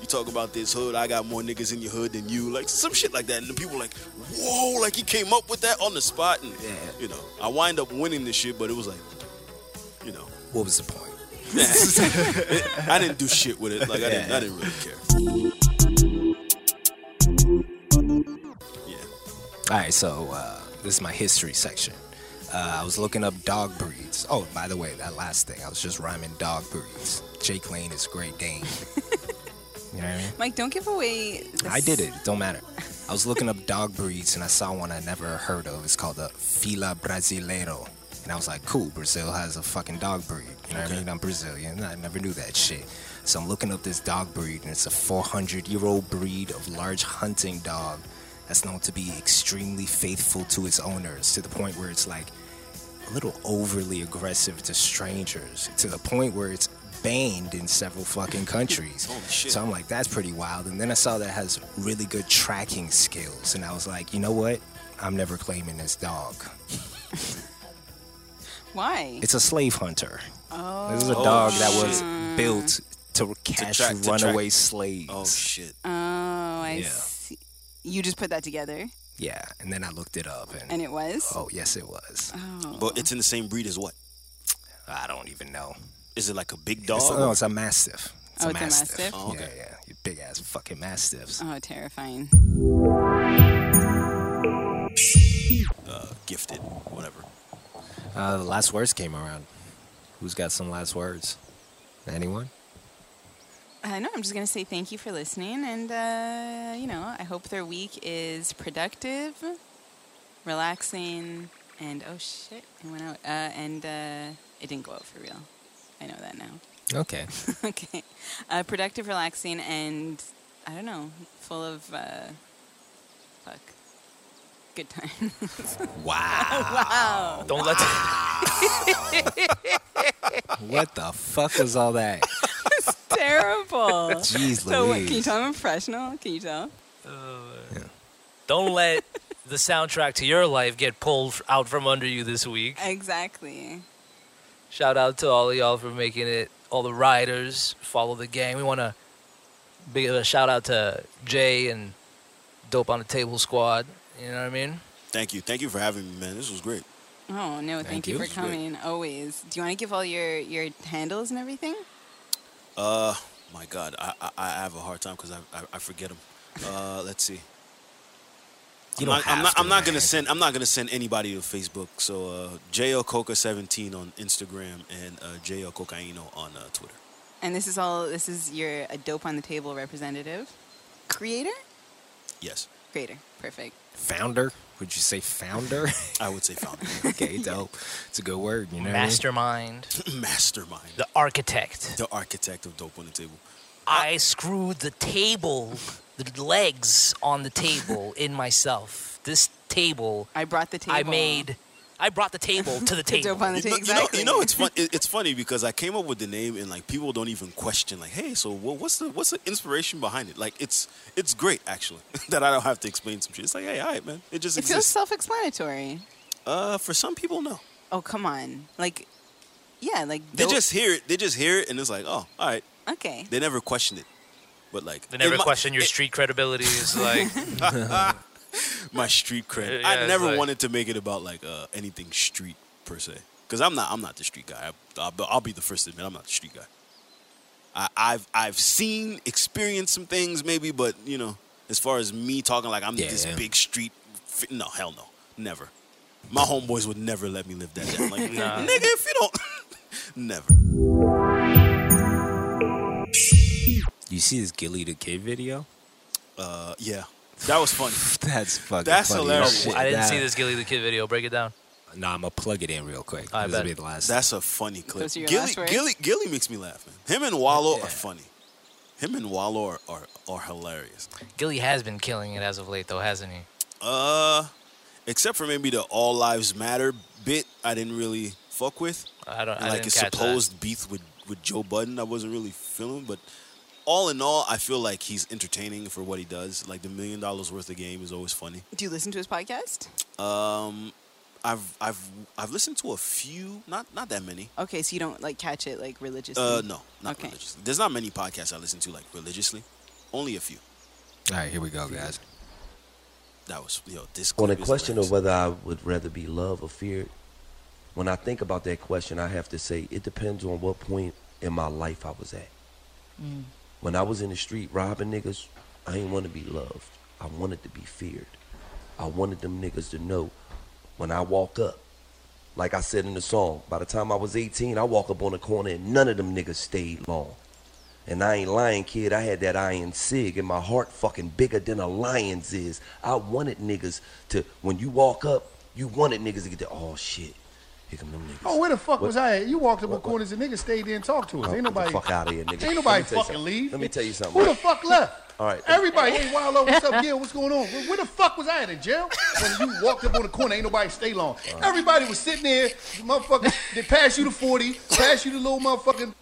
Speaker 3: You talk about this hood, I got more niggas in your hood than you, like some shit like that. And the people like, whoa, like he came up with that on the spot, and you know, I wind up winning this shit, but it was like, you know,
Speaker 1: What was the point? (laughs)
Speaker 3: I didn't do shit with it. Like I didn't, I didn't really care.
Speaker 1: All right, so uh, this is my history section. Uh, I was looking up dog breeds. Oh, by the way, that last thing, I was just rhyming dog breeds. Jake Lane is Great Dane. you know what I mean?
Speaker 4: Mike, don't give away. This.
Speaker 1: I did it. It Don't matter. I was looking up (laughs) dog breeds and I saw one I never heard of. It's called the Fila Brasileiro. And I was like, cool, Brazil has a fucking dog breed. You know what I mean? I'm Brazilian. I never knew that shit. So I'm looking up this dog breed and it's a 400 year old breed of large hunting dog that's known to be extremely faithful to its owners to the point where it's like a little overly aggressive to strangers to the point where it's banned in several fucking countries. So I'm like, that's pretty wild. And then I saw that it has really good tracking skills, and I was like, you know what? I'm never claiming this dog.
Speaker 4: Why?
Speaker 1: It's a slave hunter.
Speaker 4: oh.
Speaker 1: This is a dog that was built to catch
Speaker 3: track- to
Speaker 1: runaway
Speaker 3: track.
Speaker 1: slaves. Oh
Speaker 3: shit!
Speaker 4: Oh, I
Speaker 1: Yeah.
Speaker 4: see. You just put that together.
Speaker 1: Yeah, and then I looked it up, and,
Speaker 4: And it was?
Speaker 1: oh yes, it was.
Speaker 4: Oh.
Speaker 3: But it's in the same breed as what?
Speaker 1: I don't even know.
Speaker 3: Is it like a big dog?
Speaker 1: It's, no, it's a mastiff.
Speaker 4: Oh, it's a mastiff? Oh,
Speaker 1: Yeah,
Speaker 4: okay.
Speaker 1: yeah, you big ass fucking mastiffs.
Speaker 4: Oh, terrifying.
Speaker 3: Uh, gifted, whatever.
Speaker 1: Uh, the last words came around. Who's got some last words? Anyone?
Speaker 4: Uh, no, I'm just going to say thank you for listening. And, uh, you know, I hope their week is productive, relaxing, and oh shit, it went out. Uh, and uh, it didn't go out for real. I know that now. (laughs)
Speaker 1: Okay.
Speaker 4: okay. Uh, productive, relaxing, and I don't know, full of, uh, fuck, good (laughs) times.
Speaker 1: Wow.
Speaker 4: wow.
Speaker 2: Don't let
Speaker 1: (laughs) What the fuck was all that?
Speaker 4: It's terrible.
Speaker 1: Jeez
Speaker 4: so what, can you
Speaker 2: Louise.
Speaker 4: tell I'm a professional? Can you tell?
Speaker 2: Don't let the soundtrack to your life get pulled f- out from under you this week.
Speaker 4: Exactly.
Speaker 2: Shout out to all of y'all for making it. All the riders follow the gang. We want to give a shout out to Jay and Dope on the Table Squad. You know what I mean?
Speaker 3: Thank you. Thank you for having me, man. This was great.
Speaker 4: Oh no, thank,
Speaker 3: Thank
Speaker 4: you.
Speaker 3: you.
Speaker 4: for
Speaker 3: This is great.
Speaker 4: coming. Always. Do you want to give all your your handles and everything?
Speaker 3: Uh, my God, I I, I have a hard time because I, I I forget them. Uh, let's see.
Speaker 1: You
Speaker 3: I'm
Speaker 1: don't
Speaker 3: not, I'm
Speaker 1: have
Speaker 3: not,
Speaker 1: to,
Speaker 3: I'm not gonna
Speaker 1: man.
Speaker 3: send. I'm not gonna send anybody to Facebook. So uh, JL Coca 17 on Instagram and uh, JL Cocaino on uh, Twitter.
Speaker 4: And this is all. This is your a dope on the table representative, creator,
Speaker 3: Yes.
Speaker 4: creator. Perfect.
Speaker 1: Founder? Would you say founder? (laughs)
Speaker 3: I would say founder.
Speaker 1: okay, dope. It's a good word, you know. what I mean?
Speaker 2: Mastermind.
Speaker 3: Mastermind.
Speaker 2: The architect.
Speaker 3: The architect of Dope on the Table.
Speaker 2: I screwed the table, the legs on the (laughs) table in myself. This table.
Speaker 4: I brought the
Speaker 2: I
Speaker 4: table.
Speaker 2: made. I brought the table to (laughs) the table.
Speaker 3: You know- You know, you know it's fun. it- It's funny because I came up with the name and like people don't even question like, hey, so wha- what's the what's the inspiration behind it? Like it's it's great actually (laughs) that I don't have to explain some shit. It's like, hey, all right, man, it just
Speaker 4: It feels
Speaker 3: exists.
Speaker 4: self-explanatory.
Speaker 3: Uh, for some people, no.
Speaker 4: Oh come on, like, yeah, like
Speaker 3: They
Speaker 4: dope-
Speaker 3: just hear it. They just hear it and it's like, oh, all right.
Speaker 4: okay.
Speaker 3: They never question it, but like
Speaker 2: They never
Speaker 3: in my-
Speaker 2: question your street credibility. (laughs) It's like
Speaker 3: my street cred.
Speaker 2: Yeah,
Speaker 3: I
Speaker 2: it's
Speaker 3: never
Speaker 2: like-
Speaker 3: wanted to make it about like uh, anything street per se, because I'm not. I'm not the street guy. I, I'll, be- I'll be the first to admit I'm not the street guy. I, I've I've seen, experienced some things maybe, but you know, as far as me talking like I'm
Speaker 1: Yeah,
Speaker 3: this
Speaker 1: yeah.
Speaker 3: big street, fi- no, hell no, never. My homeboys would never let me live that down. Like,
Speaker 2: (laughs) Nah.
Speaker 3: nigga, if you don't, (laughs) never.
Speaker 1: You see this Gilly the Kid video? (laughs)
Speaker 3: Uh, yeah, that was funny.
Speaker 1: That's fucking.
Speaker 3: That's
Speaker 1: funny as
Speaker 3: hilarious.
Speaker 1: shit.
Speaker 2: I didn't
Speaker 1: That-
Speaker 2: see this Gilly the Kid video. Break it down.
Speaker 1: Nah, I'm gonna plug it in real quick.
Speaker 2: I
Speaker 1: This will
Speaker 2: bet.
Speaker 1: be the last.
Speaker 3: That's a funny clip.
Speaker 2: Those are your
Speaker 3: Gilly,
Speaker 2: last words?
Speaker 3: Gilly, Gilly makes me laugh, man. Him and Wallow are funny. Him and Wallow are, are, are hilarious.
Speaker 2: Gilly has been killing it as of late, though, hasn't he?
Speaker 3: Uh, except for maybe the All Lives Matter bit, I didn't really fuck with.
Speaker 2: I don't.
Speaker 3: And
Speaker 2: I
Speaker 3: like
Speaker 2: didn't
Speaker 3: his
Speaker 2: catch that.
Speaker 3: supposed beef with with Joe Budden, I wasn't really feeling. But all in all, I feel like he's entertaining for what he does. Like the million dollars worth of game is always funny.
Speaker 4: Do you listen to his podcast?
Speaker 3: Um, I've I've I've listened to a few, not not that many.
Speaker 4: Okay, so you don't like catch it like religiously.
Speaker 3: Uh, no, not religiously. There's not many podcasts I listen to like religiously. Only a few.
Speaker 1: All right, here we go, guys.
Speaker 3: That was yo. This
Speaker 13: On the
Speaker 3: clip is
Speaker 13: question
Speaker 3: hilarious.
Speaker 13: of whether I would rather be loved or feared, when I think about that question, I have to say it depends on what point in my life I was at.
Speaker 14: Mm.
Speaker 13: When I was in the street robbing niggas, I ain't want to be loved. I wanted to be feared. I wanted them niggas to know when I walk up. Like I said in the song, by the time I was 18, I walk up on the corner and none of them niggas stayed long. And I ain't lying, kid. I had that iron sig in my heart fucking bigger than a lion's is. I wanted niggas to, when you walk up, you wanted niggas to get the, oh shit, here come them niggas.
Speaker 15: Oh, where the fuck
Speaker 13: What-
Speaker 15: was I at? You walked up on corners and niggas stayed there and talked to us.
Speaker 13: Oh,
Speaker 15: ain't
Speaker 13: get the
Speaker 15: nobody.
Speaker 13: fuck out of here, nigga.
Speaker 15: Ain't
Speaker 13: Let
Speaker 15: nobody
Speaker 13: me tell
Speaker 15: fucking
Speaker 13: you something.
Speaker 15: leave.
Speaker 13: Let me tell you something.
Speaker 15: Who the fuck left?
Speaker 13: All right.
Speaker 15: Everybody, hey, wild over. What's up, Gil? What's going on? Where, where the fuck was I at in jail? When you walked up on the corner, ain't nobody stay long. Everybody was sitting there, motherfucker. They pass you the forty, pass you the little motherfucking.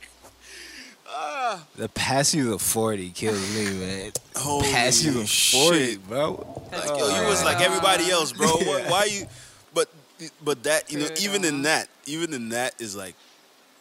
Speaker 1: The pass you the 40 kills me, man. pass you the 40, bro.
Speaker 3: Like, yo, you
Speaker 13: uh,
Speaker 3: was like everybody
Speaker 13: (laughs)
Speaker 3: else, bro. Why, why you? But but that you know, even in that, even in that is like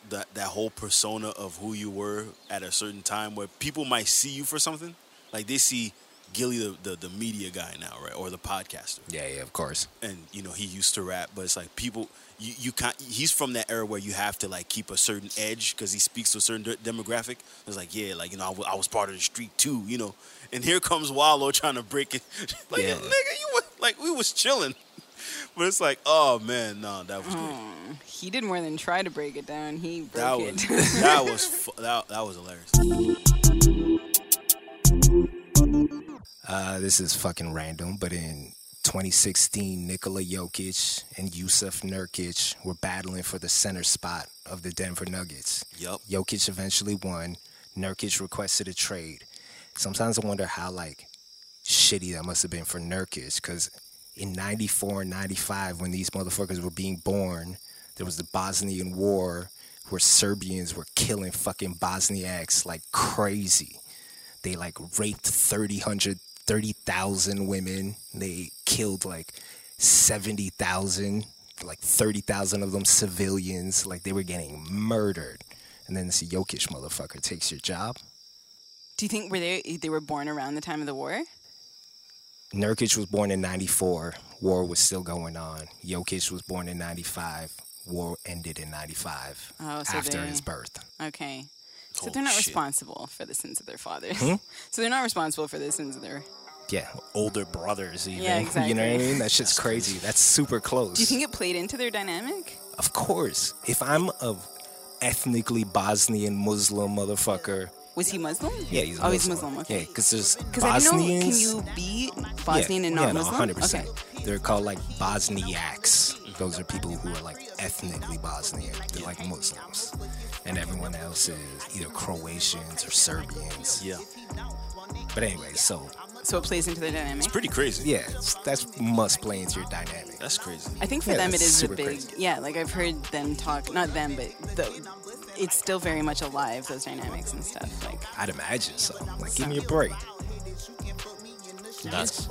Speaker 3: that that whole persona of who you were at a certain time, where people might see you for something. Like they see Gilly the, the the media guy now, right, or the podcaster.
Speaker 1: Yeah, yeah, of course.
Speaker 3: And you know he used to rap, but it's like people. You, you can't. He's from that era where you have to like keep a certain edge because he speaks to a certain de- demographic. It's like yeah, like you know I, w- I was part of the street too, you know. And here comes Wallow trying to break it. (laughs) like
Speaker 1: Yeah.
Speaker 3: nigga, you was, like we was chilling, (laughs) but it's like oh man, no, that was good.
Speaker 1: Mm,
Speaker 4: Oh, he did more than try to break it down. He broke
Speaker 3: That
Speaker 4: it.
Speaker 3: was that was fu- that, that was hilarious.
Speaker 1: Uh, this is fucking random, but in 2016, Nikola Jokic and Yusuf Nurkic were battling for the center spot of the Denver Nuggets.
Speaker 3: Yup.
Speaker 1: Jokic eventually won. Nurkic requested a trade. Sometimes I wonder how like shitty that must have been for Nurkic, because in '94 and '95, when these motherfuckers were being born, there was the Bosnian War, where Serbians were killing fucking Bosniaks like crazy they like raped 30 hundred- 30,000 women. They killed like 70,000, like 30,000 of them civilians. Like they were getting murdered. And then this Jokic motherfucker takes your job.
Speaker 4: (laughs) Do you think were they they were born around the time of the war?
Speaker 1: Nurkic was born in 94. War was still going on. Jokic was born in 95. War ended in 95
Speaker 4: Oh, so
Speaker 1: after
Speaker 4: they-
Speaker 1: his birth.
Speaker 4: Okay. So
Speaker 1: Oh,
Speaker 4: they're not
Speaker 1: shit.
Speaker 4: responsible for the sins of their fathers.
Speaker 1: Hmm?
Speaker 4: (laughs) So they're not responsible for the sins of their.
Speaker 1: Yeah, older brothers, even. (laughs)
Speaker 4: Yeah,
Speaker 1: You know what I
Speaker 4: exactly.
Speaker 1: mean? That shit's crazy. That's super close.
Speaker 4: Do you think it played into their dynamic?
Speaker 1: Of course. If I'm a ethnically Bosnian Muslim motherfucker,
Speaker 4: Was he Muslim?
Speaker 1: yeah, he's
Speaker 4: oh,
Speaker 1: Muslim.
Speaker 4: he's Muslim. Okay.
Speaker 1: Yeah, because there's
Speaker 4: Because I don't know, can
Speaker 1: Bosnians. oh,
Speaker 4: you be Bosnian
Speaker 1: yeah,
Speaker 4: and not
Speaker 1: yeah, no,
Speaker 4: Muslim?
Speaker 1: 100%.
Speaker 4: Okay.
Speaker 1: They're called like Bosniaks. Those are people who are like ethnically Bosnian. They're like Muslims. And everyone else is either Croatians or Serbians.
Speaker 3: Yeah.
Speaker 1: But anyway, so.
Speaker 4: So it plays into their dynamic.
Speaker 3: It's pretty crazy.
Speaker 1: Yeah, that must play into your dynamic.
Speaker 3: That's crazy.
Speaker 4: I think for
Speaker 1: Yeah,
Speaker 4: them it
Speaker 1: that's
Speaker 4: is a
Speaker 1: super
Speaker 4: big
Speaker 1: crazy.
Speaker 4: yeah. Like I've heard them talk, not them, but the, it's still very much alive those dynamics and stuff. Like
Speaker 1: I'd imagine so. Like, give me a break.
Speaker 3: That's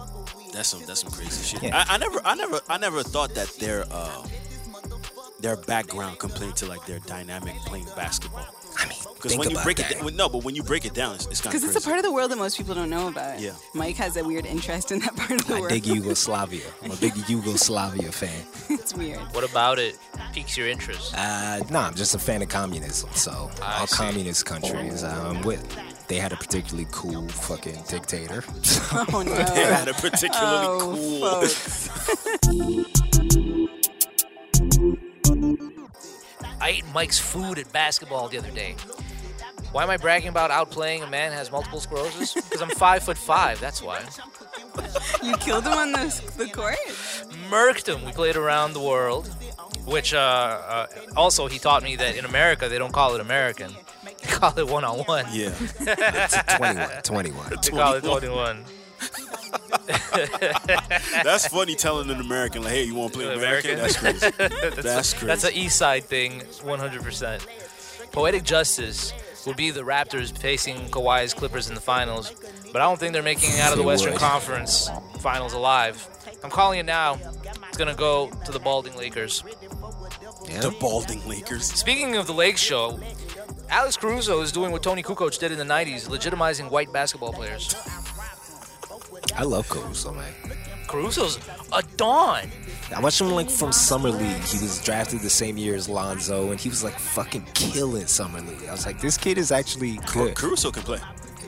Speaker 3: that's some that's some crazy shit.
Speaker 1: Yeah.
Speaker 3: I, I never I never I never thought that their uh, their background compared to like their dynamic playing basketball.
Speaker 1: I mean,
Speaker 3: because
Speaker 4: think
Speaker 3: when you
Speaker 4: about
Speaker 3: break
Speaker 4: that.
Speaker 3: it down, no, but when you break it down, it's, it's kind of
Speaker 4: because
Speaker 3: crazy.
Speaker 4: it's a part of the world that most people don't know about.
Speaker 1: Yeah.
Speaker 4: Mike has a weird interest in that part of the world.
Speaker 1: Big Yugoslavia. I'm a
Speaker 3: (laughs)
Speaker 1: big Yugoslavia fan.
Speaker 4: (laughs) it's weird.
Speaker 2: What about it piques your interest?
Speaker 1: Uh, no, I'm just a fan of communism. So all communist countries
Speaker 3: Oh.
Speaker 1: I'm with. They had a particularly cool fucking dictator. (laughs)
Speaker 3: (laughs)
Speaker 4: Oh no.
Speaker 1: They (laughs) had a particularly
Speaker 4: Oh,
Speaker 1: cool-
Speaker 2: I ate Mike's food at basketball the other day. Why am I bragging about outplaying a man who has multiple sclerosis? Because I'm five foot five. That's why.
Speaker 4: you killed him on the the court.
Speaker 2: Murked him. We played around the world, which uh, uh, also he taught me that in America they don't call it American. (laughs) They call it one on one.
Speaker 3: Yeah.
Speaker 1: It's a 21, 21.
Speaker 2: They call it 21.
Speaker 3: that's funny telling an American like, hey, you want to play American? (laughs) That's crazy.
Speaker 2: that's,
Speaker 3: That's
Speaker 2: a,
Speaker 3: crazy.
Speaker 2: That's an East Side thing, 100%. Poetic Justice will be the Raptors facing Kawhi's Clippers in the finals, but I don't think they're making it out of the
Speaker 1: They
Speaker 2: Western
Speaker 1: would.
Speaker 2: Conference finals alive. I'm calling it now. It's going to go to the Balding Lakers.
Speaker 3: The balding Lakers.
Speaker 2: Speaking of the Lake Show, Alex Caruso is doing what Tony Kukoc did in the 90s, legitimizing white basketball players.
Speaker 1: I love Caruso, man.
Speaker 2: Caruso's a don.
Speaker 1: I watched him like from summer league. He was drafted the same year as Lonzo, and he was like fucking killing summer league. I was like, this kid is actually good.
Speaker 3: Caruso can play.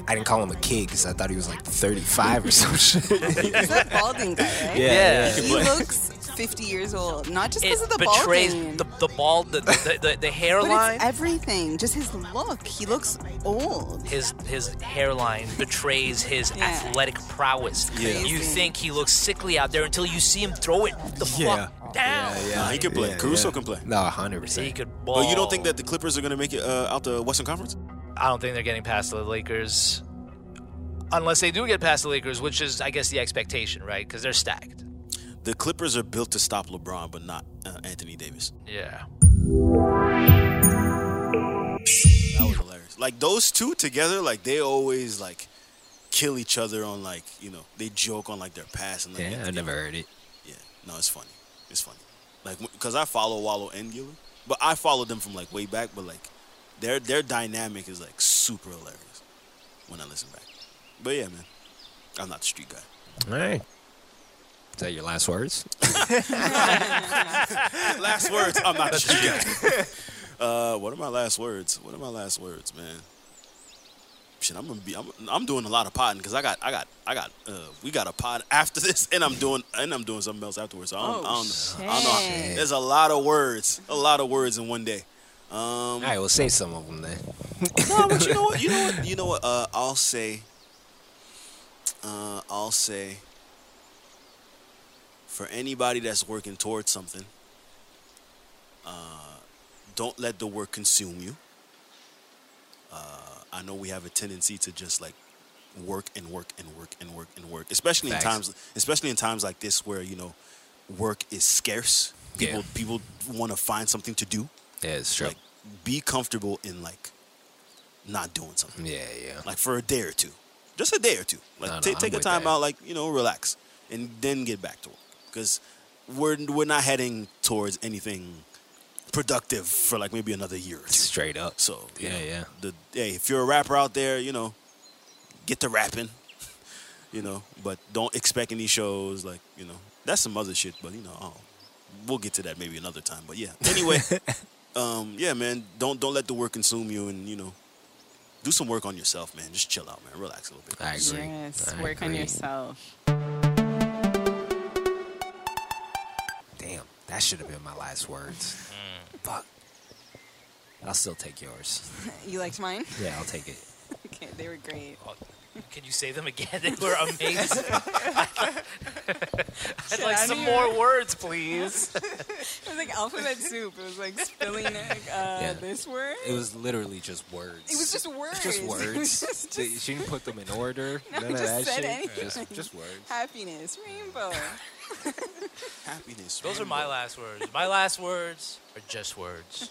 Speaker 1: I didn't call him a kid because I thought he was like 35 or some (laughs) shit.
Speaker 4: He's that balding guy,
Speaker 1: Yeah,
Speaker 4: right?
Speaker 1: Yeah. yeah.
Speaker 4: He looks 50 years old, not just because of the
Speaker 2: Betrays
Speaker 4: balding.
Speaker 2: the, the bald, the, the, the, the
Speaker 4: (laughs) But
Speaker 2: hairline.
Speaker 4: it's everything. Just his look. He looks old.
Speaker 2: his his hairline betrays his
Speaker 4: Yeah.
Speaker 2: athletic prowess.
Speaker 3: Yeah.
Speaker 2: You think he looks sickly out there until you see him throw it the fuck down.
Speaker 3: Nah, he can play.
Speaker 1: Yeah,
Speaker 3: Caruso
Speaker 1: yeah.
Speaker 3: can play.
Speaker 1: No, 100%.
Speaker 2: He could ball.
Speaker 3: But you don't think that the Clippers are going to make it uh, out the Western Conference?
Speaker 2: I don't think they're getting past the Lakers, unless they do get past the Lakers, which is I guess the expectation, right? Because they're stacked.
Speaker 3: The Clippers are built to stop LeBron, but not uh, Anthony Davis.
Speaker 2: Yeah.
Speaker 3: That was hilarious. Like those two together, like they always like kill each other on like you know they joke on like their past and like
Speaker 1: Yeah, I never heard it.
Speaker 3: yeah. No, it's funny. It's funny. Like because I follow Wallow and Gilly, but I followed them from like way back. But like their their dynamic is like super hilarious when I listen back. But yeah, man, I'm not the street guy.
Speaker 1: All right. Is that your last words?
Speaker 3: (laughs) last words. I'm not a street guy. (laughs) Uh, what are my last words? What are my last words, man? Shit, I'm gonna be. I'm, I'm doing a lot of potting because I got, I got, I got. Uh, we got a pot (laughs) after this, and I'm doing, and I'm doing something else afterwards. So I don't, I don't, I don't know.
Speaker 1: shit.
Speaker 3: There's a lot of words, a lot of words in one day. Um, All
Speaker 1: right, we'll say some of them then.
Speaker 3: no, but you know what? You know what? You know what? Uh, I'll say. Uh, I'll say. For anybody that's working towards something, uh, don't let the work consume you. Uh, I know we have a tendency to just like work and work and work and work and work, especially
Speaker 1: Facts.
Speaker 3: in times, especially in times like this where you know work is scarce. People
Speaker 1: Yeah.
Speaker 3: people want to find something to do.
Speaker 1: Yeah, it's true.
Speaker 3: Be comfortable in like not doing something.
Speaker 1: Yeah, yeah.
Speaker 3: Like for a day or two, just a day or two. Like
Speaker 1: No, no,
Speaker 3: ta-
Speaker 1: I'm
Speaker 3: take a
Speaker 1: with
Speaker 3: time
Speaker 1: that.
Speaker 3: out, like you know, relax, and then get back to work because we're we're not heading towards anything productive for like maybe another year. Or two.
Speaker 1: Straight up.
Speaker 3: So you
Speaker 1: Yeah,
Speaker 3: know,
Speaker 1: yeah.
Speaker 3: The hey, if you're a rapper out there, you know, get to rapping. (laughs) You know, but don't expect any shows. Like you know, that's some other shit. But you know, oh, we'll get to that maybe another time. But yeah. Anyway,
Speaker 1: (laughs)
Speaker 3: um, yeah, man, don't don't let the work consume you, and you know, do some work on yourself, man. Just chill out, man. Relax a little bit.
Speaker 1: I agree.
Speaker 4: Yes,
Speaker 1: I
Speaker 4: work on
Speaker 1: agree.
Speaker 4: yourself.
Speaker 1: Damn, that should have been my last words. Fuck. I'll still take yours.
Speaker 4: You liked mine? (laughs)
Speaker 1: Yeah, I'll take it.
Speaker 4: Okay, they were great.
Speaker 2: Can you say them again? (laughs) They were (laughs) amazing. I'd
Speaker 4: Shit,
Speaker 2: like
Speaker 4: I
Speaker 2: some
Speaker 4: knew-
Speaker 2: more words, please.
Speaker 4: It was like alphabet soup. It was like spilling like, uh,
Speaker 1: Yeah.
Speaker 4: this word.
Speaker 1: It was literally just words.
Speaker 4: It was just words.
Speaker 1: Just
Speaker 4: (laughs) It was
Speaker 1: words.
Speaker 4: just-
Speaker 1: They- she didn't put them in order.
Speaker 4: (laughs) No,
Speaker 1: none of
Speaker 4: just
Speaker 1: that
Speaker 4: said
Speaker 1: shit.
Speaker 4: anything.
Speaker 1: Just, just words.
Speaker 4: Happiness,
Speaker 1: (laughs)
Speaker 4: rainbow.
Speaker 3: Happiness.
Speaker 2: Those are my last words. My last words are just words.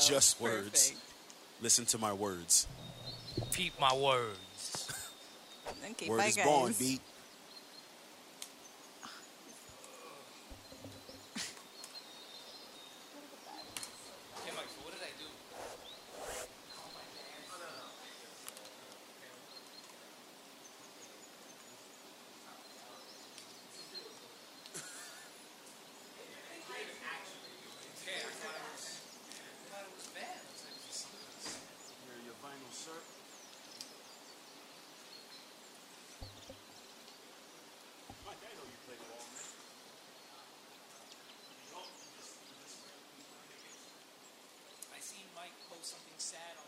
Speaker 3: Just words. Listen to my words.
Speaker 2: Peep my words.
Speaker 4: Okay,
Speaker 3: Word
Speaker 4: bye
Speaker 3: is
Speaker 4: guys.
Speaker 3: born, beat.
Speaker 2: I seen Mike post something sad on